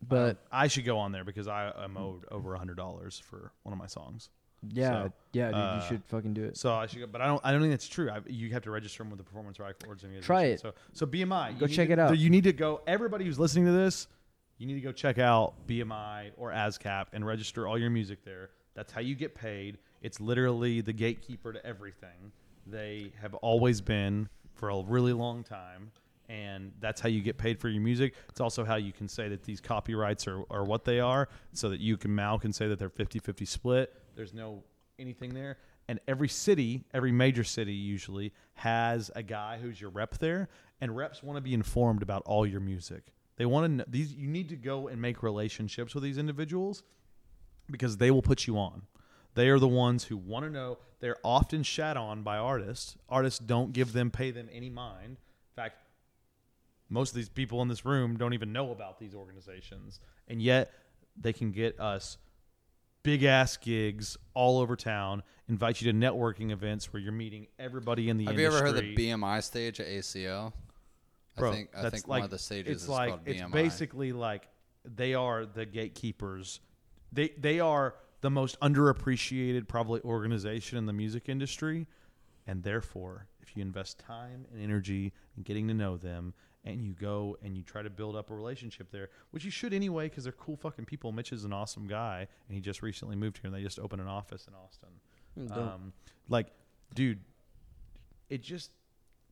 [SPEAKER 1] but
[SPEAKER 2] I should go on there because I am owed over a hundred dollars for one of my songs.
[SPEAKER 1] yeah,
[SPEAKER 2] Um, so,
[SPEAKER 1] yeah, dude,
[SPEAKER 2] uh,
[SPEAKER 1] you should fucking do it.
[SPEAKER 2] So I should go, but I don't. I don't think that's true. I, you have to register them with the Performance Rights Organization.
[SPEAKER 1] Try it.
[SPEAKER 2] So, so BMI. you
[SPEAKER 1] Go
[SPEAKER 2] need
[SPEAKER 1] check
[SPEAKER 2] to-
[SPEAKER 1] it out.
[SPEAKER 2] You need to go. Everybody who's listening to this, you need to go check out BMI or ASCAP and register all your music there. That's how you get paid. It's literally the gatekeeper to everything. They have always been for a really long time. And that's how you get paid for your music. It's also how you can say that these copyrights are, are what they are, so that you can now can say that they're 50 50 split. There's no anything there. And every city, every major city usually has a guy who's your rep there, and reps want to be informed about all your music. They want to know these. You need to go and make relationships with these individuals because they will put you on. They are the ones who want to know. They're often shat on by artists. Artists don't give them, pay them any mind. In fact, most of these people in this room don't even know about these organizations, and yet they can get us big ass gigs all over town. Invite you to networking events where you're meeting everybody in the
[SPEAKER 4] have you
[SPEAKER 2] industry.
[SPEAKER 4] ever heard the BMI stage at ACL?
[SPEAKER 2] Bro,
[SPEAKER 4] I think I
[SPEAKER 2] that's
[SPEAKER 4] think
[SPEAKER 2] like,
[SPEAKER 4] one of the stages
[SPEAKER 2] It's
[SPEAKER 4] is
[SPEAKER 2] like
[SPEAKER 4] called
[SPEAKER 2] it's
[SPEAKER 4] BMI.
[SPEAKER 2] basically like they are the gatekeepers. They they are the most underappreciated probably organization in the music industry, and therefore, if you invest time and energy in getting to know them, and you go and you try to build up a relationship there, which you should anyway because they're cool fucking people. Mitch is an awesome guy, and he just recently moved here, and they just opened an office in Austin. Um, like, dude, it just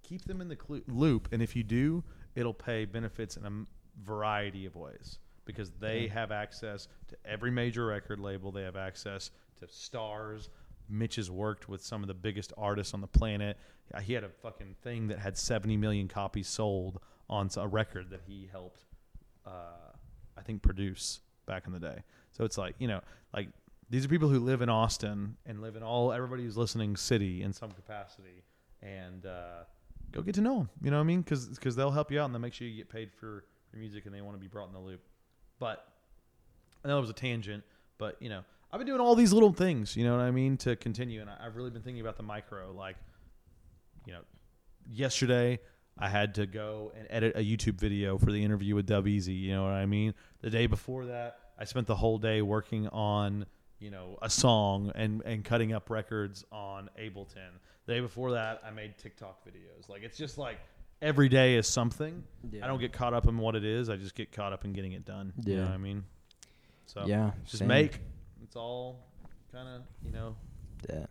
[SPEAKER 2] keep them in the clu- loop, and if you do, it'll pay benefits in a m- variety of ways because they have access to every major record label. They have access to stars. Mitch has worked with some of the biggest artists on the planet. Uh, He had a fucking thing that had 70 million copies sold on s- a record that he helped, uh, I think, produce back in the day. So it's like, you know, like these are people who live in Austin and live in all everybody who's listening city in some capacity, and uh, go get to know them. You know what I mean? Because they'll help you out and they'll make sure you get paid for your music and they want to be brought in the loop. But I know it was a tangent, but you know, I've been doing all these little things. You know what I mean to continue, and I, I've really been thinking about the micro. Like, you know, yesterday I had to go and edit a YouTube video for the interview with Dub Easy. You know what I mean? The day before that, I spent the whole day working on you know, a song and and cutting up records on Ableton. The day before that, I made TikTok videos. Like it's just like every day is something. I don't get caught up in what it is. I just get caught up in getting it done. You know
[SPEAKER 1] Yeah.
[SPEAKER 2] what I mean? So
[SPEAKER 1] yeah,
[SPEAKER 2] just
[SPEAKER 1] same.
[SPEAKER 2] make. It's all kind of you know
[SPEAKER 1] Yeah.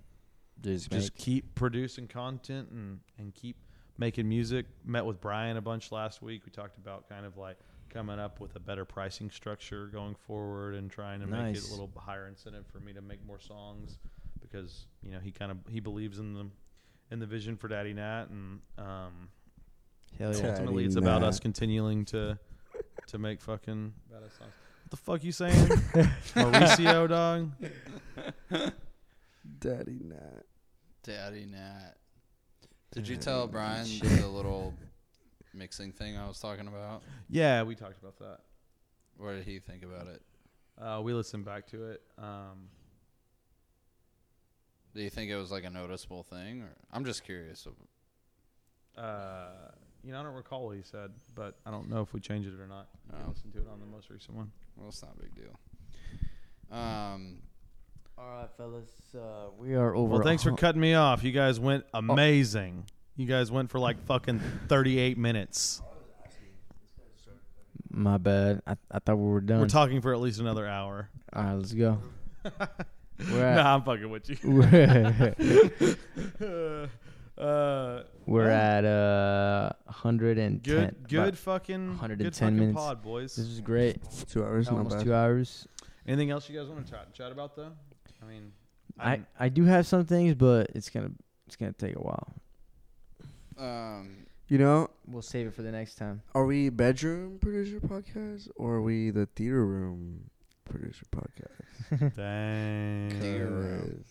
[SPEAKER 1] Just,
[SPEAKER 2] just
[SPEAKER 1] make-
[SPEAKER 2] keep producing content and, and keep making music. Met with Brian a bunch last week. We talked about kind of like coming up with a better pricing structure going forward and trying to make it
[SPEAKER 1] Nice.
[SPEAKER 2] a little higher incentive for me to make more songs because you know he kind of he believes in the in the vision for Daddy Nat and um,
[SPEAKER 1] hell yeah.
[SPEAKER 3] Ted.
[SPEAKER 2] ultimately
[SPEAKER 3] Daddy
[SPEAKER 2] it's about
[SPEAKER 3] Nat.
[SPEAKER 2] us continuing to to make fucking badass songs. What the fuck you saying, Mauricio dog?
[SPEAKER 3] Daddy Nat.
[SPEAKER 4] Daddy Nat. Did you tell Brian the little mixing thing I was talking about?
[SPEAKER 2] Yeah, we talked about that.
[SPEAKER 4] What did he think about it?
[SPEAKER 2] Uh, we listened back to it. Um,
[SPEAKER 4] Do you think it was like a noticeable thing? Or I'm just curious. of-
[SPEAKER 2] Uh, you know, I don't recall what he said, but I don't know if we changed it or not. You can
[SPEAKER 4] Oh.
[SPEAKER 2] listen to it on the most recent one.
[SPEAKER 4] Well, it's not a big deal. Um,
[SPEAKER 1] All right, fellas, uh, we are over.
[SPEAKER 2] Well, thanks for
[SPEAKER 1] a Oh. hu-
[SPEAKER 2] cutting me off. You guys went amazing. You guys went for like fucking 38 minutes.
[SPEAKER 1] My bad. I, I thought we were done.
[SPEAKER 2] We're talking for at least another hour.
[SPEAKER 1] All right, let's go. we're at
[SPEAKER 2] Nah, I'm fucking with you.
[SPEAKER 1] we're,
[SPEAKER 2] Uh,
[SPEAKER 1] we're at uh 110.
[SPEAKER 2] good, good
[SPEAKER 1] about-
[SPEAKER 2] fucking, good
[SPEAKER 1] 110
[SPEAKER 2] fucking
[SPEAKER 1] minutes.
[SPEAKER 2] pod, boys.
[SPEAKER 1] This is great.
[SPEAKER 3] Two hours, not
[SPEAKER 1] Almost
[SPEAKER 3] bad.
[SPEAKER 1] two hours.
[SPEAKER 2] Anything else you guys want to chat, chat about though? I mean,
[SPEAKER 1] I,
[SPEAKER 2] I'm-
[SPEAKER 1] I do have some things, but it's gonna it's gonna take a while.
[SPEAKER 4] um,
[SPEAKER 3] You know,
[SPEAKER 1] We'll save it for the next time.
[SPEAKER 3] are we bedroom producer podcast or are we the theater room producer podcast?
[SPEAKER 2] dang.
[SPEAKER 4] Theater room.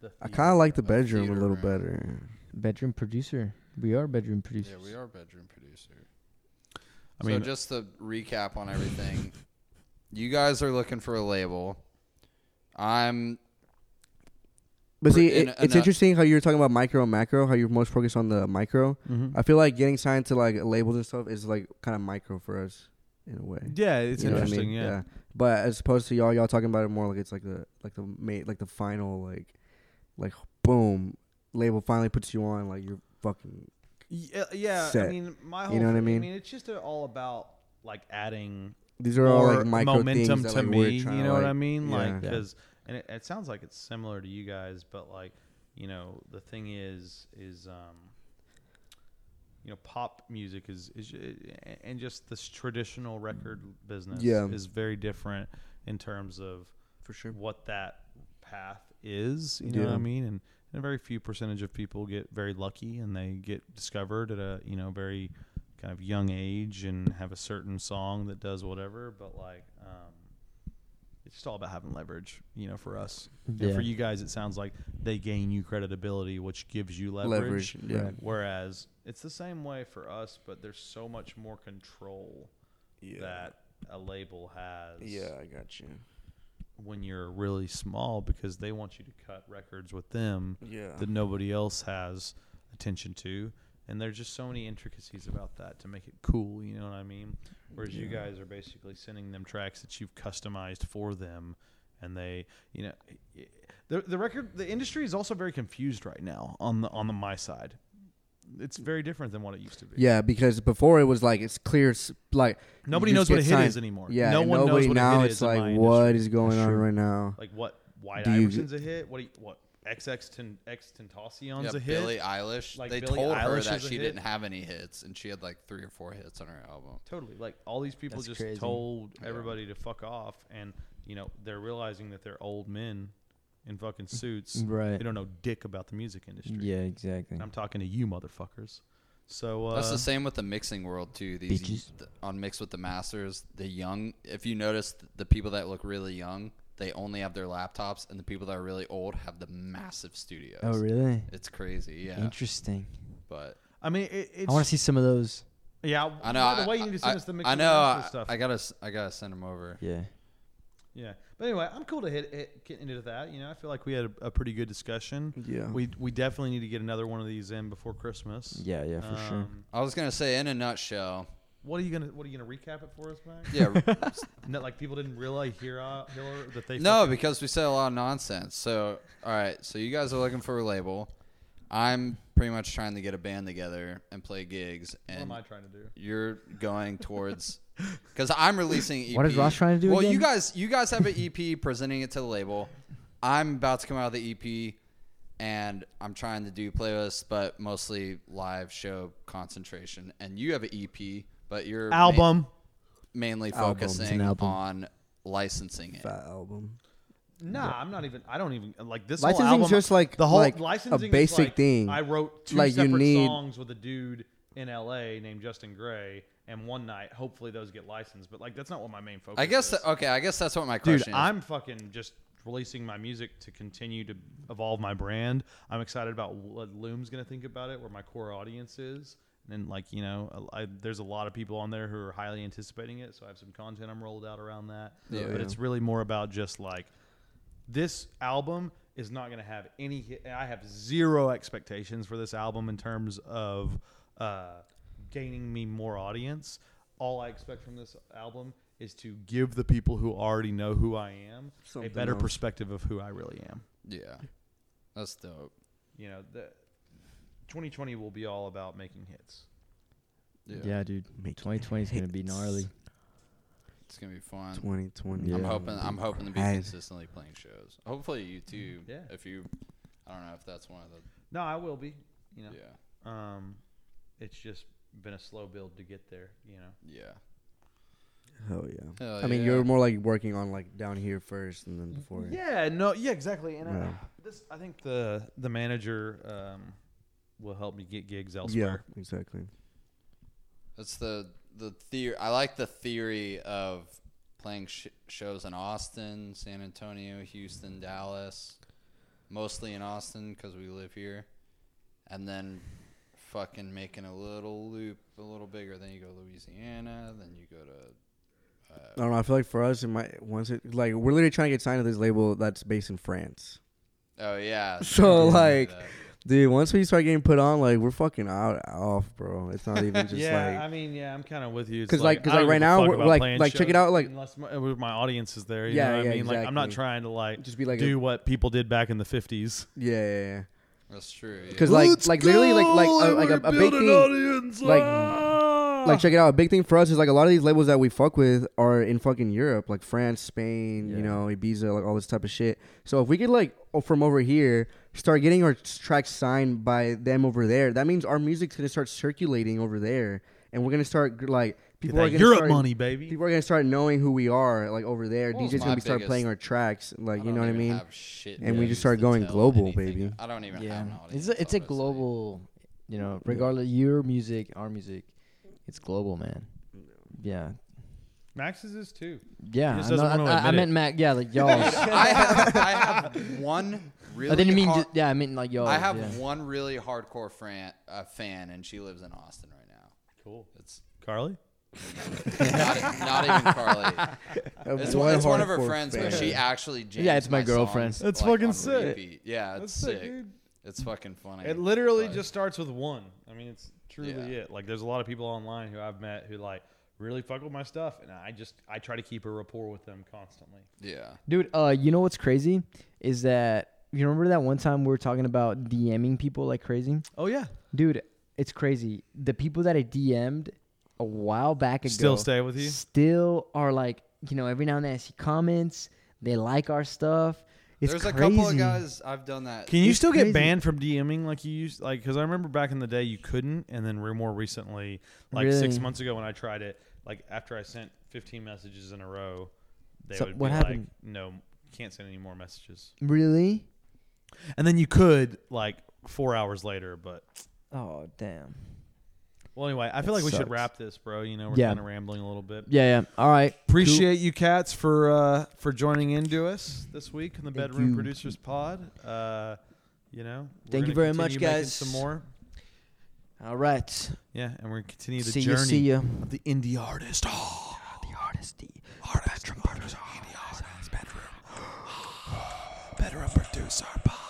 [SPEAKER 3] Because I kind of like the
[SPEAKER 4] A
[SPEAKER 3] bedroom a
[SPEAKER 4] theater
[SPEAKER 3] little
[SPEAKER 4] room.
[SPEAKER 3] better.
[SPEAKER 1] Bedroom producer. We are bedroom producers.
[SPEAKER 4] yeah, we are bedroom producer.
[SPEAKER 2] I mean,
[SPEAKER 4] so just to recap on everything, you guys are looking for a label. I'm
[SPEAKER 3] But
[SPEAKER 4] Pre-
[SPEAKER 3] see,
[SPEAKER 4] in
[SPEAKER 3] it,
[SPEAKER 4] a-
[SPEAKER 3] it's
[SPEAKER 4] in a-
[SPEAKER 3] interesting how you were talking about micro and macro, how you're most focused on the micro.
[SPEAKER 2] mhm.
[SPEAKER 3] I feel like getting signed to like labels and stuff is like kind of micro for us in a way.
[SPEAKER 2] yeah, it's
[SPEAKER 3] You know what I
[SPEAKER 2] interesting.
[SPEAKER 3] mean?
[SPEAKER 2] yeah.
[SPEAKER 3] But as opposed to y'all, y'all talking about it more like it's like the like the mate like the final like like boom label finally puts you on like you're fucking
[SPEAKER 2] Yeah, uh, yeah I
[SPEAKER 3] set.
[SPEAKER 2] mean, my whole
[SPEAKER 3] You know what I
[SPEAKER 2] thing-
[SPEAKER 3] mean?
[SPEAKER 2] it's just uh, all about like adding
[SPEAKER 3] these are all
[SPEAKER 2] more
[SPEAKER 3] like micro
[SPEAKER 2] momentum
[SPEAKER 3] things that,
[SPEAKER 2] to
[SPEAKER 3] like, we're
[SPEAKER 2] me. You
[SPEAKER 3] trying
[SPEAKER 2] know
[SPEAKER 3] to,
[SPEAKER 2] what
[SPEAKER 3] like-
[SPEAKER 2] I mean? Like
[SPEAKER 3] yeah.
[SPEAKER 2] 'cause- and it, it sounds like it's similar to you guys, but like you know, the thing is, is um, you know, pop music is is ju- and just this traditional record business
[SPEAKER 3] Yeah.
[SPEAKER 2] is very different in terms of
[SPEAKER 3] for sure.
[SPEAKER 2] what that path is. You know what
[SPEAKER 3] Yeah.
[SPEAKER 2] I mean? And, and a very few percentage of people get very lucky and they get discovered at a you know very kind of young age and have a certain song that does whatever. But like, um, it's just all about having leverage. You know, for us and for
[SPEAKER 1] Yeah.
[SPEAKER 2] you guys, it sounds like they gain you creditability, which gives you leverage.
[SPEAKER 3] Leverage, yeah. Right.
[SPEAKER 2] Whereas it's the same way for us, but there's so much more control
[SPEAKER 3] Yeah.
[SPEAKER 2] that a label has
[SPEAKER 3] I got you.
[SPEAKER 2] when you're really small because they want you to cut records with them
[SPEAKER 3] Yeah.
[SPEAKER 2] that nobody else has attention to. And there's just so many intricacies about that to make it cool, you know what I mean? Whereas you guys are basically sending them tracks that you've customized for them and they, you know, the the record the industry is also very confused right now on the on the my side. It's very different than what it used to be.
[SPEAKER 3] Yeah, because before it was like it's clear, s- like
[SPEAKER 2] Nobody
[SPEAKER 3] you
[SPEAKER 2] knows
[SPEAKER 3] just
[SPEAKER 2] what a
[SPEAKER 3] get
[SPEAKER 2] hit
[SPEAKER 3] signed.
[SPEAKER 2] is anymore.
[SPEAKER 3] Yeah,
[SPEAKER 2] No
[SPEAKER 3] and
[SPEAKER 2] one knows
[SPEAKER 3] nobody
[SPEAKER 2] what a
[SPEAKER 3] now
[SPEAKER 2] hit
[SPEAKER 3] it's
[SPEAKER 2] is in
[SPEAKER 3] like
[SPEAKER 2] my
[SPEAKER 3] what
[SPEAKER 2] industry.
[SPEAKER 3] is going on right now.
[SPEAKER 2] Like what White
[SPEAKER 3] Do you-
[SPEAKER 2] Iverson's a hit? What do you, what X Ten X Tentacion's
[SPEAKER 4] yeah,
[SPEAKER 2] a hit?
[SPEAKER 4] Billie Eilish.
[SPEAKER 2] Like,
[SPEAKER 4] they
[SPEAKER 2] Billie
[SPEAKER 4] told her
[SPEAKER 2] Eilish
[SPEAKER 4] that
[SPEAKER 2] is a
[SPEAKER 4] she
[SPEAKER 2] hit.
[SPEAKER 4] didn't have any hits, and she had like three or four hits on her album.
[SPEAKER 2] Totally. Like all these people
[SPEAKER 1] That's
[SPEAKER 2] just
[SPEAKER 1] crazy.
[SPEAKER 2] told everybody to fuck off, and you know they're realizing that they're old men in fucking suits.
[SPEAKER 1] Mm, Right.
[SPEAKER 2] They don't know dick about the music industry.
[SPEAKER 1] Yeah, exactly.
[SPEAKER 2] And I'm talking to you motherfuckers. So uh,
[SPEAKER 4] That's the same with the mixing world too. These
[SPEAKER 1] Bitches.
[SPEAKER 4] th- on Mix with the Masters, the young. If you notice, th- the people that look really young, they only have their laptops, and the people that are really old have the massive studios.
[SPEAKER 1] Oh, really?
[SPEAKER 4] It's crazy, yeah.
[SPEAKER 1] Interesting.
[SPEAKER 4] But
[SPEAKER 2] I mean, it, it's
[SPEAKER 1] I want to see some of those.
[SPEAKER 2] yeah.
[SPEAKER 4] I know.
[SPEAKER 2] By
[SPEAKER 4] I-
[SPEAKER 2] the way, you need to send
[SPEAKER 4] I,
[SPEAKER 2] us the mix
[SPEAKER 4] I
[SPEAKER 2] and
[SPEAKER 4] know.
[SPEAKER 2] master
[SPEAKER 4] I,
[SPEAKER 2] stuff.
[SPEAKER 4] I gotta. s- I gotta send them over.
[SPEAKER 1] Yeah.
[SPEAKER 2] Yeah, but anyway, I'm cool to hit, hit get into that. You know, I feel like we had a, a pretty good discussion.
[SPEAKER 3] Yeah.
[SPEAKER 2] we we definitely need to get another one of these in before Christmas.
[SPEAKER 1] Yeah, yeah, for sure.
[SPEAKER 2] Um,
[SPEAKER 4] I was gonna say, in a nutshell,
[SPEAKER 2] What are you gonna What are you gonna recap it for us, Max?
[SPEAKER 4] Yeah.
[SPEAKER 2] No, like people didn't realize hear out hear that they
[SPEAKER 4] no,
[SPEAKER 2] fucking-
[SPEAKER 4] because we said a lot of nonsense. So, all right. So you guys are looking for a label. I'm pretty much trying to get a band together and play gigs,
[SPEAKER 2] What
[SPEAKER 4] and
[SPEAKER 2] am I trying to do?
[SPEAKER 4] you're going towards because I'm releasing. EP.
[SPEAKER 1] What is Ross trying to do
[SPEAKER 4] Well,
[SPEAKER 1] again?
[SPEAKER 4] you guys, you guys have an EP presenting it to the label. I'm about to come out of the EP, and I'm trying to do playlists, but mostly live show concentration. And you have an EP, but you're ma-
[SPEAKER 2] Album.
[SPEAKER 4] mainly
[SPEAKER 3] Album. It's an
[SPEAKER 4] focusing
[SPEAKER 3] album.
[SPEAKER 4] on licensing it.
[SPEAKER 3] Fat album.
[SPEAKER 2] Nah, I'm not even. I don't even like this.
[SPEAKER 3] Licensing's
[SPEAKER 2] whole album,
[SPEAKER 3] just like-
[SPEAKER 2] the whole
[SPEAKER 3] like a
[SPEAKER 2] licensing is
[SPEAKER 3] basic
[SPEAKER 2] like,
[SPEAKER 3] thing.
[SPEAKER 2] I wrote two
[SPEAKER 3] Like, you
[SPEAKER 2] separate
[SPEAKER 3] need-
[SPEAKER 2] songs with a dude in L.A. named Justin Gray, and one night, hopefully, those get licensed. But like, that's not what my main focus.
[SPEAKER 4] I guess
[SPEAKER 2] is.
[SPEAKER 4] that, okay. I guess that's what my
[SPEAKER 2] dude,
[SPEAKER 4] question is.
[SPEAKER 2] I'm fucking just releasing my music to continue to evolve my brand. I'm excited about what Loom's gonna think about it, where my core audience is. And like you know, I, there's a lot of people on there who are highly anticipating it, so I have some content I'm rolled out around that.
[SPEAKER 4] Yeah.
[SPEAKER 2] but it's really more about just like this album is not going to have any hit. I have zero expectations for this album in terms of uh, gaining me more audience. All I expect from this album is to give the people who already know who I am
[SPEAKER 3] Something
[SPEAKER 2] a better
[SPEAKER 3] else.
[SPEAKER 2] perspective of who I really am.
[SPEAKER 4] Yeah, that's dope.
[SPEAKER 2] You know, the 2020 will be all about making hits.
[SPEAKER 4] Yeah,
[SPEAKER 1] Yeah, dude. 2020 is gonna be gnarly.
[SPEAKER 4] it's gonna be fun.
[SPEAKER 3] 2020.
[SPEAKER 1] Yeah.
[SPEAKER 4] I'm hoping. I'm hoping to be
[SPEAKER 3] Right.
[SPEAKER 4] consistently playing shows. Hopefully, you too.
[SPEAKER 2] Yeah.
[SPEAKER 4] If you, I don't know if that's one of the.
[SPEAKER 2] No, I will be. You know,
[SPEAKER 4] Yeah.
[SPEAKER 2] um, it's just been a slow build to get there. You know,
[SPEAKER 4] Yeah.
[SPEAKER 3] Hell yeah.
[SPEAKER 4] Hell
[SPEAKER 3] I mean,
[SPEAKER 4] yeah.
[SPEAKER 3] you're more like working on like down here first, and then before.
[SPEAKER 2] Yeah, no, yeah, exactly. And
[SPEAKER 3] Yeah.
[SPEAKER 2] I, this, I think the the manager um, will help me get gigs
[SPEAKER 3] Yeah,
[SPEAKER 2] elsewhere.
[SPEAKER 3] exactly.
[SPEAKER 4] That's the the theory. I like the theory of playing sh- shows in Austin, San Antonio, Houston, Dallas, mostly in Austin because we live here, and then fucking making a little loop a little bigger. Then you go to Louisiana. Then you go to. uh,
[SPEAKER 3] I don't know. I feel like for us, it might once it like we're literally trying to get signed to this label that's based in France.
[SPEAKER 4] Oh yeah.
[SPEAKER 3] So,
[SPEAKER 4] Yeah.
[SPEAKER 3] like, Dude, once we start getting put on, like we're fucking out off, bro. It's not even just
[SPEAKER 2] yeah, I
[SPEAKER 3] like
[SPEAKER 2] mean, yeah, I'm kind of with you. It's
[SPEAKER 3] 'Cause, like- 'cause,
[SPEAKER 2] I don't
[SPEAKER 3] like, right
[SPEAKER 2] give a
[SPEAKER 3] now,
[SPEAKER 2] fuck
[SPEAKER 3] we're-
[SPEAKER 2] about
[SPEAKER 3] like-
[SPEAKER 2] playing
[SPEAKER 3] like, check it
[SPEAKER 2] shows
[SPEAKER 3] out, like-
[SPEAKER 2] unless my, with my audience is there. You
[SPEAKER 3] Yeah,
[SPEAKER 2] know what
[SPEAKER 3] yeah,
[SPEAKER 2] I mean, like, I'm not
[SPEAKER 3] exactly.
[SPEAKER 2] trying to like
[SPEAKER 3] just be like,
[SPEAKER 2] do
[SPEAKER 3] a,
[SPEAKER 2] what people did back in the 50s.
[SPEAKER 3] yeah, yeah, yeah.
[SPEAKER 4] that's true. yeah.
[SPEAKER 3] Because like, like literally, like, like, a, like a, a big thing, like,
[SPEAKER 2] Ah! Oh.
[SPEAKER 3] like check it out. A big thing for us is like a lot of these labels that we fuck with are in fucking Europe, like France, Spain,
[SPEAKER 1] Yeah.
[SPEAKER 3] you know, Ibiza, like all this type of shit. So if we could like o- from over here start getting our s- tracks signed by them over there, that means our music's gonna start circulating over there, and we're gonna start gr- like people are
[SPEAKER 2] that
[SPEAKER 3] gonna
[SPEAKER 2] Europe
[SPEAKER 3] start,
[SPEAKER 2] money, baby.
[SPEAKER 3] People are gonna start knowing who we are, like over there.
[SPEAKER 4] What was
[SPEAKER 3] DJ's
[SPEAKER 4] my
[SPEAKER 3] gonna be start
[SPEAKER 4] biggest-
[SPEAKER 3] playing our tracks, like you
[SPEAKER 4] don't
[SPEAKER 3] know what I
[SPEAKER 4] even
[SPEAKER 3] mean?
[SPEAKER 4] have shit
[SPEAKER 3] And we
[SPEAKER 4] to
[SPEAKER 3] just
[SPEAKER 4] use
[SPEAKER 3] started
[SPEAKER 4] to
[SPEAKER 3] going
[SPEAKER 4] tell
[SPEAKER 3] global,
[SPEAKER 4] anything.
[SPEAKER 3] baby.
[SPEAKER 4] I don't even
[SPEAKER 1] Yeah,
[SPEAKER 4] have an
[SPEAKER 1] it's
[SPEAKER 4] audience.
[SPEAKER 1] a, it's a
[SPEAKER 4] obviously.
[SPEAKER 1] global. You know, regardless your music, our music, it's global, man. Yeah,
[SPEAKER 2] Max's is too.
[SPEAKER 1] yeah.
[SPEAKER 2] just
[SPEAKER 1] I, know-
[SPEAKER 2] doesn't wanna
[SPEAKER 1] I- I
[SPEAKER 2] admit it.
[SPEAKER 1] meant Mac. Yeah, like y'all. I
[SPEAKER 4] I have I have one really.
[SPEAKER 1] didn't mean.
[SPEAKER 4] har-
[SPEAKER 1] ju- yeah, I meant like y'all.
[SPEAKER 4] I have
[SPEAKER 1] yeah.
[SPEAKER 4] one really hardcore fan, uh, fan, and she lives in Austin right now.
[SPEAKER 2] Cool.
[SPEAKER 4] It's
[SPEAKER 2] Carly?
[SPEAKER 4] not, not even Carly. It's, one, it's one of her
[SPEAKER 3] hardcore
[SPEAKER 4] friends,
[SPEAKER 3] fan.
[SPEAKER 4] but she actually jams
[SPEAKER 1] Yeah, it's my girlfriend.
[SPEAKER 4] songs,
[SPEAKER 2] That's
[SPEAKER 4] like,
[SPEAKER 2] fucking
[SPEAKER 4] on
[SPEAKER 2] sick.
[SPEAKER 4] repeat. Yeah, it's
[SPEAKER 2] That's sick,
[SPEAKER 4] sick.
[SPEAKER 2] dude.
[SPEAKER 4] It's fucking funny.
[SPEAKER 2] It literally
[SPEAKER 4] But-
[SPEAKER 2] just starts with one. I mean, it's truly
[SPEAKER 4] Yeah.
[SPEAKER 2] it. Like, there's a lot of people online who I've met who like really fuck with my stuff, and I just I try to keep a rapport with them constantly.
[SPEAKER 4] yeah.
[SPEAKER 1] Dude, uh, you know what's crazy is that you remember that one time we were talking about DMing people like crazy.
[SPEAKER 2] Oh yeah,
[SPEAKER 1] Dude, it's crazy. The people that I DM'd a while back ago
[SPEAKER 2] Still stay with you?
[SPEAKER 1] Still are like, you know, every now and then I see comments. They like our stuff. It's
[SPEAKER 4] There's
[SPEAKER 1] crazy.
[SPEAKER 4] a couple of guys I've done that.
[SPEAKER 2] Can you
[SPEAKER 1] It's
[SPEAKER 2] still
[SPEAKER 1] crazy.
[SPEAKER 2] get banned from DMing like you used? Like, because I remember back in the day you couldn't, and then re- more recently, like six
[SPEAKER 1] Really?
[SPEAKER 2] months ago when I tried it, like after I sent 15 messages in a row, they
[SPEAKER 1] So
[SPEAKER 2] would
[SPEAKER 1] what
[SPEAKER 2] be
[SPEAKER 1] happened?
[SPEAKER 2] like, "No, can't send any more messages."
[SPEAKER 1] Really?
[SPEAKER 2] And then you could like four hours later, but
[SPEAKER 1] Oh damn.
[SPEAKER 2] well, anyway, I feel like we should
[SPEAKER 1] sucks.
[SPEAKER 2] wrap this, bro. You know, we're
[SPEAKER 1] Yeah.
[SPEAKER 2] kind of rambling a little bit.
[SPEAKER 1] Yeah, yeah. All right.
[SPEAKER 2] Appreciate you cats for uh, for joining in to us this week in the
[SPEAKER 1] Thank
[SPEAKER 2] Bedroom
[SPEAKER 1] you.
[SPEAKER 2] Producers Pod. Uh, you know, we're
[SPEAKER 1] Thank you
[SPEAKER 2] gonna
[SPEAKER 1] very much,
[SPEAKER 2] continue making
[SPEAKER 1] guys.
[SPEAKER 2] Some more.
[SPEAKER 1] All right.
[SPEAKER 2] Yeah, and we're gonna continue the
[SPEAKER 1] See
[SPEAKER 2] journey
[SPEAKER 1] you. See you.
[SPEAKER 2] of the indie artist. Ah,
[SPEAKER 1] The artist.
[SPEAKER 2] Ah, Bedroom producer pod.